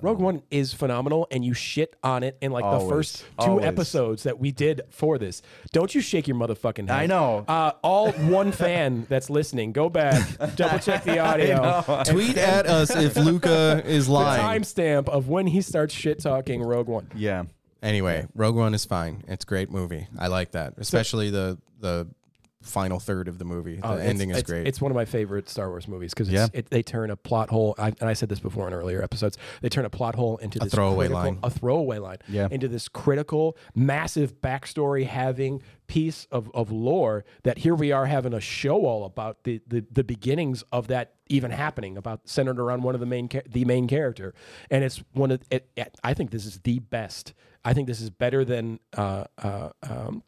[SPEAKER 3] Rogue One is phenomenal, and you shit on it in like the
[SPEAKER 2] Always.
[SPEAKER 3] first two
[SPEAKER 2] Always.
[SPEAKER 3] episodes that we did for this. Don't you shake your motherfucking head.
[SPEAKER 2] I know.
[SPEAKER 3] Uh, all one fan that's listening, go back, double check the
[SPEAKER 2] Uh,
[SPEAKER 3] audio.
[SPEAKER 1] Tweet at us if Luca is lying.
[SPEAKER 3] Timestamp of when he starts shit talking Rogue One.
[SPEAKER 2] Yeah.
[SPEAKER 1] Anyway, Rogue One is fine. It's a great movie. I like that, especially the the final third of the movie.
[SPEAKER 2] Oh,
[SPEAKER 1] The
[SPEAKER 3] Oh, It's-
[SPEAKER 1] ending is
[SPEAKER 3] it's-
[SPEAKER 1] great.
[SPEAKER 3] It's one of my favorite Star Wars movies because it, they turn a plot hole, I, and I said this before in earlier episodes. They turn a plot hole into this
[SPEAKER 1] throwaway
[SPEAKER 3] critical-
[SPEAKER 1] line.
[SPEAKER 3] a throwaway line,
[SPEAKER 2] Yeah.
[SPEAKER 3] into this critical, massive backstory having piece of, of lore that here we are having a show all about the the, the beginnings of that even happening about centered around one of the main cha- the main character, and it's one of it, it- I think this is the best. I think this is better than. Uh, uh, um,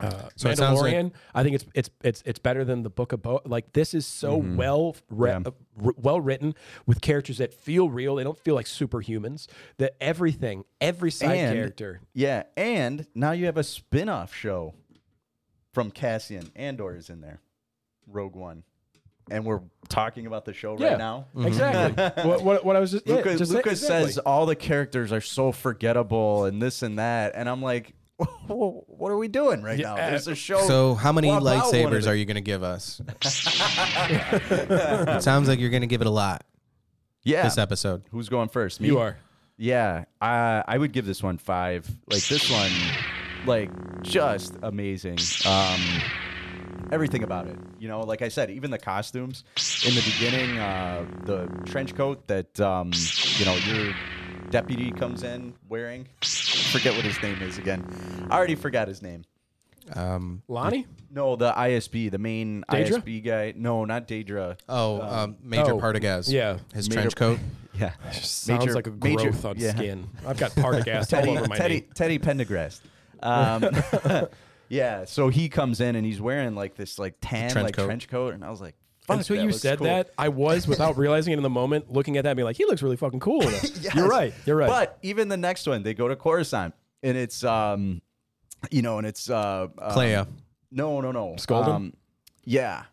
[SPEAKER 3] uh,
[SPEAKER 1] So it sounds like-
[SPEAKER 3] Mandalorian. I think it's it's it's it's better than the book of Bo. Like this is so
[SPEAKER 2] Mm-hmm.
[SPEAKER 3] well re- uh, r- well written with characters that feel real. They don't feel like superhumans. That everything, every side
[SPEAKER 2] And-
[SPEAKER 3] character.
[SPEAKER 2] Yeah. And now you have a spin off show from Cassian. Andor is in there. Rogue One. and we're talking about the show
[SPEAKER 3] Yeah,
[SPEAKER 2] right now.
[SPEAKER 3] exactly. what, what, what I was just, yeah,
[SPEAKER 2] Mm-hmm. Lucas,
[SPEAKER 3] just say-
[SPEAKER 2] Lucas
[SPEAKER 3] exactly.
[SPEAKER 2] says all the characters are so forgettable and this and that, and I'm like, what are we doing right now? There's a show.
[SPEAKER 1] So, how many
[SPEAKER 2] about one of
[SPEAKER 1] lightsabers
[SPEAKER 2] the-
[SPEAKER 1] are you going to give us? it sounds like you're going to give it a lot
[SPEAKER 2] Yeah.
[SPEAKER 1] this episode.
[SPEAKER 2] Who's going first? Me?
[SPEAKER 3] you are.
[SPEAKER 2] Yeah, I I would give this one five. Like this one, like just amazing. Um, everything about it. You know, like I said, even the costumes in the beginning, uh, the trench coat that um, you know your deputy comes in wearing. Forget what his name is again. I already forgot his name.
[SPEAKER 1] Um,
[SPEAKER 3] Lonnie?
[SPEAKER 2] No, the ISB, the main
[SPEAKER 3] Daedra?
[SPEAKER 2] ISB guy. No, not Daedra.
[SPEAKER 1] oh, um, Major
[SPEAKER 3] oh,
[SPEAKER 1] Partagas.
[SPEAKER 3] yeah.
[SPEAKER 1] His
[SPEAKER 2] Uh, Major-
[SPEAKER 1] trench coat.
[SPEAKER 2] Yeah,
[SPEAKER 3] Sounds
[SPEAKER 2] Major-
[SPEAKER 3] like a growth
[SPEAKER 2] Major-
[SPEAKER 3] on
[SPEAKER 2] yeah.
[SPEAKER 3] skin. I've got Partagas all
[SPEAKER 2] Teddy
[SPEAKER 3] over my
[SPEAKER 2] Teddy
[SPEAKER 3] knee.
[SPEAKER 2] Teddy Pendergast. Um, yeah, so he comes in and he's wearing like this like tan
[SPEAKER 1] trench
[SPEAKER 2] like
[SPEAKER 1] coat.
[SPEAKER 2] trench coat, and I was like, "Fuck,
[SPEAKER 3] Until
[SPEAKER 2] that
[SPEAKER 3] you
[SPEAKER 2] looks
[SPEAKER 3] said
[SPEAKER 2] cool."
[SPEAKER 3] that, I was without realizing it in the moment, looking at that, and being like, "He looks really fucking cool." in it." You're right. You're right.
[SPEAKER 2] But even the next one, they go to Coruscant, and it's um, you know, and it's uh, um,
[SPEAKER 1] Clea.
[SPEAKER 2] No, no, no,
[SPEAKER 3] Scoldum?
[SPEAKER 2] yeah,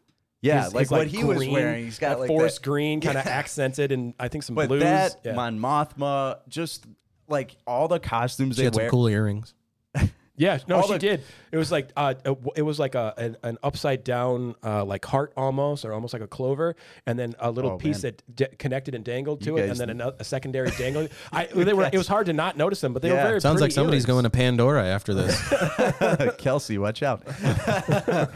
[SPEAKER 2] yeah,
[SPEAKER 3] He's-
[SPEAKER 2] like
[SPEAKER 3] he's,
[SPEAKER 2] what he was
[SPEAKER 3] green,
[SPEAKER 2] wearing. He's got
[SPEAKER 3] that
[SPEAKER 2] like
[SPEAKER 3] forest
[SPEAKER 2] that-
[SPEAKER 3] green, kind of
[SPEAKER 2] Yeah.
[SPEAKER 3] accented, and I think some
[SPEAKER 2] but
[SPEAKER 3] blues.
[SPEAKER 2] that
[SPEAKER 3] yeah.
[SPEAKER 2] Mon Mothma, just like all the costumes
[SPEAKER 1] She
[SPEAKER 2] they
[SPEAKER 1] had some
[SPEAKER 2] wear.
[SPEAKER 1] cool earrings.
[SPEAKER 3] Yeah, no,
[SPEAKER 2] All
[SPEAKER 3] she
[SPEAKER 2] the-
[SPEAKER 3] did. It was like uh, a- it was like a an, an upside down uh, like heart almost, or almost like a clover, and then a little
[SPEAKER 2] Oh,
[SPEAKER 3] piece
[SPEAKER 2] man.
[SPEAKER 3] that d- connected and dangled to
[SPEAKER 2] You
[SPEAKER 3] it, and
[SPEAKER 2] guys-
[SPEAKER 3] then another, a secondary dangled. I they were. It was hard to not notice them, but they
[SPEAKER 2] Yeah.
[SPEAKER 3] were very.
[SPEAKER 1] Sounds like
[SPEAKER 3] pretty
[SPEAKER 1] somebody's
[SPEAKER 3] earrings.
[SPEAKER 1] going to Pandora after this.
[SPEAKER 2] Kelsey, watch out.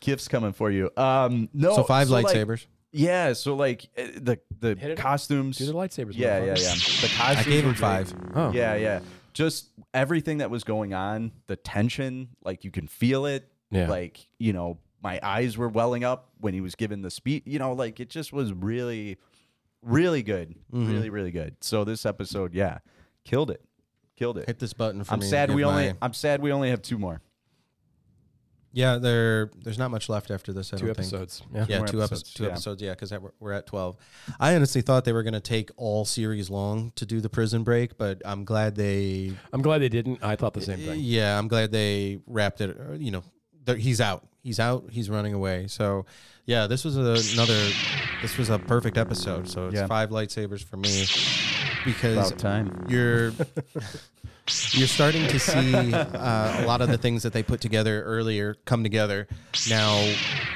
[SPEAKER 2] Gifts coming for you. Um, no.
[SPEAKER 1] So five
[SPEAKER 2] like-
[SPEAKER 1] lightsabers.
[SPEAKER 2] yeah. So like eh, the
[SPEAKER 3] Hit
[SPEAKER 2] the
[SPEAKER 3] it up.
[SPEAKER 2] costumes.
[SPEAKER 3] Do the lightsabers,
[SPEAKER 2] Yeah, yeah, yeah.
[SPEAKER 3] motherfucker.
[SPEAKER 2] The costumes.
[SPEAKER 1] I gave
[SPEAKER 2] were
[SPEAKER 1] him
[SPEAKER 2] great.
[SPEAKER 1] five.
[SPEAKER 3] Oh.
[SPEAKER 2] Yeah, yeah. Just everything that was going on, the tension, like you can feel it.
[SPEAKER 3] Yeah.
[SPEAKER 2] Like you know, my eyes were welling up when he was given the speech. You know, like it just was really, really good,
[SPEAKER 1] Mm-hmm.
[SPEAKER 2] really, really good. So this episode, yeah, killed it, killed it.
[SPEAKER 1] Hit this button for
[SPEAKER 2] I'm
[SPEAKER 1] me. to
[SPEAKER 2] sad
[SPEAKER 1] give
[SPEAKER 2] we only.
[SPEAKER 1] my-
[SPEAKER 2] I'm sad we only have two more.
[SPEAKER 1] Yeah, there. There's not much left after this. I
[SPEAKER 3] two
[SPEAKER 1] don't think.
[SPEAKER 3] episodes. Yeah.
[SPEAKER 1] Yeah,
[SPEAKER 2] more
[SPEAKER 1] two episodes.
[SPEAKER 2] episodes,
[SPEAKER 1] Two
[SPEAKER 2] yeah.
[SPEAKER 1] episodes. Yeah, because we're at twelve. I honestly thought they were going to take all series long to do the prison break, but I'm glad they.
[SPEAKER 3] I'm glad they didn't. I thought the same thing.
[SPEAKER 1] Yeah, I'm glad they wrapped it. or, You know, there- he's out. He's out. He's running away. So, yeah, this was a- another. This was a perfect episode. So it's
[SPEAKER 2] Yeah.
[SPEAKER 1] five lightsabers for me because
[SPEAKER 2] time.
[SPEAKER 1] you're you're starting to see uh, a lot of the things that they put together earlier come together. Now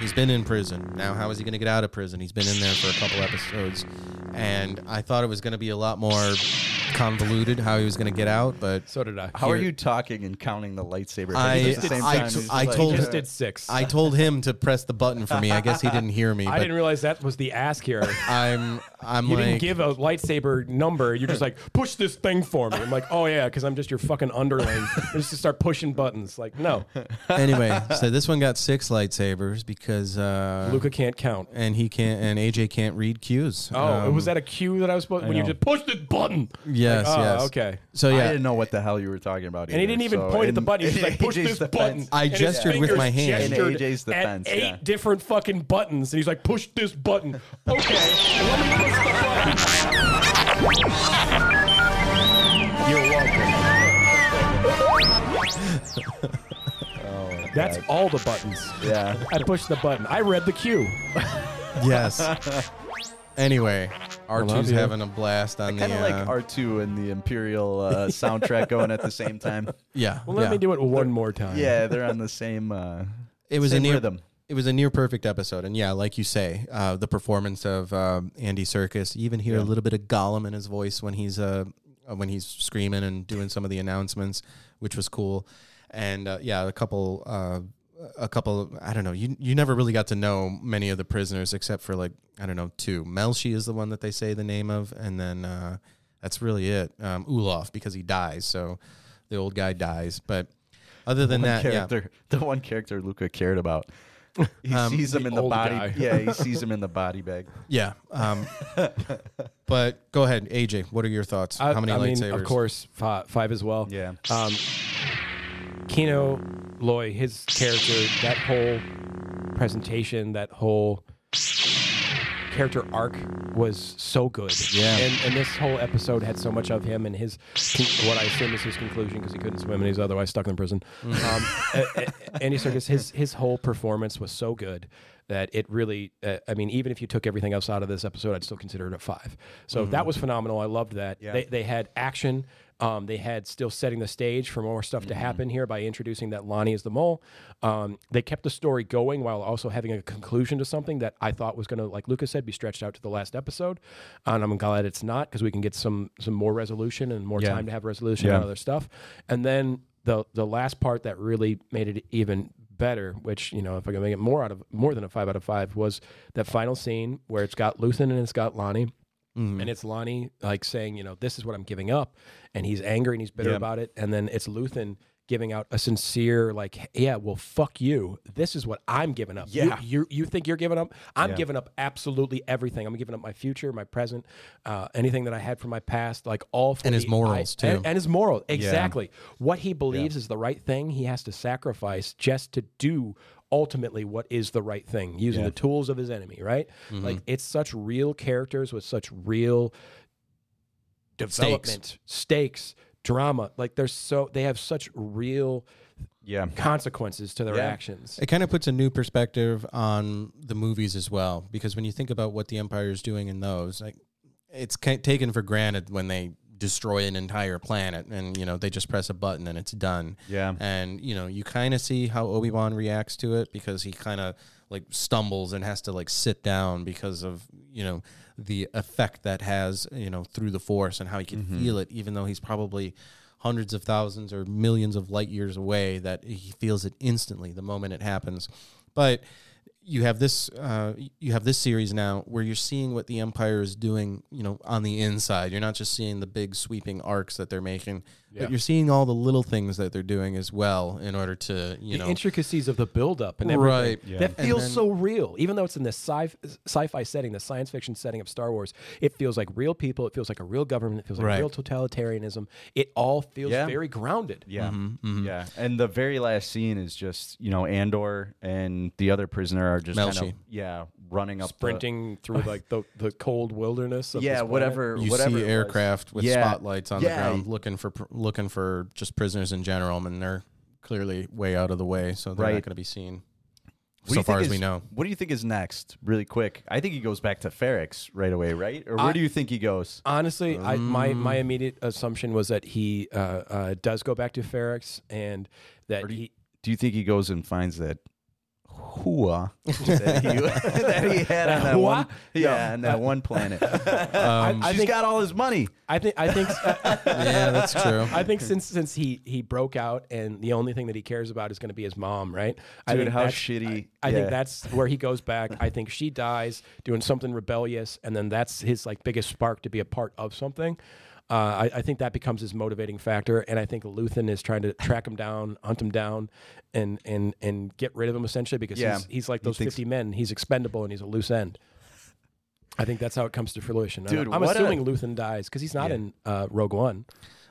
[SPEAKER 1] he's been in prison. Now how is he going to get out of prison? He's been in there for a couple episodes, and I thought it was going to be a lot more convoluted how he was going to get out, but.
[SPEAKER 3] So did I.
[SPEAKER 2] How are
[SPEAKER 1] Here-
[SPEAKER 2] you talking and counting the lightsaber?
[SPEAKER 1] I-
[SPEAKER 2] hits at the same
[SPEAKER 1] I-
[SPEAKER 2] time?
[SPEAKER 1] t-
[SPEAKER 2] He's
[SPEAKER 1] I
[SPEAKER 2] like-
[SPEAKER 1] told-
[SPEAKER 3] I just did six.
[SPEAKER 1] I told him to press the button for me. I guess he didn't hear me.
[SPEAKER 3] I
[SPEAKER 1] but
[SPEAKER 3] didn't realize that was the ask here.
[SPEAKER 1] I'm I'm
[SPEAKER 3] You
[SPEAKER 1] like
[SPEAKER 3] didn't give a lightsaber number. You're just like, push this thing for me. I'm like, oh yeah, because I'm just your fucking underling. I just start pushing buttons. Like, no,
[SPEAKER 1] anyway. So this one got six lightsabers because uh,
[SPEAKER 3] Luca can't count.
[SPEAKER 1] and he can't and AJ can't read cues.
[SPEAKER 3] Oh,
[SPEAKER 1] Um,
[SPEAKER 3] was that a cue that I was supposed when you
[SPEAKER 1] know.
[SPEAKER 3] just push this button?
[SPEAKER 1] Yes,
[SPEAKER 3] oh,
[SPEAKER 1] yes.
[SPEAKER 3] okay.
[SPEAKER 1] So
[SPEAKER 2] I
[SPEAKER 1] yeah,
[SPEAKER 2] didn't know what the hell you were talking about.
[SPEAKER 3] And he
[SPEAKER 2] either,
[SPEAKER 3] didn't even
[SPEAKER 2] so
[SPEAKER 3] point at the
[SPEAKER 2] in-
[SPEAKER 3] button. He was just like,
[SPEAKER 2] in
[SPEAKER 3] push
[SPEAKER 2] AJ's
[SPEAKER 3] this
[SPEAKER 2] defense-
[SPEAKER 3] button.
[SPEAKER 1] I
[SPEAKER 3] And his
[SPEAKER 1] gestured with
[SPEAKER 3] fingers
[SPEAKER 1] my hand.
[SPEAKER 2] In
[SPEAKER 3] gestured
[SPEAKER 2] AJ's defense,
[SPEAKER 3] at eight
[SPEAKER 2] yeah.
[SPEAKER 3] different fucking buttons, and he's like, push this button. Okay, let me push the button. You're welcome. That's all the buttons.
[SPEAKER 2] Yeah.
[SPEAKER 3] I pushed the button. I read the cue.
[SPEAKER 1] yes. anyway, R2's
[SPEAKER 3] you.
[SPEAKER 1] having a blast on
[SPEAKER 2] Kind
[SPEAKER 1] the
[SPEAKER 2] of
[SPEAKER 1] uh,
[SPEAKER 2] like R2 and the Imperial uh, soundtrack going at the same time.
[SPEAKER 1] yeah.
[SPEAKER 3] Well, let
[SPEAKER 1] yeah.
[SPEAKER 3] me do it one more time.
[SPEAKER 2] Yeah, they're on the same. Uh,
[SPEAKER 1] It was a
[SPEAKER 2] same
[SPEAKER 1] near
[SPEAKER 2] rhythm.
[SPEAKER 1] It was a near perfect episode, and yeah, like you say, uh, the performance of um, Andy Circus. You even hear a little bit of Gollum in his voice when he's uh, uh, when he's screaming and doing some of the announcements, which was cool. And uh, yeah, a couple, uh, a couple. I don't know. You you never really got to know many of the prisoners except for like I don't know two. Melshi is the one that they say the name of, and then uh, that's really it. Um, Olaf because he dies, so the old guy dies. But other than that, yeah.
[SPEAKER 2] character, the one character Luca cared about. He
[SPEAKER 1] Um,
[SPEAKER 2] sees him in the
[SPEAKER 3] old
[SPEAKER 2] body.
[SPEAKER 3] guy.
[SPEAKER 2] Yeah, he sees him in the body bag.
[SPEAKER 1] Yeah. Um, but go ahead, AJ. What are your thoughts?
[SPEAKER 3] I,
[SPEAKER 1] How many
[SPEAKER 3] I mean,
[SPEAKER 1] lightsabers?
[SPEAKER 3] of course, five, five as well.
[SPEAKER 2] Yeah.
[SPEAKER 3] Um, Kino Loy, his character, that whole presentation, that whole character arc was so good.
[SPEAKER 2] Yeah.
[SPEAKER 3] And, and this whole episode had so much of him and his, what I assume is his conclusion because he couldn't swim and he's otherwise stuck in prison. Um, a- a- Andy Serkis, his his whole performance was so good. that it really, uh, I mean, even if you took everything else out of this episode, I'd still consider it a five. So that was phenomenal. I loved that. They, they had action. Um, they had still setting the stage for more stuff to happen here by introducing that Lonnie is the mole. Um, they kept the story going while also having a conclusion to something that I thought was going to, like Lucas said, be stretched out to the last episode. And I'm glad it's not because we can get some some more resolution and more time to have resolution on other stuff. And then the the last part that really made it even better, which you know, if I can make it more out of more than a five out of five, was that final scene where it's got Luthen and it's got Lonnie.
[SPEAKER 1] Mm-hmm.
[SPEAKER 3] And it's Lonnie like saying, you know, this is what I'm giving up, and he's angry and he's bitter about it. And then it's Luthen giving out a sincere, like, yeah, well, fuck you. This is what I'm giving up.
[SPEAKER 2] Yeah.
[SPEAKER 3] you you, you think you're giving up? I'm giving up absolutely everything. I'm giving up my future, my present, uh, anything that I had from my past, like all for
[SPEAKER 1] And his
[SPEAKER 3] the-
[SPEAKER 1] morals,
[SPEAKER 3] I- and-
[SPEAKER 1] too.
[SPEAKER 3] and his moral exactly what he believes is the right thing he has to sacrifice just to do ultimately what is the right thing using the tools of his enemy right like it's such real characters with such real development stakes, drama like they're so they have such real
[SPEAKER 2] Yeah.
[SPEAKER 3] consequences to their
[SPEAKER 2] Yeah.
[SPEAKER 3] actions
[SPEAKER 1] It kind of puts a new perspective on the movies as well, because when you think about what the Empire is doing in those, like it's ki taken for granted when they destroy an entire planet, and you know they just press a button and it's done.
[SPEAKER 2] Yeah.
[SPEAKER 1] and you know you kind of see how Obi Wan reacts to it because he kind of like stumbles and has to like sit down because of you know the effect that has you know through the Force and how he can feel it, even though he's probably hundreds of thousands or millions of light years away that he feels it instantly the moment it happens but you have this uh, you have this series now where you're seeing what the empire is doing you know on the inside you're not just seeing the big sweeping arcs that they're making but you're seeing all the little things that they're doing as well in order to you
[SPEAKER 3] the
[SPEAKER 1] know
[SPEAKER 3] intricacies of the buildup and everything.
[SPEAKER 1] Right.
[SPEAKER 3] That feels so real, even though it's in the sci- sci-fi setting, the science fiction setting of Star Wars. It feels like real people. It feels like a real government. It feels like
[SPEAKER 1] Right.
[SPEAKER 3] real totalitarianism. It all feels
[SPEAKER 2] Yeah.
[SPEAKER 3] very grounded.
[SPEAKER 2] Yeah.
[SPEAKER 1] Mm-hmm,
[SPEAKER 2] Yeah. And the very last scene is just, you know, Andor and the other prisoner are just kind
[SPEAKER 1] Melshi.
[SPEAKER 2] of yeah, running up the-
[SPEAKER 3] Sprinting through like the, the cold wilderness. Of this
[SPEAKER 2] yeah,
[SPEAKER 3] planet.
[SPEAKER 2] whatever
[SPEAKER 1] you
[SPEAKER 2] whatever it
[SPEAKER 1] see
[SPEAKER 2] was.
[SPEAKER 1] aircraft with
[SPEAKER 2] Yeah.
[SPEAKER 1] spotlights on
[SPEAKER 2] Yeah.
[SPEAKER 1] the ground looking for pr- looking for just prisoners in general and they're clearly way out of the way so they're
[SPEAKER 2] Right.
[SPEAKER 1] not going to be seen
[SPEAKER 2] What do
[SPEAKER 1] so
[SPEAKER 2] you
[SPEAKER 1] far
[SPEAKER 2] think
[SPEAKER 1] as we
[SPEAKER 2] is-
[SPEAKER 1] know
[SPEAKER 2] What do you think is next? Really quick. I think he goes back to Ferrex right away, right? Or where
[SPEAKER 3] I-
[SPEAKER 2] do you think he goes?
[SPEAKER 3] Honestly, I, my
[SPEAKER 2] Mm.
[SPEAKER 3] my immediate assumption was that he uh, uh, does go back to Ferrex and that
[SPEAKER 2] Or do you-
[SPEAKER 3] he.
[SPEAKER 2] Do you think he goes and finds that hua that he, that he had on that
[SPEAKER 3] Hua?
[SPEAKER 2] one, yeah, on that one planet?
[SPEAKER 3] I- I,
[SPEAKER 2] Um, She's
[SPEAKER 3] think.
[SPEAKER 2] got all his money.
[SPEAKER 3] I think. I think.
[SPEAKER 1] yeah that's true
[SPEAKER 3] I think since since he he broke out and the only thing that he cares about is going to be his mom, right? I
[SPEAKER 2] Dude,
[SPEAKER 3] think
[SPEAKER 2] how
[SPEAKER 3] that's-
[SPEAKER 2] shitty.
[SPEAKER 3] I
[SPEAKER 2] yeah.
[SPEAKER 3] think that's where he goes back. I think she dies doing something rebellious, and then that's his like biggest spark to be a part of something. Uh, I, I think that becomes his motivating factor, and I think Luthen is trying to track him down, hunt him down, and and and get rid of him essentially because
[SPEAKER 2] Yeah.
[SPEAKER 3] he's, he's like
[SPEAKER 2] He
[SPEAKER 3] those
[SPEAKER 2] thinks-
[SPEAKER 3] fifty men. He's expendable and he's a loose end. I think that's how it comes to fruition. I
[SPEAKER 2] Dude,
[SPEAKER 3] don't- I'm
[SPEAKER 2] what a-
[SPEAKER 3] assuming Luthen dies because he's not in uh, Rogue One.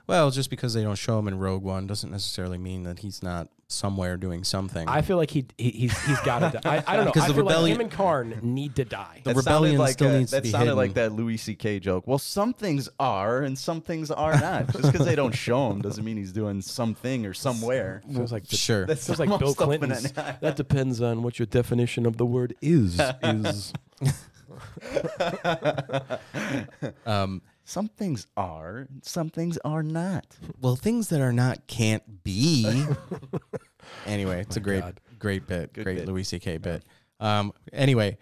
[SPEAKER 1] Well, just because they don't show him in Rogue One doesn't necessarily mean that he's not somewhere doing something.
[SPEAKER 3] I feel like he, he he's he's got to die. I, I don't know.
[SPEAKER 1] Because
[SPEAKER 3] I
[SPEAKER 1] the
[SPEAKER 3] feel like
[SPEAKER 1] rebellion-
[SPEAKER 3] him and Karn need to die.
[SPEAKER 1] the
[SPEAKER 2] That sounded
[SPEAKER 1] rebellion
[SPEAKER 2] like
[SPEAKER 1] still
[SPEAKER 2] a-
[SPEAKER 1] needs
[SPEAKER 2] that
[SPEAKER 1] to be
[SPEAKER 2] sounded
[SPEAKER 1] hidden.
[SPEAKER 2] like that Louis C.K. joke. Well, some things are and some things are not. Just because they don't show him doesn't mean he's doing something or somewhere.
[SPEAKER 3] Feels like the-
[SPEAKER 1] sure.
[SPEAKER 2] That's
[SPEAKER 3] Sounds like Bill
[SPEAKER 2] almost open
[SPEAKER 3] Clinton's.
[SPEAKER 2] and-
[SPEAKER 3] That depends on what your definition of the word is. Is
[SPEAKER 1] Um,
[SPEAKER 2] Some things are, and some things are not.
[SPEAKER 1] well, things that are not can't be. anyway, it's a great,
[SPEAKER 3] God.
[SPEAKER 1] great bit, great
[SPEAKER 2] bit.
[SPEAKER 1] Louis C.K. bit. Um, anyway,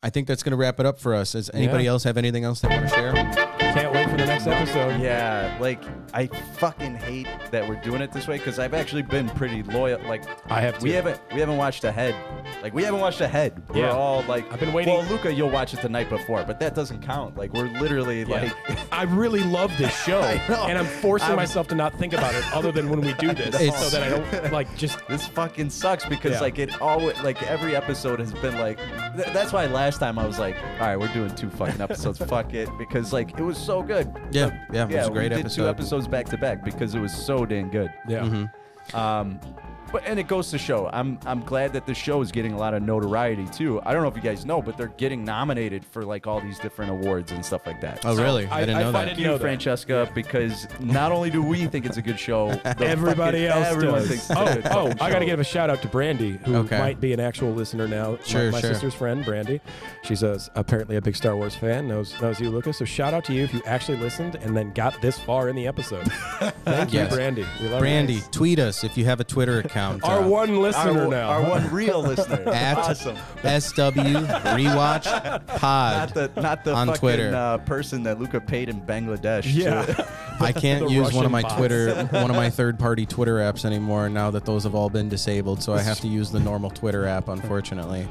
[SPEAKER 1] I think that's going to wrap it up for us. Does anybody
[SPEAKER 3] Yeah.
[SPEAKER 1] else have anything else they want to share?
[SPEAKER 3] can't wait for the next episode.
[SPEAKER 2] Yeah, like I fucking hate that we're doing it this way because I've actually been pretty loyal. Like
[SPEAKER 3] I have
[SPEAKER 2] we
[SPEAKER 3] too.
[SPEAKER 2] haven't we haven't watched ahead. Like we haven't watched ahead. We're
[SPEAKER 3] Yeah.
[SPEAKER 2] all like
[SPEAKER 3] I've been waiting-
[SPEAKER 2] Well, Luca, you'll watch it the night before, but that doesn't count. Like we're literally
[SPEAKER 3] Yeah.
[SPEAKER 2] like.
[SPEAKER 3] I really love this show,
[SPEAKER 2] I know.
[SPEAKER 3] and I'm forcing
[SPEAKER 2] I'm-
[SPEAKER 3] myself to not think about it other than when we do this,
[SPEAKER 1] It's-
[SPEAKER 3] so that I don't like just.
[SPEAKER 2] this fucking sucks because
[SPEAKER 3] Yeah.
[SPEAKER 2] like it always like every episode has been like th- that's why last time I was like all right we're doing two fucking episodes fuck it because like it was so good
[SPEAKER 1] Yeah, yeah, it was a great
[SPEAKER 2] we did two
[SPEAKER 1] episode.
[SPEAKER 2] Mm-hmm. episodes back to back because it was so damn good
[SPEAKER 3] Yeah.
[SPEAKER 2] um But and it goes to show. I'm I'm glad that the show is getting a lot of notoriety too. I don't know if you guys know, but they're getting nominated for like all these different awards and stuff like that.
[SPEAKER 1] Oh, really? I,
[SPEAKER 3] I-
[SPEAKER 1] didn't
[SPEAKER 3] I
[SPEAKER 1] know
[SPEAKER 3] find
[SPEAKER 1] that.
[SPEAKER 3] it-
[SPEAKER 2] Thank
[SPEAKER 3] know
[SPEAKER 2] you,
[SPEAKER 3] that.
[SPEAKER 2] Francesca, because not only do we think it's a good show, the
[SPEAKER 3] Everybody
[SPEAKER 2] fucking-
[SPEAKER 3] else
[SPEAKER 2] everyone
[SPEAKER 3] does.
[SPEAKER 2] thinks it's a
[SPEAKER 3] oh,
[SPEAKER 2] good
[SPEAKER 3] oh!
[SPEAKER 2] fucking
[SPEAKER 3] I got to
[SPEAKER 2] show.
[SPEAKER 3] give a shout out to Brandy, who
[SPEAKER 1] Okay.
[SPEAKER 3] might be an actual listener now. My-
[SPEAKER 1] Sure,
[SPEAKER 3] my,
[SPEAKER 1] sure.
[SPEAKER 3] sister's friend, Brandy. She's a, apparently a big Star Wars fan. knows knows you, Lucas. So shout out to you if you actually listened and then got this far in the episode. Thank
[SPEAKER 1] Yes.
[SPEAKER 3] you, Brandy. We love you.
[SPEAKER 1] Brandy, tweet us if you have a Twitter account.
[SPEAKER 3] our
[SPEAKER 1] uh,
[SPEAKER 3] one
[SPEAKER 2] our,
[SPEAKER 3] listener
[SPEAKER 2] one-
[SPEAKER 3] now.
[SPEAKER 2] our one real listener.
[SPEAKER 1] at
[SPEAKER 2] awesome.
[SPEAKER 1] SW Rewatch
[SPEAKER 2] Not
[SPEAKER 1] Pod.
[SPEAKER 2] the not the
[SPEAKER 1] On
[SPEAKER 2] fucking,
[SPEAKER 1] Twitter.
[SPEAKER 2] uh, person that Luca paid in Bangladesh. to-
[SPEAKER 3] yeah.
[SPEAKER 1] I can't
[SPEAKER 3] the
[SPEAKER 1] use one
[SPEAKER 3] Russian
[SPEAKER 1] of my
[SPEAKER 3] bots.
[SPEAKER 1] Twitter, one of my third-party Twitter apps anymore now that those have all been disabled. So I have to use the normal Twitter app, unfortunately.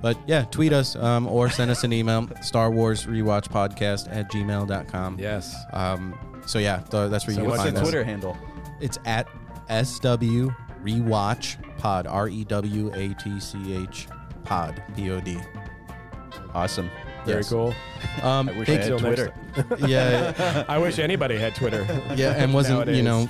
[SPEAKER 1] But yeah, tweet us um, or send us an email, Star Wars Rewatch Podcast at gmail.com.
[SPEAKER 3] yes.
[SPEAKER 1] Um, so yeah, th- that's where you can
[SPEAKER 2] What's
[SPEAKER 1] find
[SPEAKER 2] the
[SPEAKER 1] us.
[SPEAKER 2] Twitter handle?
[SPEAKER 1] It's at SW Rewatch Pod, R E W A T C H Pod, P O D.
[SPEAKER 2] Awesome.
[SPEAKER 3] Very
[SPEAKER 1] Yes.
[SPEAKER 3] cool.
[SPEAKER 1] Um,
[SPEAKER 2] I wish
[SPEAKER 1] big-
[SPEAKER 2] I
[SPEAKER 3] Till
[SPEAKER 2] had
[SPEAKER 3] next
[SPEAKER 2] Twitter.
[SPEAKER 1] yeah,
[SPEAKER 3] I wish anybody had Twitter.
[SPEAKER 1] yeah, and wasn't you
[SPEAKER 3] Nowadays.
[SPEAKER 1] know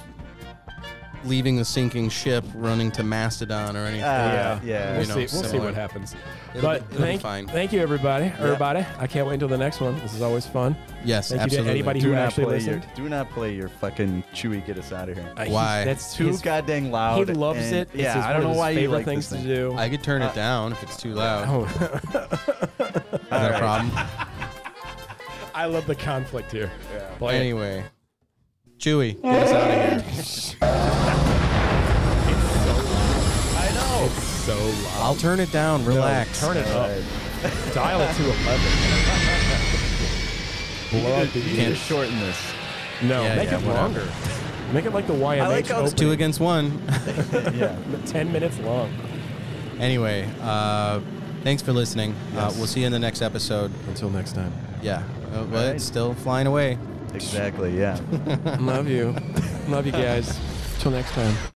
[SPEAKER 1] leaving the sinking ship, running to Mastodon or anything.
[SPEAKER 2] Uh,
[SPEAKER 3] Yeah,
[SPEAKER 2] yeah.
[SPEAKER 1] You
[SPEAKER 3] We'll,
[SPEAKER 1] know,
[SPEAKER 3] see, we'll see
[SPEAKER 1] similar.
[SPEAKER 3] what happens.
[SPEAKER 1] It'll
[SPEAKER 3] but
[SPEAKER 1] be- it'll be
[SPEAKER 3] thank,
[SPEAKER 1] fine.
[SPEAKER 3] thank you, everybody. Everybody, I can't wait until the next one. This is always fun.
[SPEAKER 1] yes,
[SPEAKER 3] Thank you to
[SPEAKER 1] absolutely.
[SPEAKER 3] anybody
[SPEAKER 2] Do
[SPEAKER 3] Who
[SPEAKER 2] not
[SPEAKER 3] actually
[SPEAKER 2] play
[SPEAKER 3] listened?
[SPEAKER 2] your do not play your fucking Chewy. Get us out of here.
[SPEAKER 3] Uh, he's-
[SPEAKER 1] Why?
[SPEAKER 3] That's
[SPEAKER 2] Too
[SPEAKER 3] his-
[SPEAKER 2] goddamn loud.
[SPEAKER 3] He loves
[SPEAKER 2] and-
[SPEAKER 3] it. It's
[SPEAKER 2] Yeah,
[SPEAKER 3] his-
[SPEAKER 2] I don't
[SPEAKER 3] one
[SPEAKER 2] know
[SPEAKER 3] of
[SPEAKER 2] why
[SPEAKER 3] his
[SPEAKER 2] you
[SPEAKER 3] favorite
[SPEAKER 2] like this
[SPEAKER 3] things to
[SPEAKER 2] thing.
[SPEAKER 3] do.
[SPEAKER 1] I could turn it down if it's too loud. Is
[SPEAKER 3] Uh, oh,
[SPEAKER 1] that a problem?
[SPEAKER 3] I love the conflict here. Play it.
[SPEAKER 1] anyway, Chewy, get us out of here.
[SPEAKER 2] I know.
[SPEAKER 3] oh, so loud.
[SPEAKER 1] I'll turn it down. Relax.
[SPEAKER 3] Turn it up. Dial it to 11. Blow up the
[SPEAKER 2] You need to shorten this.
[SPEAKER 3] No,
[SPEAKER 1] Yeah,
[SPEAKER 3] make
[SPEAKER 1] yeah,
[SPEAKER 3] it
[SPEAKER 1] whatever.
[SPEAKER 3] longer. Make it like the YMH
[SPEAKER 2] like how it's
[SPEAKER 3] opening,
[SPEAKER 1] Two against one.
[SPEAKER 2] Yeah.
[SPEAKER 3] 10 minutes long.
[SPEAKER 1] anyway, uh, thanks for listening. Uh, we'll see you in the next episode.
[SPEAKER 3] Until next time.
[SPEAKER 1] Yeah. Uh, but
[SPEAKER 2] right.
[SPEAKER 1] it's still flying away.
[SPEAKER 2] Exactly. Yeah.
[SPEAKER 3] Love you. Love you guys. Till next time.